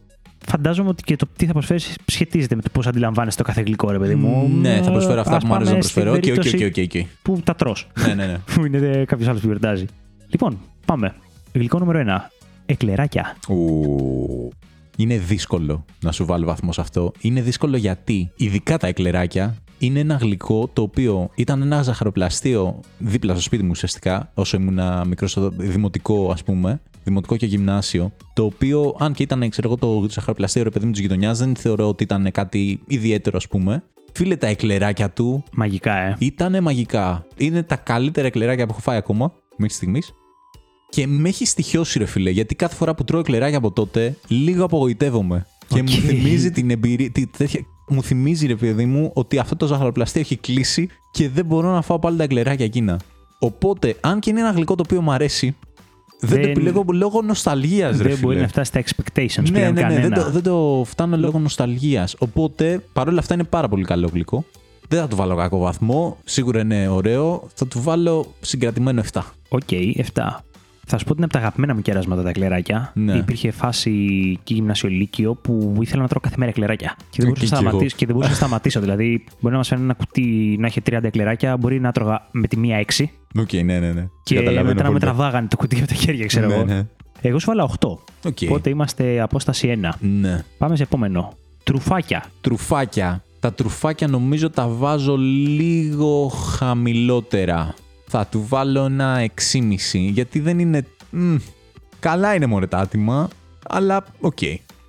S2: φαντάζομαι ότι και το τι θα προσφέρεις σχετίζεται με το πώς αντιλαμβάνεσαι το κάθε γλυκό, ρε παιδί μου.
S1: Ναι, θα προσφέρω αυτά
S2: Ας
S1: που μου άρεσε να
S2: πάμε στην
S1: προσφέρω. Οκ, οκ,
S2: περίπτωση
S1: οκ, οκ, οκ.
S2: Που τα τρώ.
S1: Ναι, ναι, ναι.
S2: *laughs* Που είναι κάποιος άλλος που γιορτάζει. Λοιπόν, πάμε. Γλυκό νούμερο 1. Εκλεράκια.
S1: Ου. Είναι δύσκολο να σου βάλω βαθμό σε αυτό. Είναι δύσκολο γιατί, ειδικά τα εκλεράκια, είναι ένα γλυκό το οποίο ήταν ένα ζαχαροπλαστείο δίπλα στο σπίτι μου ουσιαστικά, όσο ήμουν μικρό, δημοτικό ας πούμε, δημοτικό και γυμνάσιο, το οποίο, αν και ήταν, ξέρω εγώ, το ζαχαροπλαστείο ρε παιδί μου της γειτονιάς, δεν θεωρώ ότι ήταν κάτι ιδιαίτερο, ας πούμε. Φίλε τα εκλεράκια του
S2: Μαγικά, ε.
S1: ήτανε μαγικά. Είναι τα καλύτερα εκλεράκια που έχω φάει ακόμα μέχρι στιγμής. Και με έχει στοιχειώσει, ρε φίλε, γιατί κάθε φορά που τρώω εκλεράκια από τότε, λίγο απογοητεύομαι. Και
S2: Οκ.
S1: μου θυμίζει την εμπειρία. τη- τέτοια- Μου θυμίζει, ρε παιδί μου, ότι αυτό το ζαχαροπλαστείο έχει κλείσει και δεν μπορώ να φάω πάλι τα εκλεράκια εκείνα. Οπότε, αν και είναι ένα γλυκό το οποίο μου αρέσει, δεν, το
S2: Δεν-
S1: επιλέγω λόγω νοσταλγίας, ρε
S2: Δεν
S1: φίλε.
S2: μπορεί να φτάσει στα expectations
S1: Ναι,
S2: πλέον
S1: ναι, ναι,
S2: κανένα.
S1: δεν το, δεν το φτάνω λόγω νοσταλγίας. Οπότε παρόλα αυτά είναι πάρα πολύ καλό γλυκό. Δεν θα του βάλω κακό βαθμό. Σίγουρα είναι ωραίο. Θα του βάλω συγκρατημένο 7.
S2: Οκ, 7. Θα σου πω ότι είναι από τα αγαπημένα μου κεράσματα τα κλεράκια.
S1: Ναι.
S2: Υπήρχε φάση και γυμνασιολίκιο που ήθελα να τρώω κάθε μέρα κλεράκια. Και δεν
S1: Ε, Και-
S2: μπορούσα να
S1: και εγώ.
S2: σταματήσω. Και δεν μπορούσα να σταματήσω. Δηλαδή, μπορεί να μας φέρνει ένα κουτί να έχει 30 κλεράκια, μπορεί να τρώγα με τη μία 6
S1: Οκ, ναι, ναι, ναι.
S2: και
S1: Καταλαβαίνω
S2: μετά να
S1: πολύ.
S2: με τραβάγανε το κουτί από τα χέρια, ξέρω
S1: ναι,
S2: εγώ.
S1: ναι.
S2: Εγώ σου βάλα 8.
S1: Οκ.
S2: Οπότε είμαστε απόσταση 1.
S1: Ναι.
S2: Πάμε σε επόμενο. Τρουφάκια.
S1: Τρουφάκια. Τα τρουφάκια νομίζω τα βάζω λίγο χαμηλότερα. Θα του βάλω ένα 6,5 γιατί δεν είναι. μμ, καλά είναι μωρέ τα άτομα, αλλά οκ.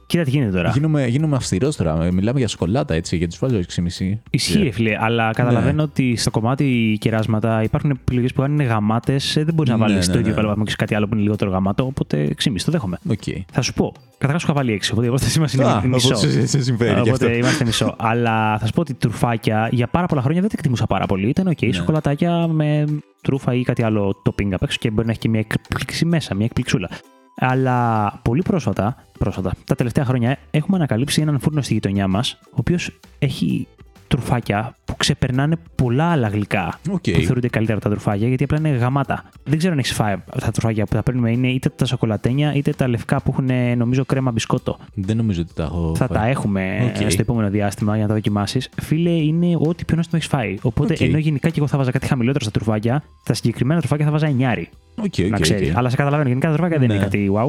S2: Κοίτα τι γίνεται τώρα.
S1: Γίνομαι, γίνομαι αυστηρός τώρα. Μιλάμε για σοκολάτα έτσι, γιατί τους βάζω 6,5.
S2: Ισχύει, ρε φίλε, αλλά καταλαβαίνω
S1: Ναι.
S2: ότι στο κομμάτι κεράσματα υπάρχουν επιλογές που αν είναι γαμάτες, δεν μπορείς να
S1: Ναι,
S2: βάλεις
S1: ναι,
S2: το ίδιο
S1: ναι.
S2: καλό βαθμό και σε κάτι άλλο που είναι λιγότερο γαμάτο. Οπότε 6,5 το δέχομαι.
S1: Οκ.
S2: Θα σου πω. Καταρχάς σου είχα βάλει 6, οπότε η απόστασή μας είναι
S1: Α,
S2: μισό.
S1: οπότε σε- σε συμφέρει και αυτό.
S2: Οπότε είμαστε
S1: *laughs*
S2: μισό. Αλλά θα σου πω ότι τρουφάκια για πάρα πολλά χρόνια δεν τα εκτιμούσα πάρα πολύ. Ήταν οκ,
S1: Ναι.
S2: σοκολατάκια με τρούφα ή κάτι άλλο topping απ' έξω και μπορεί να έχει και μια εκπλήξη μέσα, μια εκπληξούλα. Αλλά πολύ πρόσφατα, πρόσφατα, τα τελευταία χρόνια έχουμε ανακαλύψει έναν φούρνο στη γειτονιά μας, ο οποίος έχει τρουφάκια που ξεπερνάνε πολλά άλλα γλυκά
S1: Οκ.
S2: που θεωρούνται καλύτερα από τα τρουφάκια, γιατί απλά είναι γαμάτα. Δεν ξέρω αν έχεις φάει τα τρουφάκια που τα παίρνουμε, είναι είτε τα σοκολατένια είτε τα λευκά που έχουν νομίζω κρέμα μπισκότο.
S1: Δεν νομίζω ότι τα έχω.
S2: Θα
S1: φάει.
S2: τα έχουμε ε,
S1: Οκ.
S2: στο επόμενο διάστημα για να τα δοκιμάσεις. Φίλε, είναι ό,τι πιο νόστιμο έχεις φάει. Οπότε,
S1: Οκ.
S2: ενώ γενικά και εγώ θα βάζα κάτι χαμηλότερο στα τρουφάκια, τα συγκεκριμένα τρουφάκια θα βάζα εννιάρι.
S1: Οκ, οκ,
S2: να
S1: οκ.
S2: ξέρεις. Αλλά σε καταλαβαίνω, γενικά τα τρουφάκια δεν
S1: Ναι.
S2: είναι κάτι wow.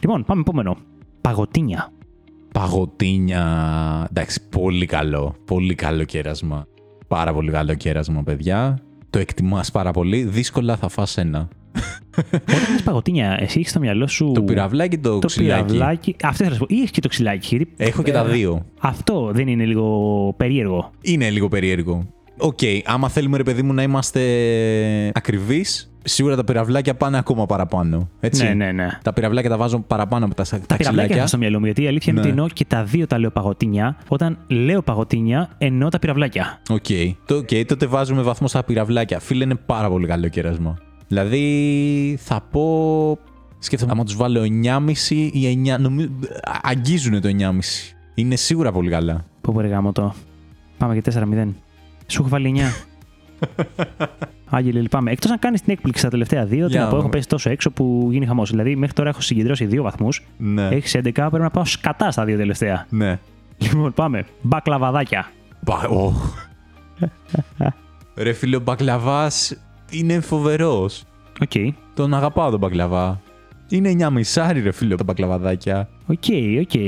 S2: Λοιπόν, πάμε επόμενο. Παγωτίνια.
S1: Παγωτίνια. Εντάξει, πολύ καλό. Πολύ καλό κέρασμα. Πάρα πολύ καλό κέρασμα, παιδιά. Το εκτιμάς πάρα πολύ. Δύσκολα θα φας ένα.
S2: Όταν λε παγωτίνια, εσύ έχεις στο μυαλό σου.
S1: Το πυραυλάκι, το,
S2: Το
S1: ξυλάκι.
S2: πυραυλάκι. Αυτό ήθελα να σου πω. Ή έχει και το ξυλάκι. γιατί-
S1: Έχω και τα
S2: Ε,
S1: δύο.
S2: Αυτό δεν είναι λίγο περίεργο.
S1: Είναι λίγο περίεργο. Οκ, άμα θέλουμε ρε παιδί μου να είμαστε ακριβείς, σίγουρα τα πυραυλάκια πάνε ακόμα παραπάνω. Έτσι.
S2: Ναι, ναι, ναι.
S1: Τα πυραυλάκια τα βάζω παραπάνω από τα, τα,
S2: Τα πυραυλάκια
S1: ξυλάκια.
S2: έχω στο μυαλό μου, γιατί η αλήθεια
S1: Ναι.
S2: είναι ότι εννοώ και τα δύο τα λέω παγωτίνια. Όταν λέω παγωτίνια, εννοώ τα πυραυλάκια.
S1: Οκ. Το, οκ, τότε βάζουμε βαθμό στα πυραυλάκια. Φίλε, είναι πάρα πολύ καλό κέρασμα. Δηλαδή, θα πω. Σκέφτομαι, άμα τους βάλω 9,5 ή 9. Νομίζω, αγγίζουν το 9,5. Είναι σίγουρα πολύ καλά.
S2: Πού μπορεί γάμο το. Πάμε για 4-0. Σου έχω
S1: *laughs*
S2: βάλει 9. Άγγελε, λυπάμαι. Εκτός αν κάνεις την έκπληξη στα τελευταία δύο, τι
S1: Για να
S2: να πω, έχω
S1: δούμε.
S2: πέσει τόσο έξω που γίνει χαμός. Δηλαδή, μέχρι τώρα έχω συγκεντρώσει δύο βαθμούς.
S1: Ναι.
S2: Έχεις 11, πρέπει να πάω σκατά στα δύο τελευταία. *laughs*
S1: Ναι.
S2: Λοιπόν, πάμε. Μπακλαβαδάκια.
S1: Μπα- οχ. Ρε φίλε, ο μπακλαβάς είναι φοβερός.
S2: Οκ.
S1: Τον αγαπάω τον μπακλαβά. Είναι 9,5 ρε φίλε τα μπακλαβαδάκια.
S2: Οκ, οκ.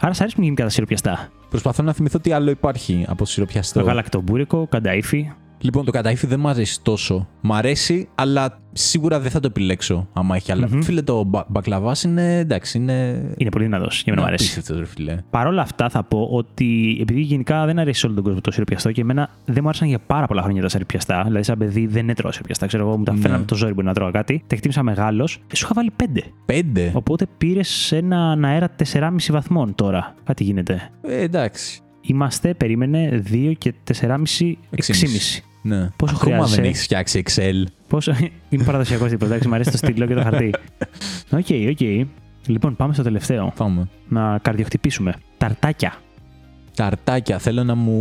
S2: Άρα σ' αρέσουν γενικά τα σιροπιαστά.
S1: Προσπαθώ να θυμηθώ τι άλλο υπάρχει από σιροπιαστό.
S2: Το γαλακτομπούρικο, κανταήφι.
S1: Λοιπόν, το καταήφι δεν μ' αρέσει τόσο. Μ' αρέσει, αλλά σίγουρα δεν θα το επιλέξω άμα έχει άλλα.
S2: Μμμ.
S1: Φίλε, το μπα- μπακλαβάς είναι εντάξει, είναι.
S2: Είναι πολύ δυνατός για μένα μου αρέσει.
S1: απίστευτος, ρε φίλε.
S2: Παρ' όλα αυτά θα πω ότι επειδή γενικά δεν αρέσει σε όλο τον κόσμο το σιροπιαστό και εμένα δεν μου άρεσαν για πάρα πολλά χρόνια τα σιροπιαστά. Δηλαδή, σαν παιδί δεν έτρωγα σιροπιαστά. Ξέρω εγώ, μου τα
S1: Ναι.
S2: φέρναμε το ζόρι μπορεί να τρώω κάτι. Τα εκτίμησα μεγάλος. Σου είχα βάλει 5.
S1: Πέντε.
S2: Οπότε πήρες έναν αέρα 4,5 βαθμών τώρα. Κάτι γίνεται.
S1: Ε, εντάξει.
S2: Είμαστε, περίμενε, 2 και 4,5, 6,5.
S1: Ναι.
S2: Πόσο
S1: Ακόμα
S2: χρειάζεσαι?
S1: δεν έχεις φτιάξει Excel.
S2: Πόσο. *laughs* Είναι παραδοσιακό τίποτα. Εντάξει, μου αρέσει το στυλό και το χαρτί. Οκ, οκ. Λοιπόν, πάμε στο τελευταίο.
S1: Πάμε.
S2: Να καρδιοχτυπήσουμε. Ταρτάκια.
S1: Ταρτάκια. Θέλω να μου.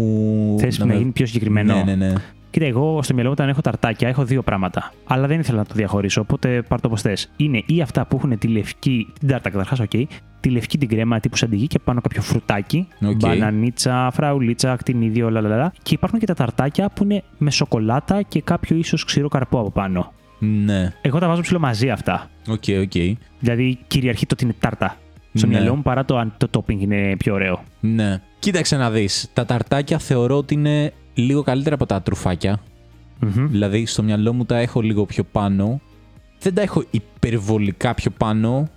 S2: Θες να
S1: με-
S2: γίνει πιο συγκεκριμένο.
S1: Ναι, ναι, ναι.
S2: Κοίτα, εγώ στο μυαλό μου όταν έχω ταρτάκια έχω δύο πράγματα. Αλλά δεν ήθελα να το διαχωρίσω, οπότε πάρ το όπως θες. Είναι ή αυτά που έχουν τη λευκή. την τάρτα καταρχάς, οκ. τη λευκή την κρέμα τύπου σαντιγί και πάνω κάποιο φρουτάκι.
S1: Οκ.
S2: Μπανανίτσα, φραουλίτσα, ακτινίδιο, λαλαλαλα. Και υπάρχουν και τα ταρτάκια που είναι με σοκολάτα και κάποιο ίσως ξηρό καρπό από πάνω.
S1: Ναι.
S2: Εγώ τα βάζω ψηλό μαζί αυτά.
S1: Οκ, οκ.
S2: Δηλαδή κυριαρχεί το ότι είναι τάρτα. Στο
S1: Ναι.
S2: μυαλό μου παρά το αν το topping είναι πιο ωραίο.
S1: Ναι. Κοίταξε να δεις. Τα ταρτάκια θεωρώ ότι είναι λίγο καλύτερα από τα τρουφάκια.
S2: Μμμ.
S1: Δηλαδή στο μυαλό μου τα έχω λίγο πιο πάνω. Δεν τα έχω υπερβολικά πιο πάνω.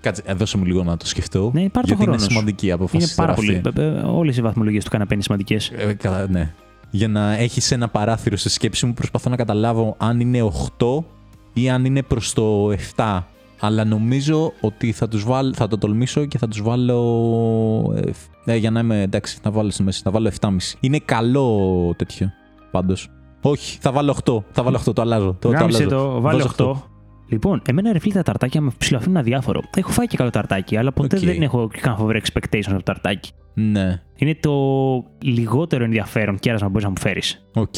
S1: Κάτσε, ε, δώσε μου λίγο να το σκεφτώ.
S2: Ναι, πάρε το
S1: γιατί είναι
S2: χρόνος σου.
S1: σημαντική η απόφαση.
S2: Είναι πάρα
S1: τώρα
S2: πολύ.
S1: αυτή.
S2: Όλες οι βαθμολογίες του καναπέ είναι σημαντικές.
S1: Ε, καλά, ναι. Για να έχεις ένα παράθυρο στη σκέψη μου, προσπαθώ να καταλάβω αν είναι 8 ή αν είναι προς το 7. Αλλά νομίζω ότι θα, τους βάλ, θα το τολμήσω και θα τους βάλω. ε, φ- Ε, για να είμαι εντάξει, θα βάλω στη μέση, θα βάλω 7,5. Είναι καλό τέτοιο πάντως. Όχι, θα βάλω 8. Θα βάλω 8, το αλλάζω. Το, το,
S2: Γάμισε
S1: αλλάζω.
S2: το, βάλε
S1: Βάζω
S2: 8. Λοιπόν, εμένα ρε φίλε τα ταρτάκια με ψηλοαφήνουν αδιάφορο. Έχω φάει και καλό ταρτάκι, αλλά ποτέ
S1: Οκ.
S2: δεν έχω καν φοβερή expectations από το ταρτάκι.
S1: Ναι.
S2: Είναι το λιγότερο ενδιαφέρον κέρασμα που μπορείς να μου φέρεις.
S1: Οκ.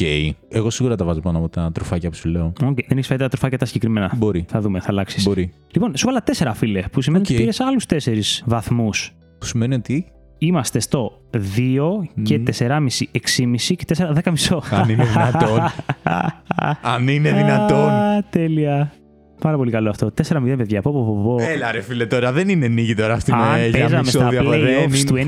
S1: Εγώ σίγουρα τα βάζω πάνω από τα τροφάκια που σου λέω.
S2: Δεν έχεις φάει τα τροφάκια τα συγκεκριμένα.
S1: Μπορεί.
S2: Θα δούμε, θα αλλάξεις.
S1: Μπορεί.
S2: Λοιπόν, σου βάλα 4 φίλε, που σημαίνει
S1: Οκ.
S2: ότι πήρες άλλους 4 βαθμούς.
S1: Που σημαίνει ότι.
S2: Είμαστε στο 2 και
S1: Μμμ.
S2: 4,5, 6,5 και 4, 10,5.
S1: Αν είναι
S2: *laughs*
S1: δυνατόν. Αν είναι
S2: Α, τέλεια. Πάρα πολύ καλό αυτό. 4-0, παιδιά. Πω, πω, πω, πω.
S1: Έλα ρε φίλε τώρα, δεν είναι νίκη τώρα αυτή με
S2: Αν
S1: για
S2: παίζαμε
S1: μισό
S2: στα
S1: διαφορά. Δεν
S2: playoffs
S1: είναι-
S2: του NBA,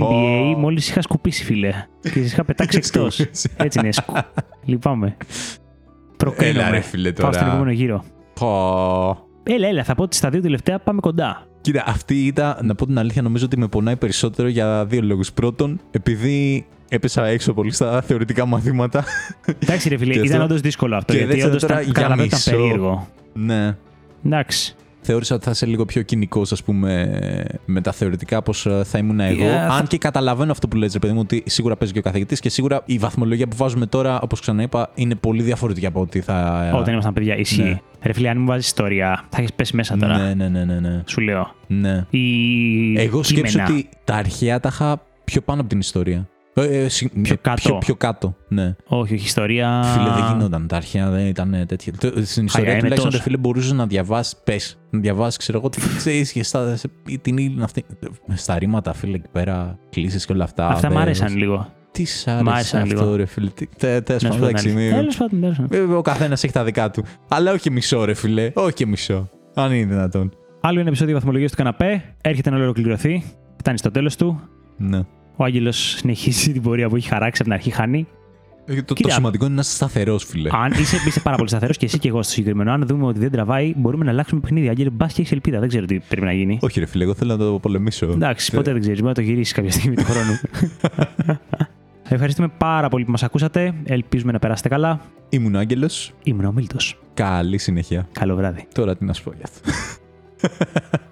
S1: Πω.
S2: μόλις είχα σκουπίσει, φίλε. Και τις είχα πετάξει εκτό.
S1: Σκούπισε.
S2: Έτσι είναι. σκου- Λυπάμαι.
S1: Έλα ρε
S2: Προκρίνομαι.
S1: φίλε
S2: Πάω στον επόμενο
S1: τώρα.
S2: γύρο.
S1: Πω.
S2: Έλα, έλα, θα πω ότι στα δύο τελευταία πάμε κοντά.
S1: Κοίτα, αυτή ήταν, να πω την αλήθεια, νομίζω ότι με πονάει περισσότερο για δύο λόγους. Πρώτον, επειδή έπεσα έξω πολύ στα θεωρητικά μαθήματα.
S2: Εντάξει, ρε φίλε,
S1: Και
S2: ήταν
S1: αυτό-
S2: όντως δύσκολο αυτό.
S1: και
S2: Γιατί
S1: δεύτερο
S2: όντως
S1: τώρα,
S2: ήταν
S1: για
S2: καταλαβαίνω ότι
S1: μισό.
S2: ήταν περίεργο.
S1: *laughs* ναι.
S2: Εντάξει.
S1: Θεώρησα ότι θα είσαι λίγο πιο κοινικός, ας πούμε, με τα θεωρητικά, πώ Ε, θα ήμουν εγώ.
S2: Yeah, θα-
S1: Αν και καταλαβαίνω αυτό που λες, ρε παιδί μου, ότι σίγουρα παίζει και ο καθηγητής και σίγουρα η βαθμολογία που βάζουμε τώρα, όπως ξαναείπα, είναι πολύ διαφορετική από ό,τι θα.
S2: Όταν ήμασταν παιδιά,
S1: Ναι.
S2: ισχύει. Ρε φίλε, αν μου βάζεις ιστορία, θα έχεις πέσει μέσα τώρα.
S1: Ναι, ναι, ναι, ναι. ναι.
S2: Σου λέω.
S1: ναι.
S2: Η...
S1: Εγώ σκέψω
S2: κείμενα.
S1: ότι τα αρχαία τα είχα πιο πάνω από την ιστορία. Ε, ε, συ- ε, πιο,
S2: κάτω.
S1: Πιο, κάτω, ναι.
S2: Όχι, όχι, ιστορία.
S1: Φίλε, δεν γινόταν. Τα αρχαία δεν ήταν τέτοια. Το- Στην ιστορία
S2: είναι
S1: τουλάχιστον, ρε
S2: τόσο.
S1: φίλε, μπορούσες να διαβάσει. Πες, να διαβάσει, ξέρω εγώ,
S2: *laughs*
S1: τι ξέρεις και στα, σε- την ύλη αυτή. Στα ρήματα, φίλε, εκεί πέρα, κλήσει και όλα αυτά.
S2: Αυτά
S1: δεν-
S2: μ' άρεσαν λίγο.
S1: Τι σ'
S2: Μ'
S1: άρεσε
S2: άρεσαν
S1: αυτό,
S2: λίγο.
S1: ρε φίλε. Τι- τε- Τέλο πάντων, εντάξει. μη-
S2: Τέλος πάντων, τέλος πάντων.
S1: ε, Ο καθένας έχει τα δικά του. Αλλά όχι μισό, ρε φίλε. Όχι και μισό. Αν είναι δυνατόν.
S2: Άλλο ένα επεισόδιο βαθμολογίας του καναπέ. Έρχεται να ολοκληρωθεί. Φτάνει στο τέλος του.
S1: Ναι.
S2: Ο Άγγελος συνεχίζει την πορεία που έχει χαράξει από την αρχή. Χάνει.
S1: Ε, Το, το
S2: Κοίτα.
S1: σημαντικό είναι να είσαι σταθερός, φίλε.
S2: Αν είσαι, είσαι πάρα πολύ σταθερός και εσύ και εγώ στο συγκεκριμένο, αν δούμε ότι δεν τραβάει, μπορούμε να αλλάξουμε παιχνίδι. Άγγελο, μπας και έχεις ελπίδα. Δεν ξέρω τι πρέπει να γίνει.
S1: Όχι, ρε φίλε, εγώ θέλω να το πολεμήσω.
S2: Εντάξει, ποτέ δεν ξέρεις. Μπορεί να το γυρίσεις κάποια στιγμή του χρόνου. Ευχαριστούμε πάρα πολύ που μας ακούσατε. Ελπίζουμε να περάσετε καλά.
S1: Ήμουν Άγγελος.
S2: Ήμουν ο Μίλτος.
S1: Καλή συνέχεια.
S2: Καλό βράδυ.
S1: Τώρα τι να σου πω για αυτό.